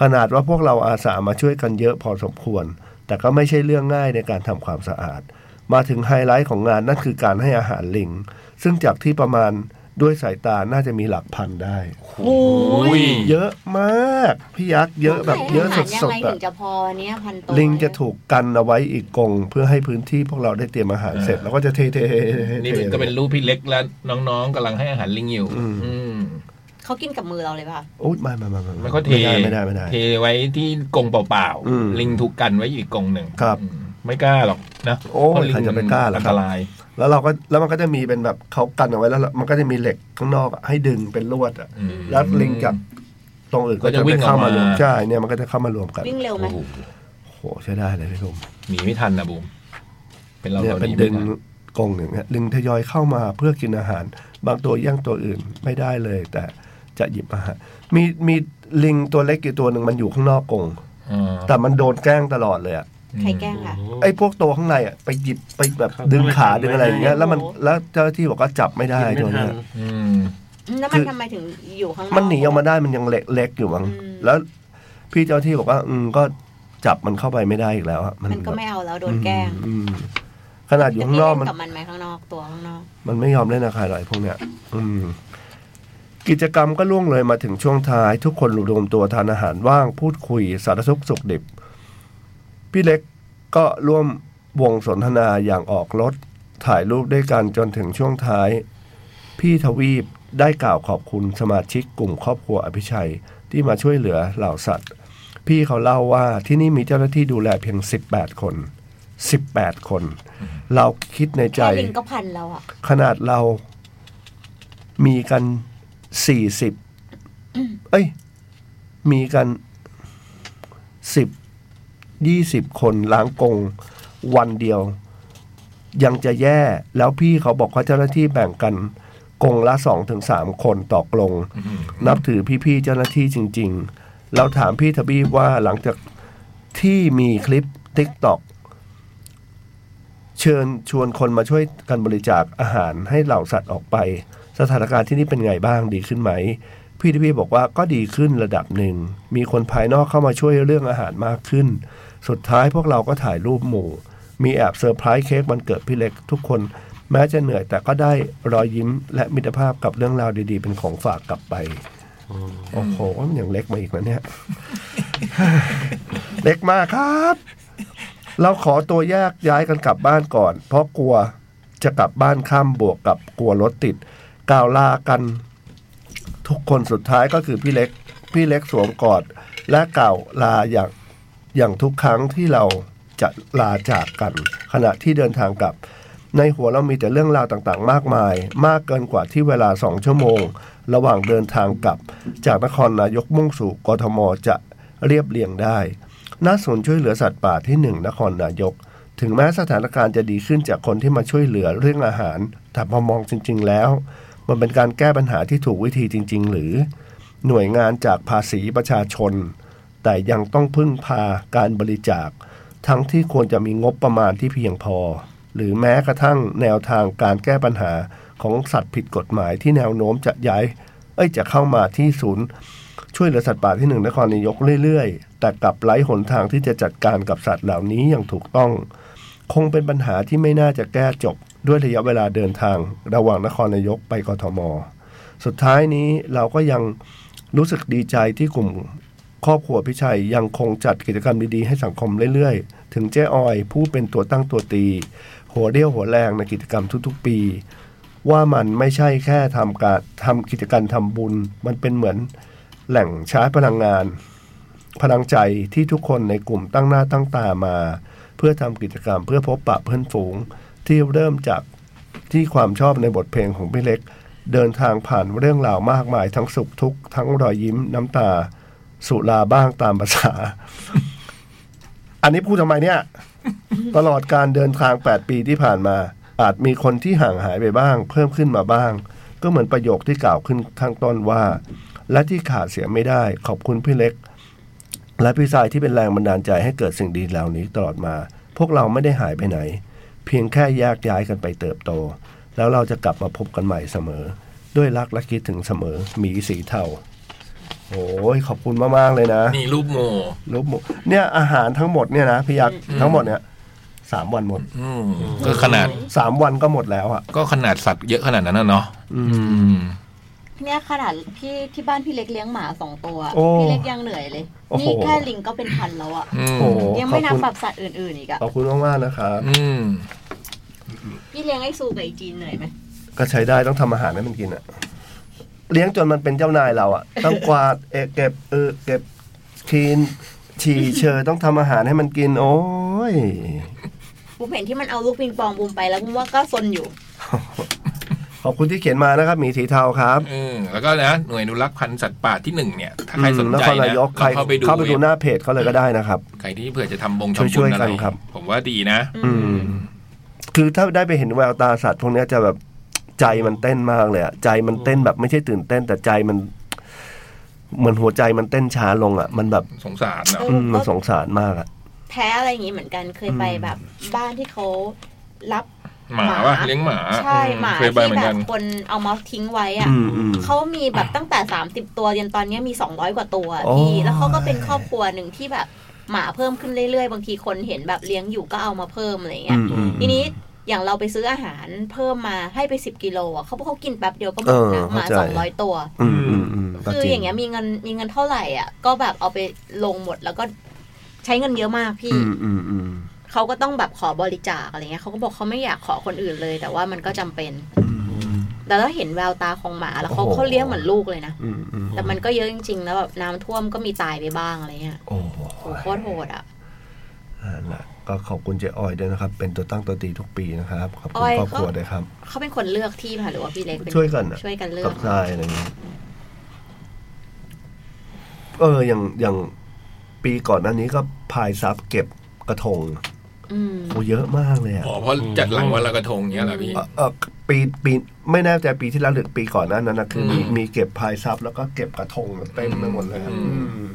B: ขนาดว่าพวกเราอาสามาช่วยกันเยอะพอสมควร แต่ก็ไม่ใช่เรื่องง่ายในการทำความสะอาด มาถึงไฮไลท์ของงานนั่นคือการให้อาหารลิง ซึ่งจากที่ประมาณด้วยสายตาน่าจะมีหลักพันได้
G: โอ้ย
B: เยอะมากพี่ยักษ์เยอะแบบเยอะส
G: ขา
B: ด
G: อาหารยังไง
B: ๆอะ
G: ถึงจะพอเนี่ยพันตัว
B: ลิงจะถูกกันเอาไว้อีกกรงเพื่อให้พื้นที่พวกเราได้เตรียมอาหารเสร็จ แล้วก็จะเทๆๆๆ
D: นี่มันก็เป็นรูปพี่เล็กและน้องๆกำลังให้อาหารลิงอยู่อืม
G: เขากินกับมือเราเลยป่ะ
B: โอ๊ยไม่ไม่ไม่ไม่
D: มันก็เท
B: ไม่ได้ไม่ได้ไม่ได้
D: เทไว้ที่กรงเปล่า
B: อืม
D: ลิงถูกกันไว้อีกกรงหนึ่ง
B: ครับ
D: อืมไม่กล้าหรอกนะ
B: โอ้ย
D: เพราลิง
B: ใครจะไปกล้าล่ะ
D: อัน
B: ครั
D: ต
B: บ
D: ราย
B: แล้วเราก็แล้วมันก็จะมีเป็นแบบเขากันเอาไว้แล้วมันก็จะมีเหล็กข้างนอกอะให้ดึงเป็นลวดอะ
D: อืม
B: แล้วลิงกับตรงอื่นก็
D: ก็
B: จะ
D: จะวิ่
B: ไม่
D: งออกมา
B: เข้ามารวมใช่เนี่ยมันก็จะเข้ามารวมกัน
G: วิ่งเร็วไหม
D: โอ้โห
B: โอ้โหใช้ได้เลยพี่ผม
D: หนีไม่ทันนะบูมเป็นเรา
B: เนี่ย
D: รา
B: เป็น
D: ห
B: ดึง
D: ไม่ทั
B: กรงอย่างเงี้ยลิงทยอยเข้ามาเพื่อกินอาหาร บางตัวแย่งตัวอื่นไม่ได้เลย แต่จะหยิบอาหารมีมีลิงตัวเล็กกี่ตัวหนึ่งมันอยู่ข้างนอกกรง
D: อ่า
B: แต่มันโดนแกล้งตลอดเลยอะ
G: ใครแกล้งค่ะ
B: ไอ้พวกตัวข้างในอะไปหยิบไปแบบ
C: ครับ
B: ดึงขาดึงอะไรอย่างเงี้ย แล้วมัน
G: โอ้โห
B: แล้วเจ้าหน้าที่บอกว่าจับไม่ได้
C: กินไม่
B: ตัว
C: ทั
B: เนี้
C: น
B: ย
D: อืม
G: แล้วมัน
B: คือ
G: ทำไมถึงอยู่ข้างนอก
B: มันหนีออกมาได้มันยังเล็กเล็กอยู่มั้ง
G: อืม
B: แล้วพี่เจ้าหน้าที่บอกว่า อืมก็จับมันเข้าไปไม่ได้อีกแล้วอะ
G: มันก็ไม่เอาแล้วโดนแกล้ง
B: อืมอืมขนาดอยู่ข้างนอกมัน
G: จะเล่กับมันไหมข้างนอกตัวข้างนอก
B: มันไม่ยอมเล่นอาคารอะไรพวกเนี้ย อืม กิจกรรมก็ล่วงเลยมาถึงช่วงท้าย ทุกคนรวมตัวทานอาหารว่างพูดคุยสารทุกข์สุขดิบ พี่เล็กก็ร่วมวงสนทนาอย่างออกรถ ถ่ายรูปด้วยกันจนถึงช่วงท้าย พี่ทวีปได้กล่าวขอบคุณสมาชิกกลุ่มครอบครัวอภิชัยที่มาช่วยเหลือเหล่าสัตว์ พี่เขาเล่าว่าที่นี่มีเจ้าหน้าที่ดูแลเพียง 18 คน 18 คน เราคิดในใจ
G: แค่ลิงก็พันแล้วอ่ะ
B: ขนาดเรามีกันสี่สิบ เอ้ย มีกันสิบยี่สิบคนล้างกรงวันเดียว ยังจะแย่แล้วพี่เขาบอกว่าเจ้าหน้าที่แบ่งกันกรงละสองถึงสามคนต่อกรง นับถือพี่ๆเจ้าหน้าที่จริง ๆ เราถามพี่ทบีว่าหลังจากที่มีคลิป TikTok เชิญชวนคนมาช่วยกันบริจาคอาหารให้เหล่าสัตว์ออกไป สถานการณ์ที่นี่เป็นไงบ้างดีขึ้นไหม พี่ที่พี่บอกว่าก็ดีขึ้นระดับหนึ่ง มีคนภายนอกเข้ามาช่วยเรื่องอาหารมากขึ้น สุดท้ายพวกเราก็ถ่ายรูปหมู่ มีแอบเซอร์ไพรส์เค้กวันเกิดพี่เล็กทุกคน แม้จะเหนื่อยแต่ก็ได้รอยยิ้มและมิตรภาพกับเรื่องราวดีๆ เป็นของฝากกลับไป โอ้โหมันยังเล็กมาอีกนะเนี่ย เล็กมากครับ เราขอตัวแยกย้ายกันกลับบ้านก่อน เพราะกลัวจะกลับบ้านข้ามบวกกับกลัวรถติดกล่าวลากัน ทุกคนสุดท้ายก็คือพี่เล็ก พี่เล็กสวมกอด และกล่าวลาอย่างอย่างทุกครั้งที่เราจะลาจากกัน ขณะที่เดินทางกลับ ในหัวเรามีแต่เรื่องราวต่างๆ มากมาย มากเกินกว่าที่เวลาสองชั่วโมง ระหว่างเดินทางกลับ จากนครนายกมุ่งสู่กทมจะเรียบเรียงได้ ณศูนย์ช่วยเหลือสัตว์ป่าที่หนึ่งนครนายก ถึงแม้สถานการณ์จะดีขึ้นจากคนที่มาช่วยเหลือเรื่องอาหาร แต่พอมองจริง ๆ แล้ว มันเป็นการแก้ปัญหาที่ถูกวิธีจริง ๆ หรือ หน่วยงานจากภาษีประชาชน แต่ยังต้องพึ่งพาการบริจาค ทั้งที่ควรจะมีงบประมาณที่เพียงพอ หรือแม้กระทั่งแนวทางการแก้ปัญหาของสัตว์ผิดกฎหมายที่แนวโน้มจะย้าย เอ้ยจะเข้ามาที่ศูนย์ ช่วยเหลือสัตว์ป่าที่หนึ่งนครนายกเรื่อยๆ แต่กลับไร้หนทางที่จะจัดการกับสัตว์เหล่านี้อย่างถูกต้อง คงเป็นปัญหาที่ไม่น่าจะแก้จบด้วยระยะเวลาเดินทาง ระหว่างนครนายกไปกทม สุดท้ายนี้เราก็ยังรู้สึกดีใจที่กลุ่มครอบครัวพิชัยยังคงจัดกิจกรรมดีๆ ให้สังคมเรื่อยๆ ถึงเจ๊ออยผู้เป็นตัวตั้งตัวตี หัวเรี่ยวหัวแรงในกิจกรรมทุกๆ ปี ว่ามันไม่ใช่แค่ทำการทำกิจกรรมทำบุญ มันเป็นเหมือนแหล่งชาร์จพลังงาน พลังใจที่ทุกคนในกลุ่มตั้งหน้าตั้งตามา เพื่อทำกิจกรรมเพื่อพบปะเพื่อนฝูง ที่เริ่มจากที่ความชอบในบทเพลงของพี่เล็ก เดินทางผ่านเรื่องราวมากมายทั้งสุขทุกข์ทั้งรอยยิ้มน้ำตา สุราบ้างตามภาษา อันนี้พูดทำไมเนี่ย ตลอดการเดินทาง 8 ปีที่ผ่านมา อาจมีคนที่ห่างหายไปบ้าง เพิ่มขึ้นมาบ้าง ก็เหมือนประโยคที่กล่าวขึ้นข้างต้นว่า และที่ขาดเสียไม่ได้ ขอบคุณพี่เล็ก และพี่สายที่เป็นแรงบันดาลใจให้เกิดสิ่งดีเหล่านี้ตลอดมา พวกเราไม่ได้หายไปไหน เพียงแค่แยกย้ายกันไปเติบโต แล้วเราจะกลับมาพบกันใหม่เสมอ ด้วยรักและคิดถึงเสมอหมีสีเทาโอ้ยขอบคุณมากๆเลยนะ
A: นี่รูปโม
B: ลบหมดเนี่ยอาหารทั้งหมดเนี่ยนะพี่ยักษ์ทั้งหมดเนี่ยสามวันหมด
A: อืมก็ขนาด
B: สามวันก็หมดแล้วอ่ะ
A: ก็ขนาดสัตว์เยอะขนาดนั้นนะเนาะอืม
G: เนี่ยขนาดพี่ที่บ้านพี่เล็กเลี้ยงหมาสองตัว
B: โอ้
G: พี่เล็กยังเหนื่อยเลย
B: โอ้โห
G: นี่แค่ลิงก็เป็นพันแล้วอะ
A: อืม
B: โอ้โห
G: ยัง
B: ขอบ
G: ไม่นับ
B: คุณ
G: แบบสัตว์อื่นๆอีกอะ
B: ขอบคุณมากๆนะครับ
A: อืม
G: พี่เลี้ยงไอ้ซูกับไอ้จีนเหนื่อยไหม
B: ก็ใช้ได้ต้องทำอาหารให้มันกินอ่ะ เลี้ยงจนมันเป็นเจ้านายเราอ่ะ ต้องกวาดเอะเก็บเออเก็บคีนฉี่เชอต้องทำอาหารให้มันกิน โอ้ย
G: บุมเห็นที่มันเอาลูกปิงปองบุมไปแล้วบุมว่าก็ซนอยู่
B: ขอบคุณที่เขียนมานะครับหมีสีเทาครับ
A: อืมแล้วก็นะหน่วยอนุรักษ์พันธุ์สัตว์ป่าที่หนึ่งเนี่ย ถ้า
B: อื
A: ใคร
B: ม
A: สน
B: น
A: ใจ
B: ครนา
A: นะ
B: ยกใคร
A: เข้าไปดู
B: เข้าไปดูหน้าเพจเขาเลยก็ได้นะครับ
A: ใครที่เผื่อจะทำบง
B: ช่วย
A: ทำบุญ
B: ๆ
A: อะไร
B: กันครับ
A: ผมว่าดีนะ
B: อืม คือถ้าได้ไปเห็นแววตาสัตว์พวกเนี้ยจะแบบใจมันเต้นมากเลยอะใจมันเต้นแบบไม่ใช่ตื่นเต้น แต่ใจมันเหมือนหัวใจมันเต้นช้าลงอะมันแบบ
A: สงสารเนาะ
B: อืมมันสงสารมากอะ
G: แพ้อะไรอย่างงี้เหมือนกันเคยไป
B: อืม
G: แบบบ้านที่เขารับ
A: หมา
G: หมา
A: ว่ะเลี้ยงหมา
G: ใช่หมา
A: เคย
G: ที่
A: ไปเหมือน
G: แบ
A: กับ น
G: คนเอามาทิ้งไว้อ่ะ
B: อืมอืม
G: เขามีแบบ ตั้งแต่ 30 ตัวจนตอนเนี้ยมี 200 กว่าตัว
B: โอ้
G: พี่
B: ย
G: แล้วเขาก็เป็นครอบครัวหนึ่งที่แบบหมาเพิ่มขึ้นเรื่อยๆ บางทีคนเห็นแบบเลี้ยงอยู่ก็เอามาเพิ่มอะไรเงี้
B: อืม
G: ย
B: อืม
G: ทีนี้อย่างเราไปซื้ออาหารเพิ่มมาให้ไป 10กิโลอ่ะเขาบอกเขากินแป๊บเดียวก็หมด
B: เอ
G: นะ
B: อ
G: หมา
B: เข้าใจ
G: สองร้อยตัว
B: อืมอืมอืมก็
G: คือ
B: จริ
G: อย่างเงี้ยมีเงินมีเงินเท่าไหร่อ่ะก็แบบเอาไปลงหมดแล้วก็ใช้เงินเยอะมากพี่
B: อืมอืมอืม
G: เขาก็ต้องแบบขอบริจาคอะไรเงี้ยเขาก็บอกเขาไม่อยากขอคนอื่นเลย แต่ว่ามันก็จำเป็นแต่แล้วเห็นแววตาของหมาแล้วเขาเขาเลี้ยงเหมือนลูกเลยนะ
B: อืมอืม
G: แต่มันก็เยอะจริง ๆ แล้วแบบน้ำท่วมก็มีตายไปบ้างอะไรเงี้ย
B: โอ้โห
G: โหโคตรโหดอ่ะ
B: นั่นแหละก็ขอบคุณเจ๊ออยด้วยนะครับ เป็นตัวตั้งตัวตีทุกปีนะครับขอบคุ
G: อ
B: ณ
G: อย
B: ครอบครัว
G: เขา
B: ด้วยครับ
G: เขาเป็นคนเลือกที่ค่ะหรือว่าพี่เล็กเป็น
B: ช่วยกันอะ
G: ช่วยกันเลือ
B: กั
G: ก
B: บทรายอะไรเงี้ยเอออย่างอย่างปีก่อนหน้านี้ก็พายซับเก็บกระทง
G: อืม
B: โอ้เยอะมากเลยอะ
A: อ๋อเพราะจัดหลังวันลอยกระทงเนี้ยเหรอพี่
B: เอ่อเอ่อปีปีไม่แน่ใจปีที่แล้วหรือปีก่อนหนั้นนั้นนะคือมี
A: อืม
B: มีเก็บพายซับแล้วก็เก็บกระทงเต็มไปหมดเลยครับ
A: อืม
B: อืม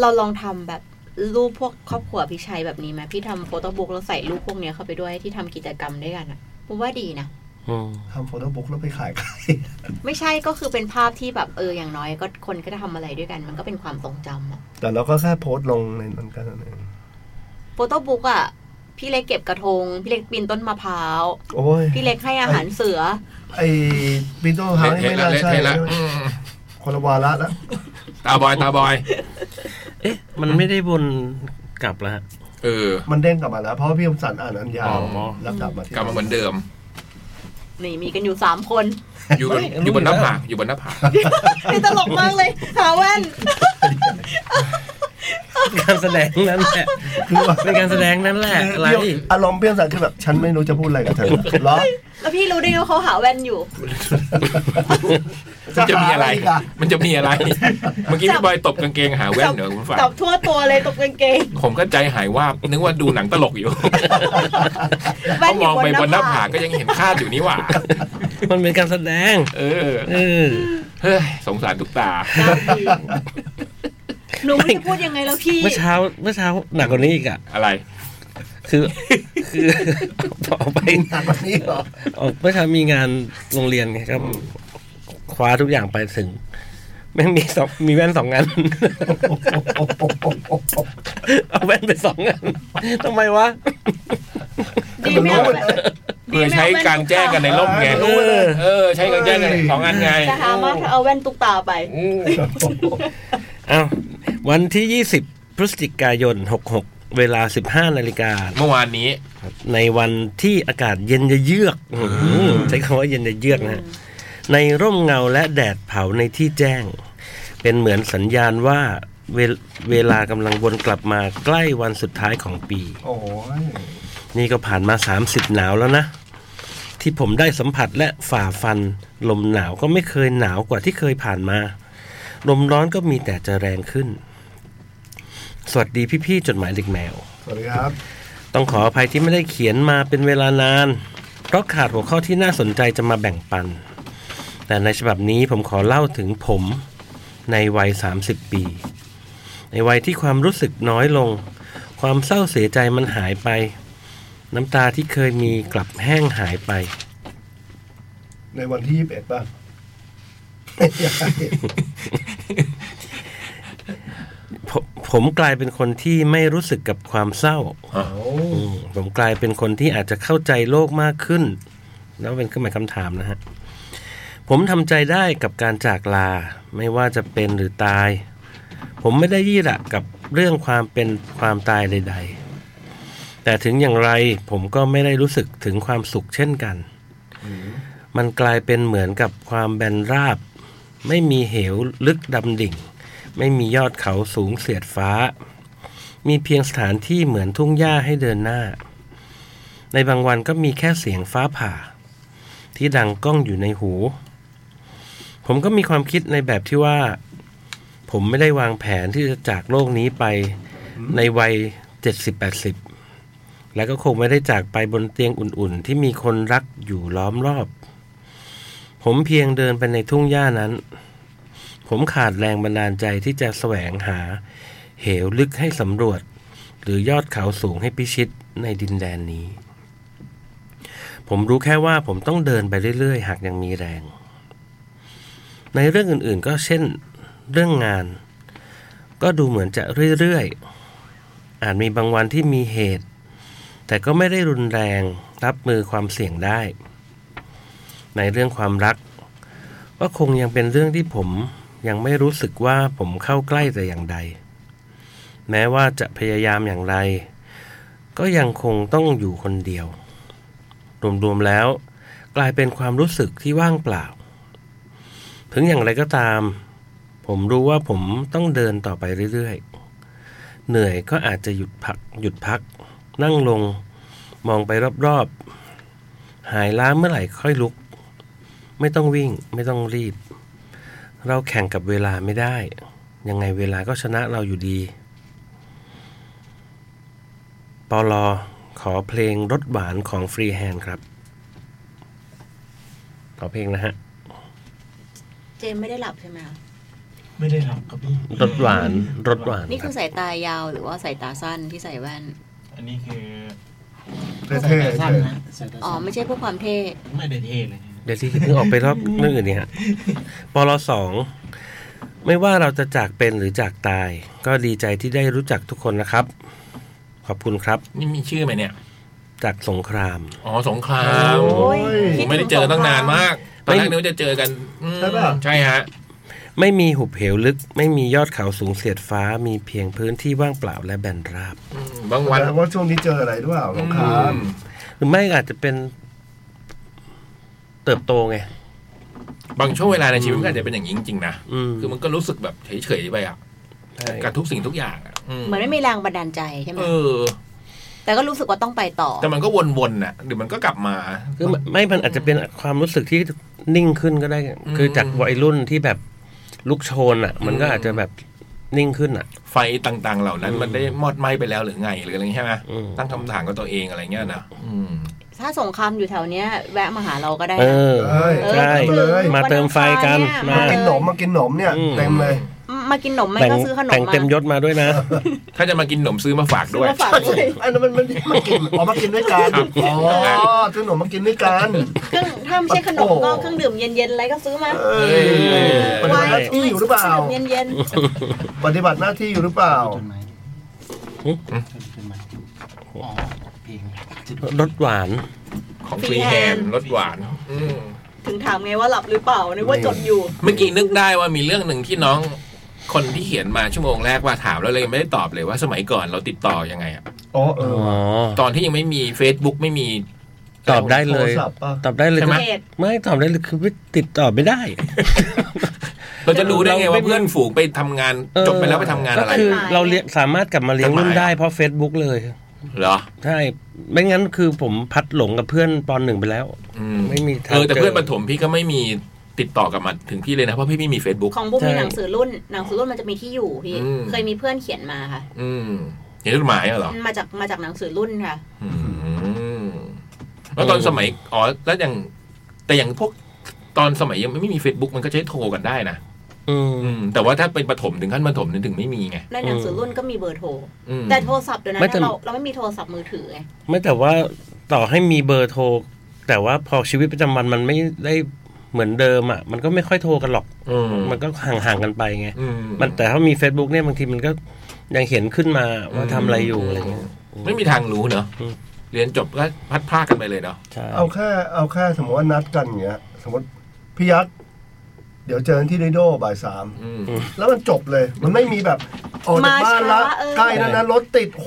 G: เราลองทำแบบรูปพวกครอบครัวพี่ชัยแบบนี้ไหมพี่ทำโฟโต้บุ๊กแล้วใส่รูปพวกเนี้ยเข้าไปด้วยที่ทำกิจกรรมด้วยกันอ่ะผมว่าดีนะ
C: อืม
B: ทำโฟโต้บุ๊กแล้วไปขายใคร
G: ไม่ใช่ก็คือเป็นภาพที่แบบเอออย่างน้อยก็คนก็ได้ทำอะไรด้วยกัน มันก็เป็นความทรงจำอะ
B: แต่เราก็แค่โพสต์ลงในนั้นกันนั่นเอง
G: โฟโต้บุ๊กอะพี่เล็กเก็บกระทง พี่เล็กปีนต้นมะพร้าว
B: โอ้ย
G: พี่เล็กให้อาหารเสือ
B: ไอ้บินโต้ฮา
A: เละ
B: วนี่
A: เทะละ
B: ไม่น่า
A: เละ
B: ใช่
A: เทะละอืม
B: คนละวาระแล้ว
A: ตาบอยตาบอย
C: เอ๊ะ มันไม่ได้วนกลับแล้วฮะ
A: เออ
B: มันเด้งกลับมาแล้ว เพราะว่าพี่คมสันอ่านอันยาว
C: อ๋อ
B: แล้วกลับมาที่
A: กลับมาเหมือนเดิม
G: นี่มีกันอยู่สามคน
A: อยู่บนอยู่บนหน้าผาอยู่บนหน้าผา
G: นี่ตลกมากเลยหาแว่น
C: การแสดงนั่นแหละ
B: คือว่า
C: เป็นการแสดงนั่นแหละ
B: คือ
C: อะไร
B: เปรี้ยวอารมณ์เปรี้ยวสันคือแบบฉันไม่รู้จะพูดอะไรกับเธอเหรอ
G: แล้วพี่รู้ได้ไงว่าเขาหาแว่นอยู่
A: มันจะมีอะไร มันจะมีอะไร เมื่อกี้พี่บอยตบกางเกงหาแว่นเหนือคุณฝ่าย
G: ตบทั่วตัวเลยตบกางเกง
A: ผมก็ใจหายว่าบนึกว่าดูหนังตลกอยู่
G: แว่
A: ก็
G: น
A: มองไป
G: ยู่
A: บนหน้าผากก็ยังเห็นคาดอยู่นี่หว่า
C: มันเป็นการแสดง
A: เออ
C: เออ
A: เฮ้ย สงสารทุกตา
G: หนูไม่ได้พูดยังไงแล้วพี่
C: เมื่อเช้าเมื่อเช้าหนักกว่านี้อีกอ่ะ
A: อะไร
C: คือ คือออกไป
H: หนักกว่านี้เหรอ
C: ออกเมื่อเช้ามีงานโรงเรียนไงครับคว้าทุกอย่างไปถึงแม่งมีสองมีแว่นสองอัน เอาแว่นไปสองอัน ทำไมวะ
G: ดีไม่เอาแว่น
A: เพื่อใช้กลางแจ้งกันในร่มไง
C: เออ
A: เออ ใช้กลางแจ้งกันสองอันไง
G: จะหามากถ้าเอาแว่นตุกตาไป
A: อืม
C: เอาวันที่ 20 พฤศจิกายน 66 เวลา 15 นาฬิกา
A: เมื่อวานนี้
C: ในวันที่อากาศเย็นจะเยือกอื้อหือใช้คำว่าเย็นจะเยือกนะฮะในร่มเงาและแดดเผาในที่แจ้ง เป็นเหมือนสัญญาณว่าเวลเวลากำลังวนกลับมาใกล้วันสุดท้ายของปี
H: โอ้ย
C: นี่ก็ผ่านมา 30 หนาวแล้วนะ ที่ผมได้สัมผัสและฝ่าฟัน ลมหนาวก็ไม่เคยหนาวกว่าที่เคยผ่านมา ลมร้อนก็มีแต่จะแรงขึ้น สวัสดีพี่ๆจดหมายเด็กแมว
H: สวัสดีครับ
C: ต้องขออภัยที่ไม่ได้เขียนมาเป็นเวลานาน เพราะขาดหัวข้อที่น่าสนใจจะมาแบ่งปัน แต่ในฉบับนี้ผมขอเล่าถึงผมในวัย 30 ปี ในวัยที่ความรู้สึกน้อยลง ความเศร้าเสียใจมันหายไป น้ำตาที่เคยมีกลับแห้งหายไป
H: ในวันที่ยี่สิบเอ็ดป่ะ
C: ผมผมกลายเป็นคนที่ไม่รู้สึกกับความเศร้า
H: โอ้
C: อืมผมกลายเป็นคนที่อาจจะเข้าใจโลกมากขึ้น แล้วเป็นเครื่องหมายคำถามนะฮะ ผมทำใจได้กับการจากลาไม่ว่าจะเป็นหรือตาย ผมไม่ได้ยี่ระกับเรื่องความเป็นความตายใดๆ แต่ถึงอย่างไรผมก็ไม่ได้รู้สึกถึงความสุขเช่นกัน มันกลายเป็นเหมือนกับความแบนราบ ไม่มีเหวลึกดำดิ่ง ไม่มียอดเขาสูงเสียดฟ้า มีเพียงสถานที่เหมือนทุ่งหญ้าให้เดินหน้า ในบางวันก็มีแค่เสียงฟ้าผ่า ที่ดังก้องอยู่ในหู ผมก็มีความคิดในแบบที่ว่า ผมไม่ได้วางแผนที่จะจากโลกนี้ไปในวัยเจ็ดสิบแปดสิบและก็คงไม่ได้จากไปบนเตียงอุ่นๆ ที่มีคนรักอยู่ล้อมรอบ ผมเพียงเดินไปในทุ่งหญ้านั้น ผมขาดแรงบันดาลใจที่จะแสวงหา เหวลึกให้สำรวจ หรือยอดเขาสูงให้พิชิตในดินแดนนี้ ผมรู้แค่ว่าผมต้องเดินไปเรื่อย ๆ หากยังมีแรง ในเรื่องอื่นๆก็เช่นเรื่องงาน ก็ดูเหมือนจะเรื่อย ๆ อาจมีบางวันที่มีเหตุ แต่ก็ไม่ได้รุนแรงรับมือความเสี่ยงได้ ในเรื่องความรัก ก็คงยังเป็นเรื่องที่ผมยังไม่รู้สึกว่าผมเข้าใกล้แต่อย่างใด แม้ว่าจะพยายามอย่างไร ก็ยังคงต้องอยู่คนเดียว รวมๆแล้ว กลายเป็นความรู้สึกที่ว่างเปล่า ถึงอย่างไรก็ตาม ผมรู้ว่าผมต้องเดินต่อไปเรื่อยๆ เหนื่อยก็อาจจะหยุดพัก หยุดพัก นั่งลง มองไปรอบๆ หายล้าเมื่อไหร่ค่อยลุก ไม่ต้องวิ่ง ไม่ต้องรีบ เราแข่งกับเวลาไม่ได้ ยังไงเวลาก็ชนะเราอยู่ดี ปอลอขอเพลงรสหวานของฟรีแฮนครับ ขอเพลงนะฮะ
G: เจมส์ไม่ได้หลับใช่ไหมคะ
E: ไม่ได้หลับครับพี่
C: รสหวานรสหวาน
G: นี่คือสายตายาวหรือว่าสายตาสั้นที่ใส่แว่น
E: อันนี้คือ
H: เท่
E: สั้นนะ
H: ๆ
E: สายตา
G: อ๋อ
E: สั้น
G: ไม่ใช่เพื่อความเท่
E: ไม่ได้เท่เลย
C: เดี๋ยวที่เพิ่งออกไปรอบเรื่องอื่นนี่ฮะปอลอสองไม่ว่าเราจะจากเป็นหรือจากตาย ก็ดีใจที่ได้รู้จักทุกคนนะครับ ขอบคุณครับ
A: นี่มีชื่อไหมเนี่ย
C: จากสงคราม
A: อ๋อ สงคราม
G: โอ้ย
A: ผมไม่ได้เจอตั้งนานมาก ตอนแรกนึกว่าจะเจอกันอืม
H: ใช่ป่ะ
A: ใช่ฮะ
C: ไม่มีหุบเหวลึก ไม่มียอดเขาสูงเสียดฟ้า มีเพียงพื้นที่ว่างเปล่าและแบนราบ
A: อืมบาง
H: วั
A: วันน
H: ว่าช่วงนี้เจออะไรด้วยสงคราม
C: หรือไม่อาจจะเป็นเติบโตไง
A: บางช่วงเวลาในชีวิตมันก็อาจจะเป็นอย่างนี้จริงๆนะ
C: อืม
A: คือมันก็รู้สึกแบบเฉยๆไปอ่ะ
C: ใช่
A: กับทุกสิ่งทุกอย่างอะอืม
G: เหมือนไม่มีแรงบันดาลใจใช่ไหม
A: เออ
G: แต่ก็รู้สึกว่าต้องไปต่อ
A: แต่มันก็วนๆน่ะหรือมันก็กลับมา
C: คือไม่ไม่มันอาจจะเป็นความรู้สึกที่นิ่งขึ้นก็ได้
A: อืม
C: คือจากวัยรุ่นที่แบบลุกโชนอ่ะ มันก็อาจจะแบบนิ่งขึ้นอ่ะ
A: ไฟต่างๆ เหล่านั้น มันได้มอดไหม้ไปแล้วหรือไงหรืออะไรอย่างเงี้ยใช่ไหม
C: อืม
A: ตั้งคำถามกับตัวเองอะไรเงี้ยนะอืม
G: ถ้าสงครามอยู่แถวเนี้ย แวะมาหาเราก็ได้
C: เอ
G: นะ
C: อ
B: เอ้ย
G: เออ
C: ใช่
G: ถึงวัน
C: มาเติมไฟกัน
G: อังคารเย
C: มา
G: มา
B: กินหนม
G: เล
B: มากินหนม
G: ย
B: เนี่ย
C: อืม
B: เต็มเลย
G: มากินหนมไหม่
C: แต่ง
G: ก็ซื้อขนม
C: แต่ง
G: มา
C: เต็มยศมาด้วยนะ
A: ถ้าจะมากินขนมซื้อมาฝาก
G: ซื้อ
A: ด้วย
G: มาฝากด้วย
B: อันนั้นมันมันมันกินอ๋อมากินด้วยกัน
A: ครับ
B: อ๋อซื้อหนมมากินด้วยกัน
G: เครื่องถ้าไม่ใช่ขนมก็เครื่องดื่มเย็นๆอะไรก็ซื้อมา
B: เอ้ยปฏิบัติหน้าที่อยู่หรือเปล่า
G: คงดื่มเย็น
B: ปฏิบัติหน้าที่อยู่หรือเปล่า
E: จดหมาย
C: หึ
E: จดจดหมายอ๋อเพลง
C: รสหวาน
A: ของฟรีแฮนด์รสหวานอืม
G: ๆ ถึงถามไงว่าหลับหรือเปล่านึกว่าจดอยู่
A: เมื่อกี้นึกได้ว่ามีเรื่องหนึ่งที่น้องคนที่เขียนมาชั่วโมงแรกว่าถามแล้วเลยไม่ได้ตอบเลยว่าสมัยก่อนเราติดต่อยังไงอะ
B: อ๋อเอ
C: อ๋
B: อ
C: อ
A: ตอนที่ยังไม่มี Facebook ไม่มี
C: ตอบได้เลย
B: โทรศัพท์ป่ะ
C: ตอบได้เลย
A: ใช่ไหม
C: คือไม่ตอบได้เลยคือไม่ติดต่อไม่ได้
A: เราจะรู้ได้ไง
C: เราไม่
A: ว่าเพื่อนฝูงไปทำงาน
C: เออ
A: จบไปแล้วไปทำงาน
C: ก็
A: อะไร
C: คือ
G: หมาย
C: เราเลี้ยงสามารถกลับมาเลี้ยงรุ่น
A: จดหมาย
C: ได้เพราะ Facebook เลย
A: เหรอ
C: ใช่ ไม่งั้นคือผมพัดหลงกับเพื่อนปอนหนึ่งไปแล้ว
A: อืม
C: ไม่มีทาง
A: เออแต่เพื่อน
C: จ
A: ประถมพี่ก็ไม่มีติดต่อกลับมาถึงพี่เลยนะเพราะพี่ไม่มี Facebook
G: ของพวก
C: ใช่
G: มีหนังสือรุ่น หนังสือรุ่นมันจะมีที่อยู่พี่
A: อืม
G: เคยมีเพื่อนเขียนมาค่ะ
A: อืมเห็นจดหมายอะเหรอ
G: มาจากมาจากหนังสือรุ่นค่ะ
A: อืมแล้วตอนสมัยอ๋อแล้วอย่างแต่อย่างพวกตอนสมัยยังไม่มี Facebook มันก็ใช้โทรกันได้นะ
C: อืม
A: อืม แต่ว่าถ้าเป็นประถมถึงขั้นประถมนี่ถึงไม่มีไง
G: ในหนังสือรุ่นก็มีเบอร์โทร
A: อืม
G: แต่โทรศัพท์เดี๋ยวนั้น
C: ไม่
G: นะ
C: แต่
G: เราเราไม่มีโทรศัพท์มือถือไง
C: ไม่แต่ว่าต่อให้มีเบอร์โทร แต่ว่าพอชีวิตประจำวันมันไม่ได้เหมือนเดิมอ่ะ มันก็ไม่ค่อยโทรกันหรอก
A: อืม
C: มันก็ห่างๆกันไปไง
A: อื
C: มันแต่ถ้ามี Facebook เนี่ยบางทีมันก็ยังเห็นขึ้นมาว่าทำอะไรอยู่อะไรเงี้ย
A: ไม่มีทางรู้เนอะ
C: อืม
A: เรียนจบก็พัดพรากกันไปเลยเนาะ
C: ใช่
B: เอาแค่เอาแค่สมมติว่านัดกันอย่างเงี้ย สมมติพี่ยักษ์เดี๋ยวเจอกันที่ไดโดบ่ายสาม
A: อืม
B: แล้วมันจบเลย มันไม่มีแบบออกจากบ้านละใกล้แล้วนะรถติดโห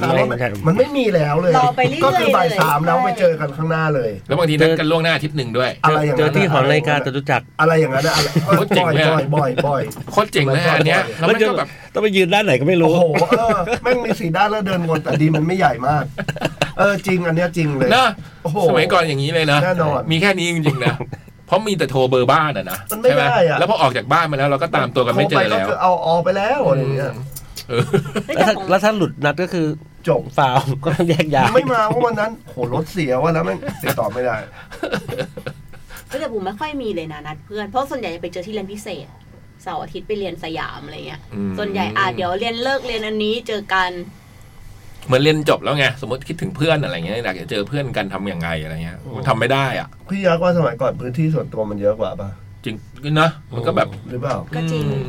B: หารถ
C: ไม่ใช่
B: มันไม่มีแล้วเลย
G: รอไปเรื่อยๆ
B: ก็คือบ่าย
G: เล
B: สามแล้วไปเจอกันข้างหน้าเลย
A: แล้วบางทีนัดกันล่วงหน้าอาทิตย์หนึ่งด้วย
B: อะไรอย่าง
C: เจอ
B: นั้น
C: ที่หอนาฬิกาจ
B: อะไร
C: ตุจักร
B: อะไรอย่างนั้นอะอะไร
A: โคตรเจ๋ง
B: บ่อย
A: เลย
B: บ่
A: อะ
B: อยบ่อยบ่อย
A: โคตรเจ๋งเลยอะอันเนี้ยแล้วมันก็แบบ
C: ต้องไปยืนด้านไหนก็ไม่
B: โอ้
C: รู้
B: โหเออแม่งมีสีด้านแล้วเดินวนแต่ดีมันไม่ใหญ่มาก เออจริงอันเนี้ยจริงเลย
A: เนอะ
B: โอ้โห
A: สมัยก่อนอย่างนี้เลยเนอะ
B: แน่นอน
A: มีแค่นี้จริงๆนะเพราะมีแต่โทรเบอร์บ้านอะนะ
B: มันไม่ได้อะ
A: ใช่หแล้วพอออกจากบ้านมาแล้วเราก็ตามตัวกันไม่เจอแล้ว
B: โทรปก็คือเอาออกไปแล้วอะไรเงี้ย
A: เออ
G: ไม่
C: แล้ว
G: แต่
C: ถ้า
G: ของ
C: แล้วถ้าหลุดนัดก็คือ
B: จบ
C: ฟาวก็ต้องแยกย้าย
B: ไม่มาว่าวันนั้น โหรถเสียว่าแล้วแม่งติดต่อไม่ได้
G: ไม่แต่ผมไม่ค่อยมีเลยนะนัดเพื่อน เพราะส่วนใหญ่จะไปเจอที่เรียนพิเศษ เสาร์อาทิตย์ไปเรียนสยามอะไรเงี้ย
A: อืม
G: ส่วนใหญ่อ่ะเดี๋ยวเรียนเลิกเรียนอันนี้เจอกัน
A: เหมือนเรียนจบแล้วไงสมมติคิดถึงเพื่อนอะไรเงี้ยอยากจะเจอเพื่อนกันทำอย่างไงอะไรเงี้ยมันทำไม่ได้อ่ะ
B: พี่ยักษ์ว่าสมัยก่อนพื้นที่ส่วนตัวมันเยอะกว่าป่ะ
A: จริงเนอะมันก็แบบ
B: หรือเปล่า
G: ก็จริง
A: อืม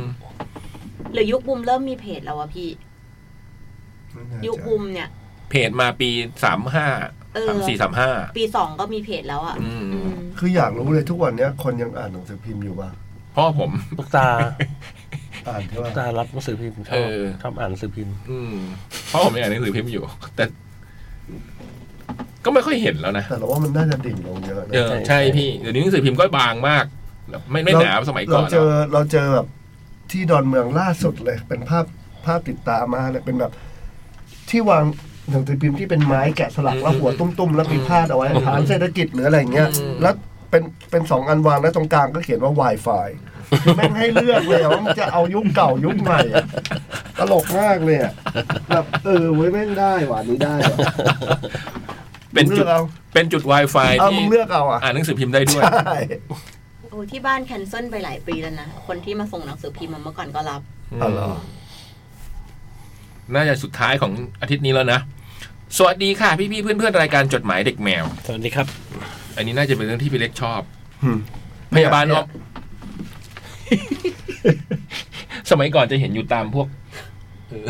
G: หรือยุคบูมเริ่มมีเพจแล้วอะพี่
B: ไม่แน่ใจ
G: ยุคบูมเนี่ย
A: เพจมาปีสามห้า
G: เออ
A: สามสี่สามห้า
G: ปีสองก็มีเพจแล้วอะ
A: อืม
G: อืม
B: คืออยากรู้เลยทุกวันเนี้ยคนยังอ่านหนังสือพิมพ์อยู่ป่ะ
A: พ่อผม
C: ลูกตา
B: อ่านใช่
C: ลู
B: ป่ะ
C: กตารับหนังสือพิมพ์ช
A: เอ
C: อบ
A: อ
C: ชอบอ่านหนังสือพิมพ์
A: อืมพ่อผมยังอ่านหนังสือพิมพ์อยู่ แต่ ก็ไม่ค่อยเห็นแล้วนะ
B: แต่เราว่ามันน่าจะดิ่งลงเยอะนะ
A: เออใช่พี่เดี๋ยวนี้หนังสือพิมพ์ก็บางมากแบบไม่ไม่หนาสมัยก่อน
B: เราเจอเราเจอแบบที่ดอนเมืองล่าสุดเลย เป็นภาพภาพติดตามมาเลยเป็นแบบ ที่วางหนังสือพิมพ์ที่เป็นไม้แกะสลักแล้วหัวตุ้มๆ แล้วมีพาดเอาไว้ฐานเศรษฐกิจหรืออะไรอย่างเงี้ย แล้วเป็นเป็นสองอันวางแล้วตรงกลางก็เขียนว่า Wi-Fi คือแม่งให้เลือกเลยอะว่ามันจะเอายุคเก่ายุคใหม่อะตลกมากเลยอะแบบเออเว้ยแม่งได้ว่ะอันนี้ได้ว่ะ
A: เป็น
B: มึง
A: จุ
B: ลื
A: ด
B: อกเอา
A: เป็นจุด Wi-Fi
B: เอา
A: ที่
B: มึงเลือกเอาอ่ะ
A: อ่านหนังสือพิมพ์ได้ด้วย
B: ใช่
G: โอ้ที่บ้านแคนเซิลไปหลายปีแล้วนะ คนที่มาส่งหนังสือพิมพ์มาเมื่อก่อนก็รับ
B: เอาเหรอ
A: น่าจะสุดท้ายของอาทิตย์นี้แล้วนะ สวัสดีค่ะ พี่ๆเพื่อนๆรายการจดหมายเด็กแมว
C: สวัสดีครับ
A: อันนี้น่าจะเป็นเรื่องที่พี่เล็กชอบ
B: อืม
A: พยาบาลออกสมัยก่อนจะเห็นอยู่ตามพวกเออ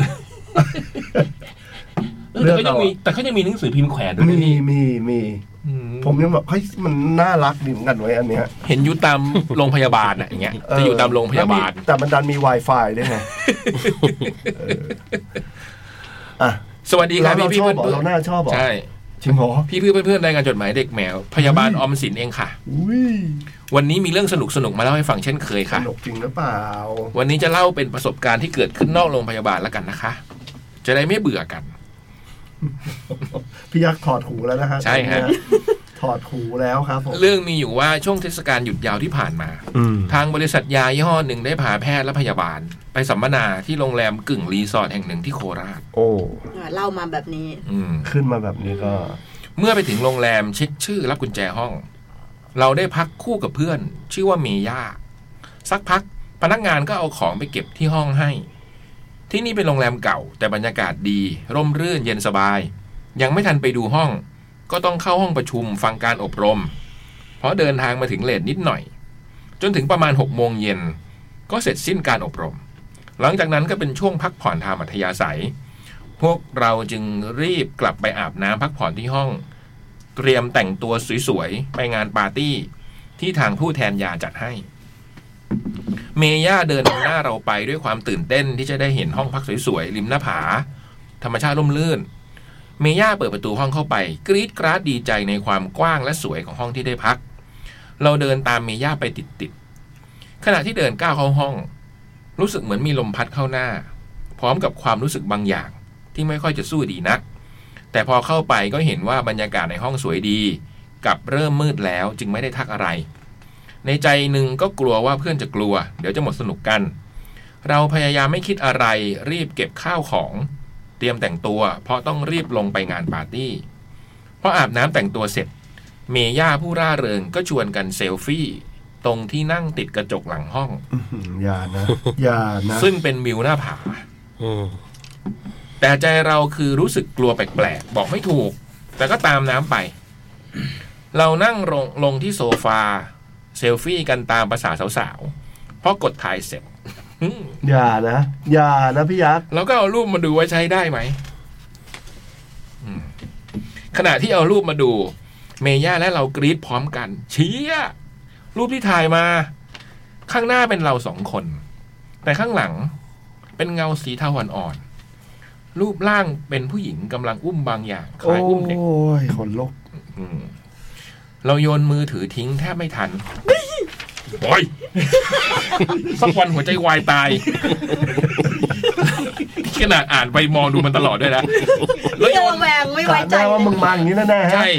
B: เลื
A: แต่
B: อก
A: ก็ยั
B: เอา
A: ง
B: อะ
A: มีแต่ก็ยังมีหนังสือพิมพ์แขวนด้วย
B: มี
A: นะนี่
B: มีมี
A: อืม
B: ผมยังแบบเฮ้ยมันน่ารักดีเหมือนกันไว้ยอันเนี้ย
A: เห็นอยู่ตามโรงพยาบาลอ่ะอย่างเงี้ย
B: เ
A: จะอยู่ตามโรงพยาบาล
B: แล้วมีแต่มันดันมี Wi-Fi ด้วยไงเอออ่ะ
A: สวัสดีค่ะ
B: เรา
A: พี่พี่
B: ชอบ
A: เพื่อน
B: บอกเราหน้าชอบบอก
A: ใช่
B: จริงเหรอ
A: พี่พี่เพื่อนเพื่อนๆรายการจดหมายเด็กแมว พยาบาลออมสินเองค่ะ
B: อุ้ย
A: วันนี้มีเรื่องสนุกสนุกๆมาเล่าให้ฟังเช่นเคย
B: ส
A: ค่ะ
B: นุกจริงหรือเปล่า
A: วันนี้จะเล่าเป็นประสบการณ์ที่เกิดขึ้นนอกโรงพยาบาลแล้วกันนะคะ จะได้ไม่เบื่อกัน
H: พี่ยักษ์ถอดหูแล้วนะฮะ
A: ใช่ฮะ
H: ตอนเนี้ยถอดหูแล้วครับผม
A: เรื่องมีอยู่ว่าช่วงเทศกาลหยุดยาวที่ผ่านมา
B: อืม
A: ทางบริษัทยายี่ห้อหนึ่งได้พาแพทย์และพยาบาล ไปสัมมนาที่โรงแรมกึ่งรีสอร์ทแห่งหนึ่งที่โคราช
B: โอ้
G: เล่ามาแบบนี้
A: อืม
B: ขึ้นมาแบบนี้ก็
A: เมื่อไปถึงโรงแรมเช็คชื่อรับกุญแจห้อง เราได้พักคู่กับเพื่อน ชื่อว่าเมย่าสักพักพนักงานก็เอาของไปเก็บที่ห้องให้ ที่นี่เป็นโรงแรมเก่า แต่บรรยากาศดี ร่มรื่นเย็นสบาย ยังไม่ทันไปดูห้อง ก็ต้องเข้าห้องประชุมฟังการอบรม เพราะเดินทางมาถึงเลทนิดหน่อย จนถึงประมาณ6กโมงเย็นก็เสร็จสิ้นการอบรม หลังจากนั้นก็เป็นช่วงพักผ่อนทางอัธยาศัย พวกเราจึงรีบกลับไปอาบน้ำพักผ่อนที่ห้อง เตรียมแต่งตัวสวยๆ ไปงานปาร์ตี้ ที่ทางผู้แทนยาจัดให้ เมย่าเดินนำหน้าเราไปด้วยความตื่นเต้นที่จะได้เห็นห้องพักสวยๆ ริมหน้าผา ธรรมชาติร่มรื่น เมย่าเปิดประตูห้องเข้าไป กรี๊ดกราดดีใจในความกว้างและสวยของห้องที่ได้พัก เราเดินตามเมย่าไปติดๆขณะที่เดินก้าวเข้าห้อง รู้สึกเหมือนมีลมพัดเข้าหน้า พร้อมกับความรู้สึกบางอย่างที่ไม่ค่อยจะสู้ดีนัก แต่พอเข้าไปก็เห็นว่าบรรยากาศในห้องสวยดีกลับเริ่มมืดแล้วจึงไม่ได้ทักอะไร ในใจหนึ่งก็กลัวว่าเพื่อนจะกลัว เดี๋ยวจะหมดสนุกกัน เราพยายามไม่คิดอะไร รีบเก็บข้าวของ เตรียมแต่งตัว เพราะต้องรีบลงไปงานปาร์ตี้พออาบน้ำแต่งตัวเสร็จ เมย่าผู้ร่าเริงก็ชวนกันเซลฟี่ ตรงที่นั่งติดกระจกหลังห้อง
B: อื้อหืออย่านะ
H: อย่านะ
A: ซึ่งเป็นวิวหน้าผา
C: อืม
A: แต่ใจเราคือรู้สึกกลัวแปลกๆ บอกไม่ถูก แต่ก็ตามน้ำไป เรานั่งลงลงที่โซฟา เซลฟี่กันตามภาษาสาวๆ เพราะกดถ่ายเสร็จ
H: อย่านะอย่านะพี่ยักษ์
A: เราก็เอารูปมาดูว่าใช้ได้ไหมอืมขณะที่เอารูปมาดู เมย่าและเรากรีดพร้อมกัน เชี้รูปที่ถ่ายมา ข้างหน้าเป็นเราสองคน แต่ข้างหลังเป็นเงาสีเทาอ่อนๆรูปร่างเป็นผู้หญิงกำลังอุ้มบางอย่างค
B: โอ้
A: ล้ายอุ้มเด็ก
B: ยขนลุก
A: อืมเราโยนมือถือทิ้งแทบไม่ทันบอย สักวันหัวใจวายตาย ขนาดอ่านไปมองดูมันตลอดด้วยนะ แล้วโย
G: เยอน แวงไม่ไว้
H: กะ
G: ใจ
H: ได้ว่า
G: เล
H: มึง
G: ย
H: มาอย่างนี้แน่ๆฮะ
A: ใช่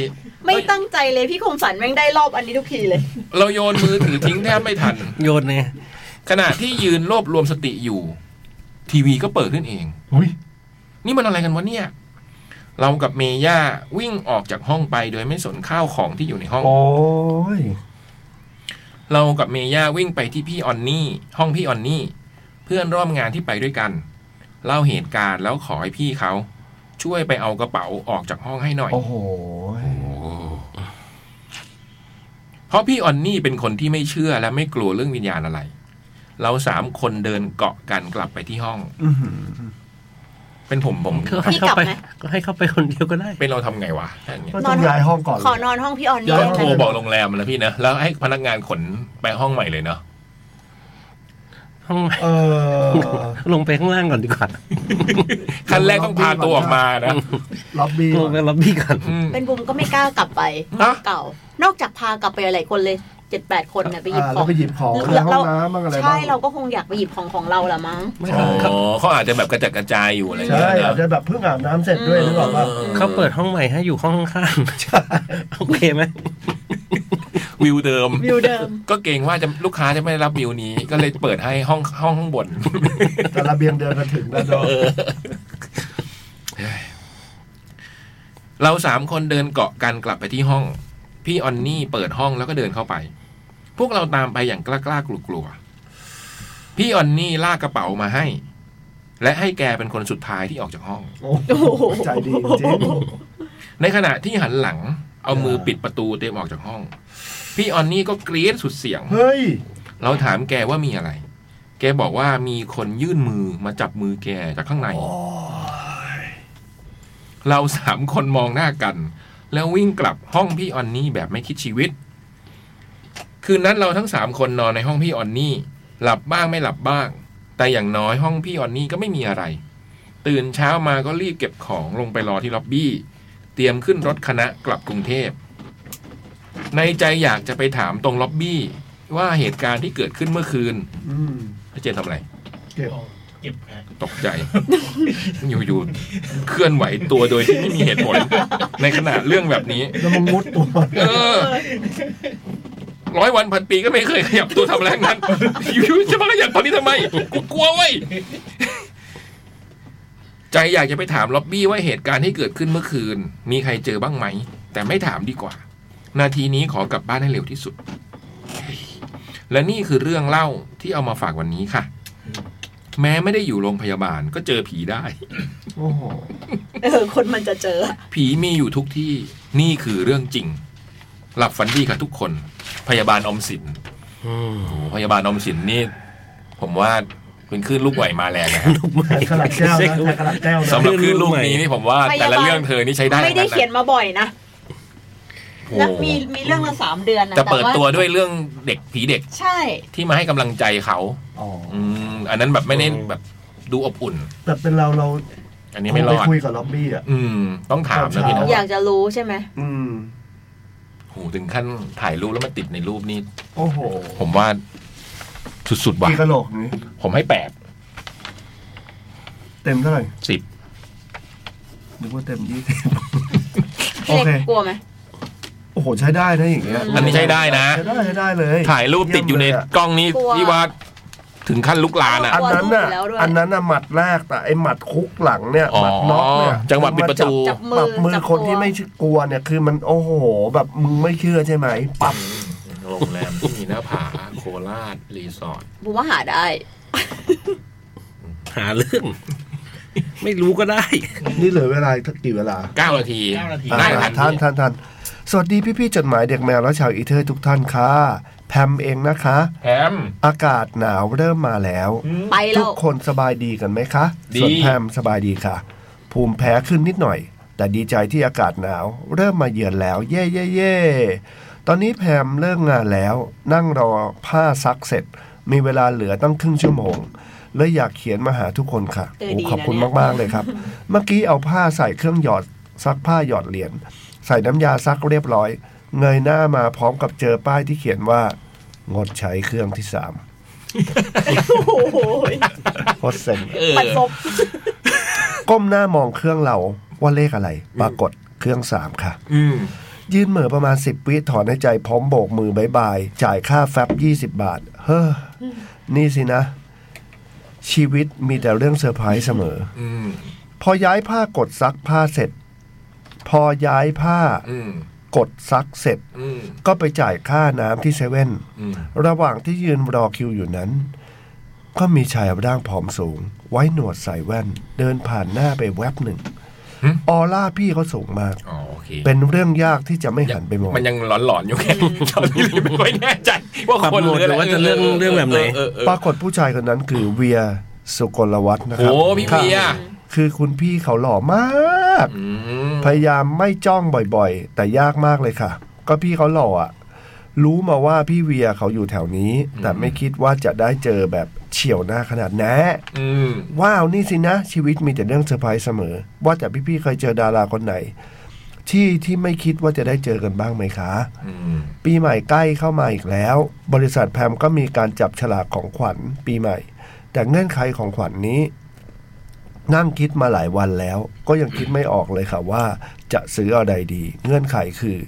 G: ไม่ตั้งใจเลยพี่คมสันแม่งได้รอบอันนี้ทุกทีเลย
A: เราโยนมือถือทิ้งแทบไม่ทัน
C: โยนไง
A: ขณะที่ยืนรวบรวมสติอยู่ ทีวีก็เปิดขึ้นเอง
H: อุ้ย
A: นี่มันอะไรกันวะเนี่ย เรากับเมย่าวิ่งออกจากห้องไปโดยไม่สนข้าวของที่อยู่ในห้อง
B: โอ้ย
A: เรากับเมย่าวิ่งไปที่พี่ออนนี่ ห้องพี่ออนนี่ เพื่อนร่วมงานที่ไปด้วยกัน เล่าเหตุการณ์แล้วขอให้พี่เขา ช่วยไปเอากระเป๋าออกจากห้องให้หน่อย
B: โอ้โห
A: เพราะพี่ออนนี่เป็นคนที่ไม่เชื่อและไม่กลัวเรื่องวิญญาณอะไร เราสามคนเดินเกาะกันกลับไปที่ห้อง
B: อื้อหือ
A: เป็นผมผม
C: ก็ให้
G: พี่กลั
C: เข้า
G: บ
C: ไป
G: ไหม
C: ก็ให้เข้าไปคนเดียวก็ได้
A: เป็นเราทำไงวะอย่างเงี้ย
H: ก็ต้องย้ายห้องก่อนเลย
G: ขอนอนห้องพี่ออนนี่
H: ย้าย
G: ได้
H: ห้อง
A: โทร
G: ไหม
A: บอกโรงแรมแล้วพี่นะแล้วให้พนักงานขนไปห้องใหม่เลยเนาะ
C: ห้อง
H: เออ
C: ลงไปข้างล่างก่อนดีกว่า
A: ขั้นแรกต้องพาตัวออกมานะ
H: ล็อบบี้
C: ลงไปล็อบบี้ก่อน
A: อืม
G: เป็นบุมก็ไม่กล้ากลับไป
A: ฮะ
G: เก่า นอกจากพากลับไปหลายคนเลยเจ็ดแปดคนเนี่ยไปหยิบ
H: อ่า
G: ขอ
H: แล้ว
G: ง
H: ไปหยิบของ
G: เรา
H: ในห้องน้ำบ้างอะไรบ้าง
G: ใช่เราก็คงอยากไปหยิบของของเราละมั้ง
C: ไม่
A: อ๋
C: เขาเขา
A: อเขาอาจจะแบบกระจัดกระจายอยู่อะไรอย่าง
H: ใช่
A: เงี้ย
H: อาจจะ
A: นะ
H: แบบเพิ่งอาบน้ำเสร็จด้วยนึกออกป่ะ
C: เขาเปิดห้องใหม่ให้อยู่ห้องข้างๆโอเคไหม
A: วิวเดิม
G: วิวเดิม
A: ก็เกรงว่าจะลูกค้าจะไม่ได้รับวิวนี้ ก็เลยเปิดให้ห้องห้องข้างบน
H: แต่ระเบียงเดินมาถึงแล้วเนอะ
A: เราสามคนเดินเกาะกันกลับไปที่ห้อง พี่ออนนี่เปิดห้องแล้วก็เดินเข้าไป พวกเราตามไปอย่างกล้ากล้ากลัวกลัวๆพี่ออนนี่ลากกระเป๋ามาให้ และให้แกเป็นคนสุดท้ายที่ออกจากห้อง
H: โอ้โหใจดีจริง
A: ในขณะที่หันหลัง เอามือปิดประตูเตรียมออกจากห้อง พี่ออนนี่ก็กรี๊ดสุดเสียง
H: เฮ้ย
A: เราถามแกว่ามีอะไร แกบอกว่ามีคนยื่นมือมาจับมือแกจากข้างใน เราสามคนมองหน้ากัน แล้ววิ่งกลับห้องพี่ออนนี่แบบไม่คิดชีวิต คืนนั้นเราทั้งสามคนนอนในห้องพี่ออนนี่ หลับบ้างไม่หลับบ้าง แต่อย่างน้อยห้องพี่ออนนี่ก็ไม่มีอะไร ตื่นเช้ามาก็รีบเก็บของลงไปรอที่ล็อบบี้ เตรียมขึ้นรถคณะกลับกรุงเทพ ในใจอยากจะไปถามตรงล็อบบี้ ว่าเหตุการณ์ที่เกิดขึ้นเมื่อคืน
H: อืม
A: พี่เจนทำอะไร
H: เก็บ
I: เก็บนะ
A: ตกใจ อยู่ๆเคลื่อนไหวตัวโดยที่ไม่มีเหตุผล ในขณะเรื่องแบบนี้
B: แล้วมันมุดตัว
A: เออร้อยวันพันปีก็ไม่เคยขยับตัวทำอะไรทั้งนั้น อยู่ๆจะมาขยับตอนนี้ทำไมกูกลัวเว้ยใจอยากจะไปถามล็อบบี้ว่าเหตุการณ์ที่เกิดขึ้นเมื่อคืน มีใครเจอบ้างไหม แต่ไม่ถามดีกว่า นาทีนี้ขอกลับบ้านให้เร็วที่สุด และนี่คือเรื่องเล่าที่เอามาฝากวันนี้ค่ะ แม้ไม่ได้อยู่โรงพยาบาลก็เจอผีได้
B: โอ้โห
G: เออคนมันจะเจอ
A: ผีมีอยู่ทุกที่นี่คือเรื่องจริง หลับฝันดีค่ะทุกคน พยาบาลอมสินโอ้โหพยาบาลอมสินนี่ ผมว่าเป็นคลื่นลูกไหวมาแรงนะครับ
B: ใส่ขลัดแก้วนะใส่ขลัดแก้วนะ
A: สำหรับคลื่นลูกนี้นี่ผมว่า แต่ละเรื่องเธอนี่ใช้ได้
G: ไม่ได้เขียนมาบ่อยนะ
A: โอ้
G: แล้ว
A: โห
G: มีมีเรื่องละสามเดือนนะ
A: แต่เปิด
G: า
A: ตัวด้วยเรื่องเด็กผีเด็ก
G: ใช่
A: ที่มาให้กำลังใจเขา
B: อ๋อ
A: อืมอันนั้นแบบไม่ได้แบบดูอบอุ่น
B: แต่เป็นเราเรา
A: อันนี้ไม่ร
B: ไป
A: อด
B: คุยกับล็อบบี้อ่ะ
A: อืม ต้องถามนะพี่นะ
G: อยากจะรู้ใช่ไหม
B: อืม
A: โหถึงขั้นถ่ายรูปแล้วมาติดในรูปนี่
B: โอ้โห
A: ผมว่าสุดๆว่ะ
B: กี่กะโหลกนี้
A: ผมให้แปด
B: เต็มเท่าไหร่
A: สิบ
B: นึกว่าเต็มยี่ โอ
G: พี่เล็ก
B: เค
G: กลัวไหม
B: โอ้โห ใช้ได้นะอย่างเงี้ย
A: อันนี้ใช้ได้นะ
B: ใช้ได้ใช้ได้เลย
A: ถ่ายรูปติดอยู่ใน
B: เมเลอะ
A: กล้องนี้ที่ว่าถึงขั้นลุกลานอ่ะ
B: อันนั้นน่ะ อันนั้นน่ะหมัดแรกแต่ไอหมัดคุกหลังเนี่ย
A: อ๋อ
B: หมัดน็อกเนี่ย
A: จังหวะปิดประตู
G: จับมื
B: ปั
G: อบ
B: มือ
G: จับ
B: คน
G: ตัว
B: ที่ไม่กลัวเนี่ย คือมันโอ้โห แบบมึงไม่เชื่อใช่ไหมปับ
A: โรงแรมที่มีหน้าผาโคราชรีสอร์ท
G: บูว่าหาได้
E: หาเรื่อง ไม่รู้ก็ได้
B: นี่เหลือเวลาทักกี่เวลา
A: เก้านาที
I: เก้านาที
A: ได้
B: อ่า
A: ทัน
B: ท่านท่านท่านสวัสดีพี่ ๆ จดหมายเด็กแมวและชาวอีเทอร์ทุกท่านค่ะ แพมเองนะคะ
A: แฮม
B: อากาศหนาวเริ่มมาแล้ว
G: ไป
B: ทุ
G: แล้
B: ก
G: ว
B: คนสบายดีกันไหมคะ
A: ดี
B: ส่วนแพมสบายดีค่ะ ภูมิแพ้ขึ้นนิดหน่อย แต่ดีใจที่อากาศหนาว เริ่มมาเยือนแล้ว เย่เย่เย่ตอนนี้แพมเลิกงานแล้ว นั่งรอผ้าซักเสร็จ มีเวลาเหลือตั้งครึ่งชั่วโมงเลยอยากเขียนมาหาทุกคนค่ะโอ้ขอบคุณมากๆเลยครับ เมื่อกี้เอาผ้าใส่เครื่องหยอดซักผ้าหยอดเหรียญใส่น้ำยาซักเรียบร้อย เงยหน้ามาพร้อมกับเจอป้ายที่เขียนว่า งดใช้เครื่องที่สาม
G: โอ้โห
B: โคตรเซ็ง
G: ปัดซบ
B: ก้มหน้ามองเครื่องเราว่าเลขอะไร ปรากฏเครื่องสามค่ะ
A: อืม
B: ยืนเหม่อประมาณสิบวิถอนหายใจพร้อมโบกมือบายบาย จ่ายค่าแฟบยี่สิบบาท เฮ้อ นี่สินะ ชีวิตมีแต่เรื่องเซอร์ไพรส์เสมอ
A: อืม
B: พอย้ายผ้ากดซักผ้าเสร็จ พอย้ายผ้า
A: อืม
B: กดซักเสร็จ
A: อืม
B: ก็ไปจ่ายค่าน้ำที่เซเว่น
A: อืม
B: ระหว่างที่ยืนรอคิวอยู่นั้น ก็มีชายร่างผอมสูง ไว้หนวดใส่แว่น เดินผ่านหน้าไปแวบหนึ่ง ออร่าพี่เขาสูงมาก
A: อ๋อโอเค
B: เป็นเรื่องยากที่จะไม่หันไปมอง
A: มันยังหลอนๆอยู่แค่ตอนนี้ไม่ค่อยแน่ใจ ว่าคน
E: ปรับโหมดหรือว่าจะเรื่องเรื่องแบบไหน
A: เออเออ
B: ป
A: เอ
B: รา
A: อ
B: กฏผู้ชายคนนั้นคือเวียสุกลวัฒน์นะครั
A: โอ้พี่เวีย
B: ค่ะคือคุณพี่เขาหล่อมาก
A: อืม
B: พยายามไม่จ้องบ่อยๆ แต่ยากมากเลยค่ะ ก็พี่เขาหล่ออะรู้มาว่าพี่เวียเขาอยู่แถวนี้ แต่ไม่คิดว่าจะได้เจอแบบเฉียวหน้าขนาดแน่
A: อืม
B: ว้าวนี่สินะ ชีวิตมีแต่เรื่องเซอร์ไพรส์เสมอ ว่าแต่พี่ๆเคยเจอดาราคนไหน ที่ที่ไม่คิดว่าจะได้เจอกันบ้างไหมคะ
A: อืม
B: ปีใหม่ใกล้เข้ามาอีกแล้ว บริษัทแพมก็มีการจับฉลากของขวัญปีใหม่ แต่เงื่อนไขของขวัญนนี้ นั่งคิดมาหลายวันแล้ว ก็ยังคิดไม่ออกเลยค่ะว่า จะซื้ออะไรดี เงื่อนไขคือ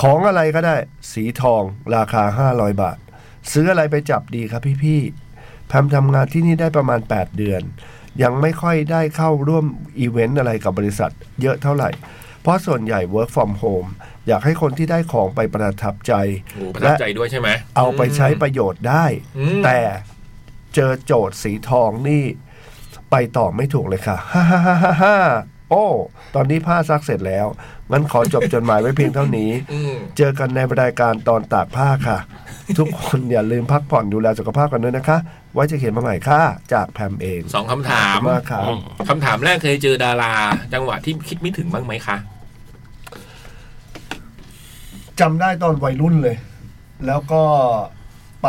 B: ของอะไรก็ได้ สีทอง ราคา 500 บาท ซื้ออะไรไปจับดีครับพี่ๆแพมทำงานที่นี่ได้ประมาณ 8 เดือน ยังไม่ค่อยได้เข้าร่วมอีเวนต์อะไรกับบริษัท เยอะเท่าไหร่ เพราะส่วนใหญ่ work from home อยากให้คนที่ได้ของไปประทับใจ
A: โอ้ประทับใจด้วยใช่ไหม
B: เอาไปใช้ประโยชน์ได้
A: อืม
B: แต่เจอโจทย์สีทองนี่ ไปต่อไม่ถูกเลยค่ะ ฮ่าฮ่าฮ่าฮ่าโอ้ ตอนนี้ผ้าซักเสร็จแล้วงั้นขอจบจดหมายไว้เพียงเท่า นี้
A: อืม
B: เจอกันในรายการตอนตากผ้าค่ะ ทุกคนอย่าลืมพักผ่อนดูแลสุขภาพกันด้วยนะคะ ไว้จะเขียนมาใหม่ค่ะ จากแพมเอง
A: สองคำถาม
B: มากค่ะ
A: คำถามแรกเคยเจอดารา จังหวะที่คิดไม่ถึงบ้างไหมคะ
B: จำได้ตอนวัยรุ่นเลย แล้วก็ไป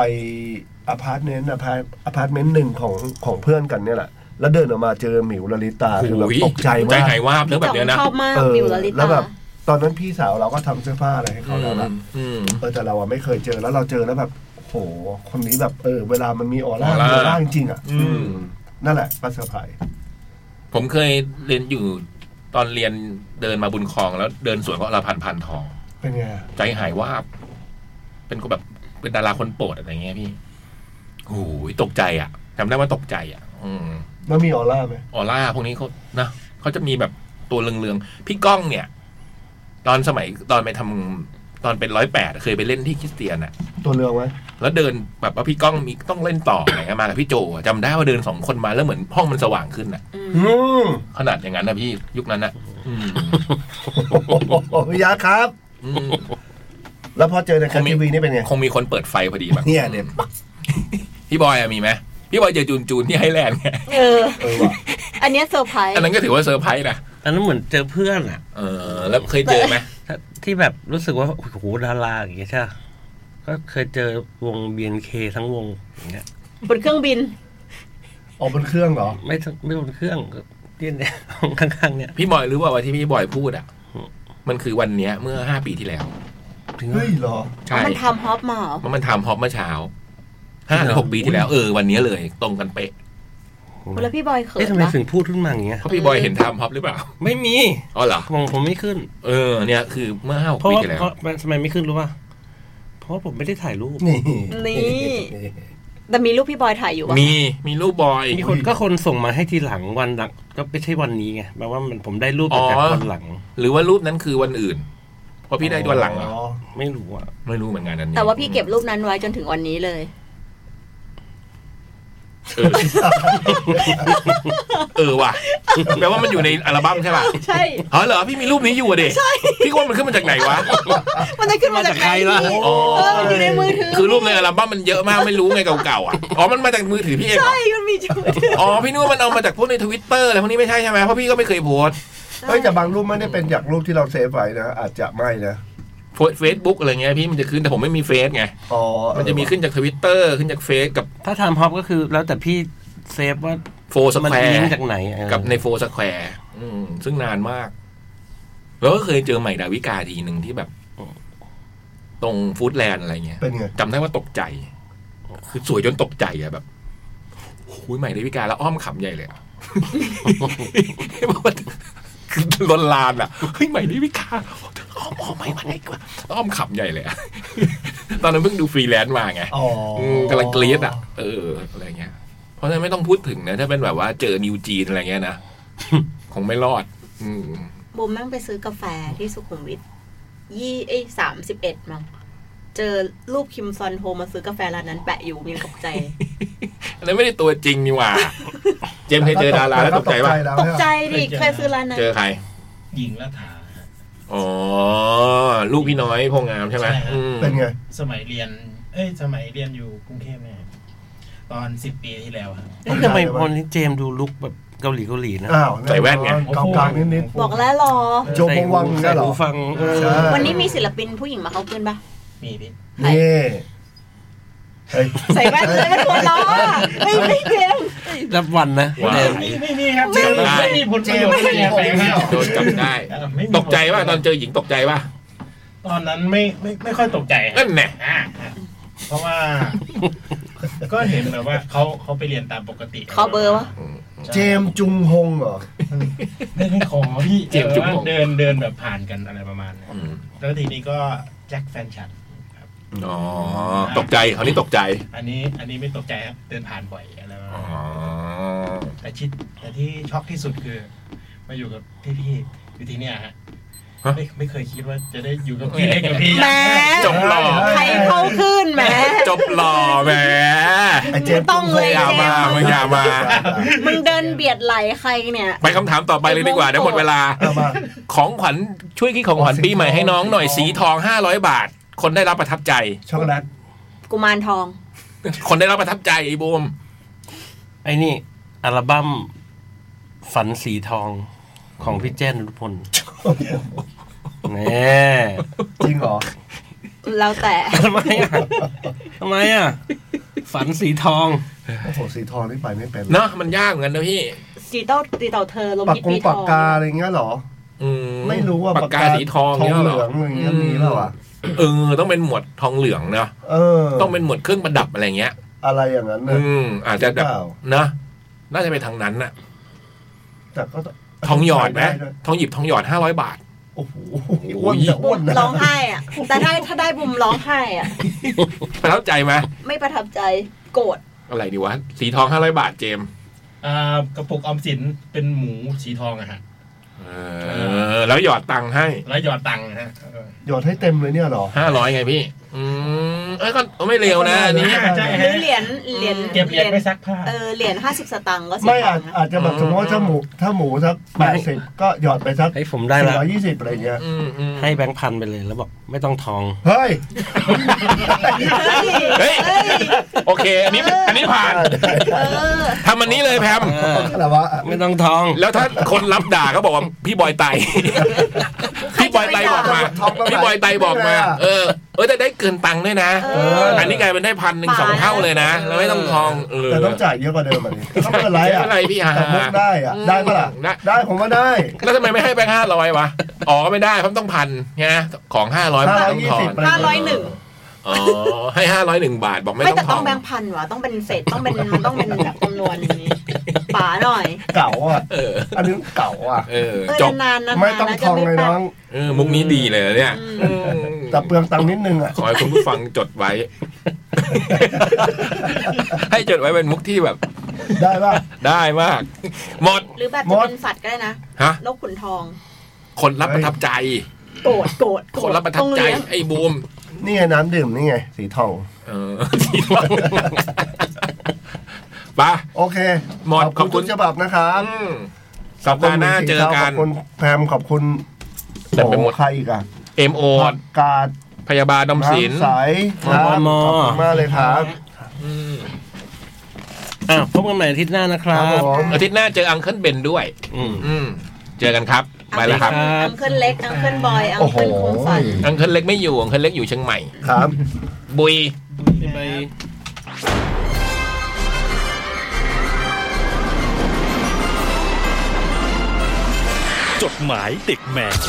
B: อพาร์ตเมนต์อพาร์ตอพาร์ตเมนต์หนึ่งของของเพื่อนกันเนี่ยแหละ แล้วเดินออกมาเจอหมิวลลิตาคือแบบ
A: โอ้ย
B: ตกใจ
A: ใจ
B: มาก
A: หายวาบเรื่องแบบเนี้ยนะ
G: ชอบมาก
B: เออ
G: มิวลลิ
B: แล้
G: ตาว
B: แบบตอนนั้นพี่สาวเราก็ทำเสื้อผ้าอะไรให้เขาแล้วนะ
A: อืม
B: เออแต่เราอะไม่เคยเจอแล้วเราเจอแล้วแบบโหคนนี้แบบเออ เวลามันมีออร่า
A: ออร่ามี
B: ออร่าจริงๆอ่ะ
A: อืม
H: นั่นแหละปัสเซอร์ไพรส์
A: ผมเคยเรียนอยู่ตอนเรียนเดินมาบุญคลองแล้วเดินสวนของอรพันธ์พันทอง
H: เป็นไงอะ
A: ใจหายวาบเป็นคนแบบเป็นดาราคนโปรดอะไรเงี้ยพี่โอ้ยตกใจอ่ะจำได้ว่าตกใจอ่ะ อืม
H: แล้วมีออร่าไหม
A: ออร่าพวกนี้เขานะเขาจะมีแบบตัวเลืองๆ พี่ก้องเนี่ย ตอนสมัยตอนไปทำตอนเป็นร้อยแปดเคยไปเล่นที่คริสเตียนอะ
H: ตัวเรืองไหม
A: แล้วเดินแบบว่าพี่ก้องมีต้องเล่นต่ออะไรเงี้ยมากับพี่โจอะจำได้ว่าเดินสองคนมาแล้วเหมือนห้องมันสว่างขึ้นอะ
H: อืม
A: ขนาดอย่างนั้นนะพี่ยุคนั้นอะอืม
H: พี่ยาครับ
A: อืม
H: แล้วพอเจอใน
A: ค
H: คัน
A: งมี
H: ทีวีนี่เป็นไง
A: คงมีคนเปิดไฟพอดีแบบ
H: เนี่ยเนี่ย
A: พี่บอยอะมีไหมพี่บอยเจอจูนจูนที่ไฮแลนด์ ไง
G: เออ
H: เออว่ะ
G: อันเนี้ยเซอร์ไพรส์
A: อันนั้นก็ถือว่าเซอร์ไพรส์นะ
C: อันนั้นเหมือนเจอเพื่อนอ่ะ
A: เออ แล้วเคยเจอไหม
C: ถ้าที่แบบรู้สึกว่า โอ้โหดาราอย่างเงี้ยใช่ปะก็เคยเจอวง b n k ทั้งวงอย่างเงี้ย
G: บนเครื่องบิน
H: ออกบนเครื่องเหรอ
C: ไม่ทั้งไม่บนเครื่องก็ที่เนี่ยข้างๆเนี่ย
A: พี่บอยรู้ว่าวันที่พี่บอยพูดอะมันคือวันเนี้ยเมื่อห้าปีที่แล้ว
C: ถึงว่า
H: เฮ้ยเหรอ
A: ใช่
G: มันทำฮอปมาเหรอ
A: มันมันทำฮอปเมื่อเช้าห้าหรือหกปีที่แล้วเออวันนี้เลย ตรงกันเป๊ะ
G: แล้วพี่บอยเขิน
C: เอ๊ะทำไม
G: ปะ
C: ถึงพูดขึ้นมาอย่างเงี้ย
A: เพราะพี่บอยเห็นทำฮอปหรือเปล่า
C: ไม่มี
A: อ๋อเหรอ
C: ของผมไม่ขึ้น
A: เออเนี่ยคือเมื่อห้าหก
C: เพราะ
A: ปี
C: ว่า
A: ที่แล้ว
C: เพราะทำไมไม่ขึ้นรู้ป่ะเพราะว่าผมไม่ได้ถ่ายรูป
H: นี่
G: นี่ แต่มีรูปพี่บอยถ่ายอยู่อะ
A: มีมีรูปบอย
C: มีคนก็คนส่งมาให้ทีหลังวันหลัง ก็ไม่ใช่วันนี้ไงแปลว่ามันผมได้รูปมาจากวันหลัง
A: หรือว่ารูปนั้นคือวันอื่นเพราะพี่ได้วันหลังเหรอ
C: ไม่รู้อ่ะ
A: ไม่รู้เหมือนกันอันนี้
G: แต่ว่าพี่เก็บรูปนั้นไว้จนถึงวันนี้เลย
A: เออเออว่ะแปลว่ามันอยู่ในอัลบั้มใช่ป่ะ
G: ใช่
A: อ๋อเหรอพี่มีรูปนี้อยู่อะดิพี่ว่ามันขึ้นมาจากไหนวะ
G: มันจะขึ้นมาจากไหนล่ะ
A: อ๋อ
G: เออมันอยู่ในมือถือ
A: คือรูปในอัลบั้มมันเยอะมากไม่รู้ไงเก่าๆอ่ะอ๋อมันมาจากมือถือพี่เองเหรอ
G: ใช่มันมีจุด
A: อ๋อ พี่นึกว่ามันเอามาจากพวกในทวิตเตอร์อะไรพวกนี้ไม่ใช่ใช่ไหมเพราะพี่ก็ไม่เคยโพส
H: เฮ้ยแต่บางรูปไม่ได้เป็นจากรูปที่เราเซฟไว้นะ อาจจะไม่นะ
A: เฟซบุ๊กอะไรเงี้ยพี่มันจะขึ้นแต่ผมไม่มีเฟซไง
H: อ๋อ
A: มันจะมีขึ้นจากทวิตเตอร์ขึ้นจากเฟซกับ
C: ถ้าทำฮอปก็คือแล้วแต่พี่เซฟว่า
A: โฟส
C: มั
A: แคว
C: ลิง
A: ร์
C: ก์จากไหนเออ
A: กับในโฟสแควร์ซึ่งนานมาก แล้วก็เคยเจอใหม่ดาวิกาทีหนึ่งที่แบบ ตรงฟู้ดแลนด์อะไรเงี้ย
H: เป็นไง
A: จำได้ว่าตกใจ คือสวยจนตกใจอะแบบหุยใหม่ดาวิกาแล้วอ้อมขำใหญ่เลยอะ เพราะว่าคือลนลานอะเฮ้ยใหม่ดาวิกาอ้อมอ้อมใหม่มาได้กว่าอ้อมขำใหญ่เลยอะ ตอนนั้นเพิ่งดูฟรีแลนซ์มาไง
H: อ๋ออื
A: มกำลังกรี๊ดอะเอออะไรเงี้ย เพราะฉะนั้นไม่ต้องพูดถึงนะ ถ้าเป็นแบบว่าเจอนิวจีนอะไรเงี้ยนะ คงไม่รอด อืม
G: บุมนั่งไปซื้อกาแฟที่สุขุมวิทยี่เอ้สามสิบเอ็ดมั้งเจอรูปคิมซอนโฮมาซื้อกาแฟร้านนั้นแปะอยู่มีตกใจ
A: อันนั้นไม่ได้ตัวจริงนี่หว่า เจมส์เคยเจอดาราแล้วตกใจป่ะ
H: แล้ว
G: ตกใจดิ
E: เคยเจอ
G: เคยซื้อร้านนั้น
A: เจอใคร
E: หญิงละถา
A: อ๋อ ลูกพี่น้อยพงงามใช่ไหม
E: ใช่ครับ
A: อืม
H: เป็นไง
E: สมัยเรียน เอ้ย สมัยเรียนอยู่กรุงเทพเนี่ยตอนสิบปีที่แล้วครับ
C: เอ๊ะทำไมคนนี้เจมส์ดูลุกแบบเกาหลีเกาหลีนะ
H: อ้าว
A: ใส่แว่นไง
H: กลางๆนิด
G: บอกแล้วรอ
H: โจมวังเนี่
C: ใส่
H: ยเหรอ
C: หูฟังเออ
H: ใช่
G: วันนี้มีศิลปินผู้หญิงมาเข้าขึ้นปะ
E: มีพี่
H: นี่เฮ้ย
G: ใส่แว่นใส่แว่นหัวล้อไม่ไม่เกม
C: รับวันนะ
A: ว้าว
C: เจมส์
E: ไม่ไม่มีครับ
A: เจมส์
E: ไม่มีผลประโยชน์ไม่มีแฝงแล้ว
A: โดนจับได้
E: ไม่มี
A: ตกใจป่ะ ตอนเจอหญิงตกใจป่ะ
E: ตอนนั้นไม่ไม่ไม่ค่อยตกใจครับ
A: นั่นแน่
E: อ่าฮะเพราะ ว่า ก็เห็นแบบว่าเขาเขาไปเรียนตามปกติ
G: ขอเบอร์วะ
H: เจมส์จุงฮงเหรอ
E: ไม่ได้ขอพี่
A: เจมส์จุ๊บ
E: ออว่าเดินเดินแบบผ่านกันอะไรประมาณนั้น
A: อืม
E: แล้วทีนี้ก็แจ็คแฟนฉัน
A: อ๋อ ตกใจคราวนี้ตกใจ
E: อันนี้อันนี้ไม่ตกใจครับ เดินผ่านบ่อยอะไรประมา
A: อ๋
E: ณ
A: อ
E: นั้น แต่ชิดแต่ที่ช็อกที่สุดคือ มาอยู่กับพี่พี่ๆอยู่ที่เนี่ยฮะ
A: ฮะ
E: ไม่ไม่เคยคิดว่าจะได้อยู่กับพี่เล็กกับพี่
G: แหม
A: จบหล่อ
G: ใครเข้าขึ้นแหม
A: จบหล่อแหม
H: ไอเจ
G: ไม่
H: มส์
G: ต้องเลย
A: อยามามึงอยามา
G: มึงเดินเบียดไหลใครเนี่ย
A: ไปคำถามต่อไปเลยดีกว่าเดี๋ยวหมดเวลา
H: เอามา
A: ของขวัญช่วยคิดของขวัญปีใหม่ให้น้องหน่อยสีทอง 500 บาท คนได้รับประทับใจ
H: ช็อกโกแลต
G: กุมารทอง
A: คนได้รับประทับใจไอ้บูม
C: ไอ้นี่ อัลบั้มฝันสีทองของพี่เจนรุพลแน่
H: จริงเหรอ
G: แล้วแต่
C: ทำไมอ่ะทำไมอ่ะ ฝันสีทอง
H: โอ้โหสีทองนี่ไปไม่เป็น
A: เนาะมันยากเหมือนกันนะพี่
G: สีเต้าตีเต่าเธอลม
H: ปัก
G: ยิด
H: กง
G: ปีท
H: ปาก
G: อง
H: กาอะไรเงี้ยเหรอ
A: อื
H: ไม่รู้ว่า
A: ปากกาสีทอง
H: ทอง
A: เนี่ย
H: เห
A: เหร
H: ลื
A: อ
H: องอะไรเงี้ยมีเปล่าอ่ะ
A: เออต้องเป็นหมวดทองเหลืองเนาะ
H: เออ
A: ต้องเป็นหมวดเครื่องประดับอะไรเงี้ย
H: อะไรอย่างนั้นนะ
A: อืมอาจจะแบบ
H: หรือเปล่า
A: นะ น่าจะไปทางนั้นน่ะ
B: แต่ก็
A: ทองหยอดไหม
B: ได้ว
A: ทองหยิบทองหยอดห้าร้อยบาท
B: โอ้โหอ้วนแต่อ้วนนะ
G: ร้องไห้อะแต่ถ้าถ้าได้บุมร้องไห้อะ
A: ประทับใจไหม
G: ไม่ประทับใจโกรธ
A: อะไรดีวะ สีทองห้าร้อยบาทเจมส์
E: อ่ากระปุกออมสินเป็นหมูสีทองอะฮะ
A: เออ แล้วหยอดตังค์ให้
E: แล้วหยอดตังค์นะฮะ
B: หยอดให้เต็มเลยเนี่ยเหรอ
A: ห้าร้อยไงพี่ อืมเอ้ยก็ไม่เร็วนะอันนี้
E: อ่าใช่
G: ห
E: ฮะ
G: รือเหรียญเหรียญ
E: เก็บเหรียญไปซักผ้า
G: เออเหรียญห้าสิบสตางค์ก็สิบ
B: ไม่
G: ตั
B: อาจ
G: งค์นะ
B: อาจจะแบบ
A: อืม
B: สมมติว่าถ้าหมูถ้าหมูสักแปดสิบก็หยอดไปสัก
C: ให้ยผมได้ละ
B: ร้อยยี่สิบอะไรเงี้ย
A: อืมอืม
C: ให้แบงค์พันไปเลยแล้วบอกไม่ต้องทอง
B: เฮ้ย
A: เฮ้ย โอเค อันนี้ อันนี้ผ่าน
G: เออ
A: ทำอันนี้เลยแพม
C: เออ
B: อะไรวะ
C: ไม่ต้องทอง
A: แล้วถ้าคนรับด่าก็บอกว่าพี่บอยไต พี่บอยไตบอกมา พี่บอยไตบอกมา เออ เออแต่ได้เกินตังค์ด้วยนะ
G: เอออั
A: อันนี้กลายเป็นได้พันหนึ่งสองเท่าเลยนะ แล้วไม่ต้องทอง เออ
B: แต่ต้องจ่ายเยอะกว่าเดิมแบบนี้ก็ไม่เป็นไร
A: ไม่
B: อ่ะ
A: เป็นไรพี่อา
B: แต่มุกได้อ่ะ ได้ปะล่ะ
A: ได้
B: ได้ผมว่าได้
A: แล้วทำไมไม่ให้แบงค์ห้าร้อยวะ อ๋อไม่ได้เพราะมันต้องพันไงของห้าร้อยมันต้องทอน
B: 520
G: ห้าร้อยหนึ่ง
A: อ๋อให้ห้าร้อยหนึ่งบาทบอกไม่ต้
G: ไม่
A: อ
G: แต่
A: งท
G: ต้
A: อ
G: อง
A: ง
G: แบงค์พันวะต้องเป็นเศษต้องเป็นมันต้องเป็นแบบจำนวนนี้ป๋าหน่อย
B: เก่าอ่ะ
A: เออ
B: อันนี้เก่าอ่ะ
A: เออ
G: เออ
A: จบ
G: นานๆนะ
B: ไม่ต้องทองเลยน้อง
A: เออ มุกนี้ดีเลยนะเนี่ย
B: แต่เปลืองตังค์นิดนึงอ่ะ
A: ขอให้คุณผู้ฟังจดไว้ ให้จดไว้เป็นมุกที่แบบ
B: ได้ปะ
A: ได้มาก หมด
G: หรือแบบ
B: หม
G: จะ
B: ด
G: เป็นสัตว์ก็ได้นะ
A: ฮะ
G: นกขุนทอง
A: คนรับประทับใจ
G: โกรธโกรธโก
A: คนรับประทับใจ
G: ต้องเลี้ยง
A: ไอ้บูม
B: นี่ไงน้ำดื่มนี่ไง สีทอง
A: เออ ที่ว่าไป
B: โอเค
A: หมด
B: ขอบ
A: ขอบ
B: คุณ
A: คุณ
B: ทุกฉบับนะครับ
A: อืมสัปดาห์หน้าเจอกั
B: ข
A: น
B: อบคุณแพมขอบคุณ
A: เต็มไปหมด
B: โอ้ใครอีกอ่ะ
A: เอ็มโอด
B: กาด
A: พยาบาลดอมสิน
B: น้ำใสครับขอบ
C: มอ
B: คุณมากเลยครับ
C: อ้าวพบกันใหม่อาทิตย์หน้านะค
B: ค
C: รั
B: รับบ ผม
A: อาทิตย์หน้าเจออังเคิลเบนด้วย
C: อืม
A: อืม เจอกันครับ ไปแล้วครับ
G: อังเคิลเล็กอังเคิลบอยอัง
B: โอ้โห
G: เคิลคงสัน
A: อังเคิลเล็กไม่อยู่อังเคิลเล็กอยู่เชียงใหม่
B: ครับ
A: บุย
J: จดหมายเด็กแมว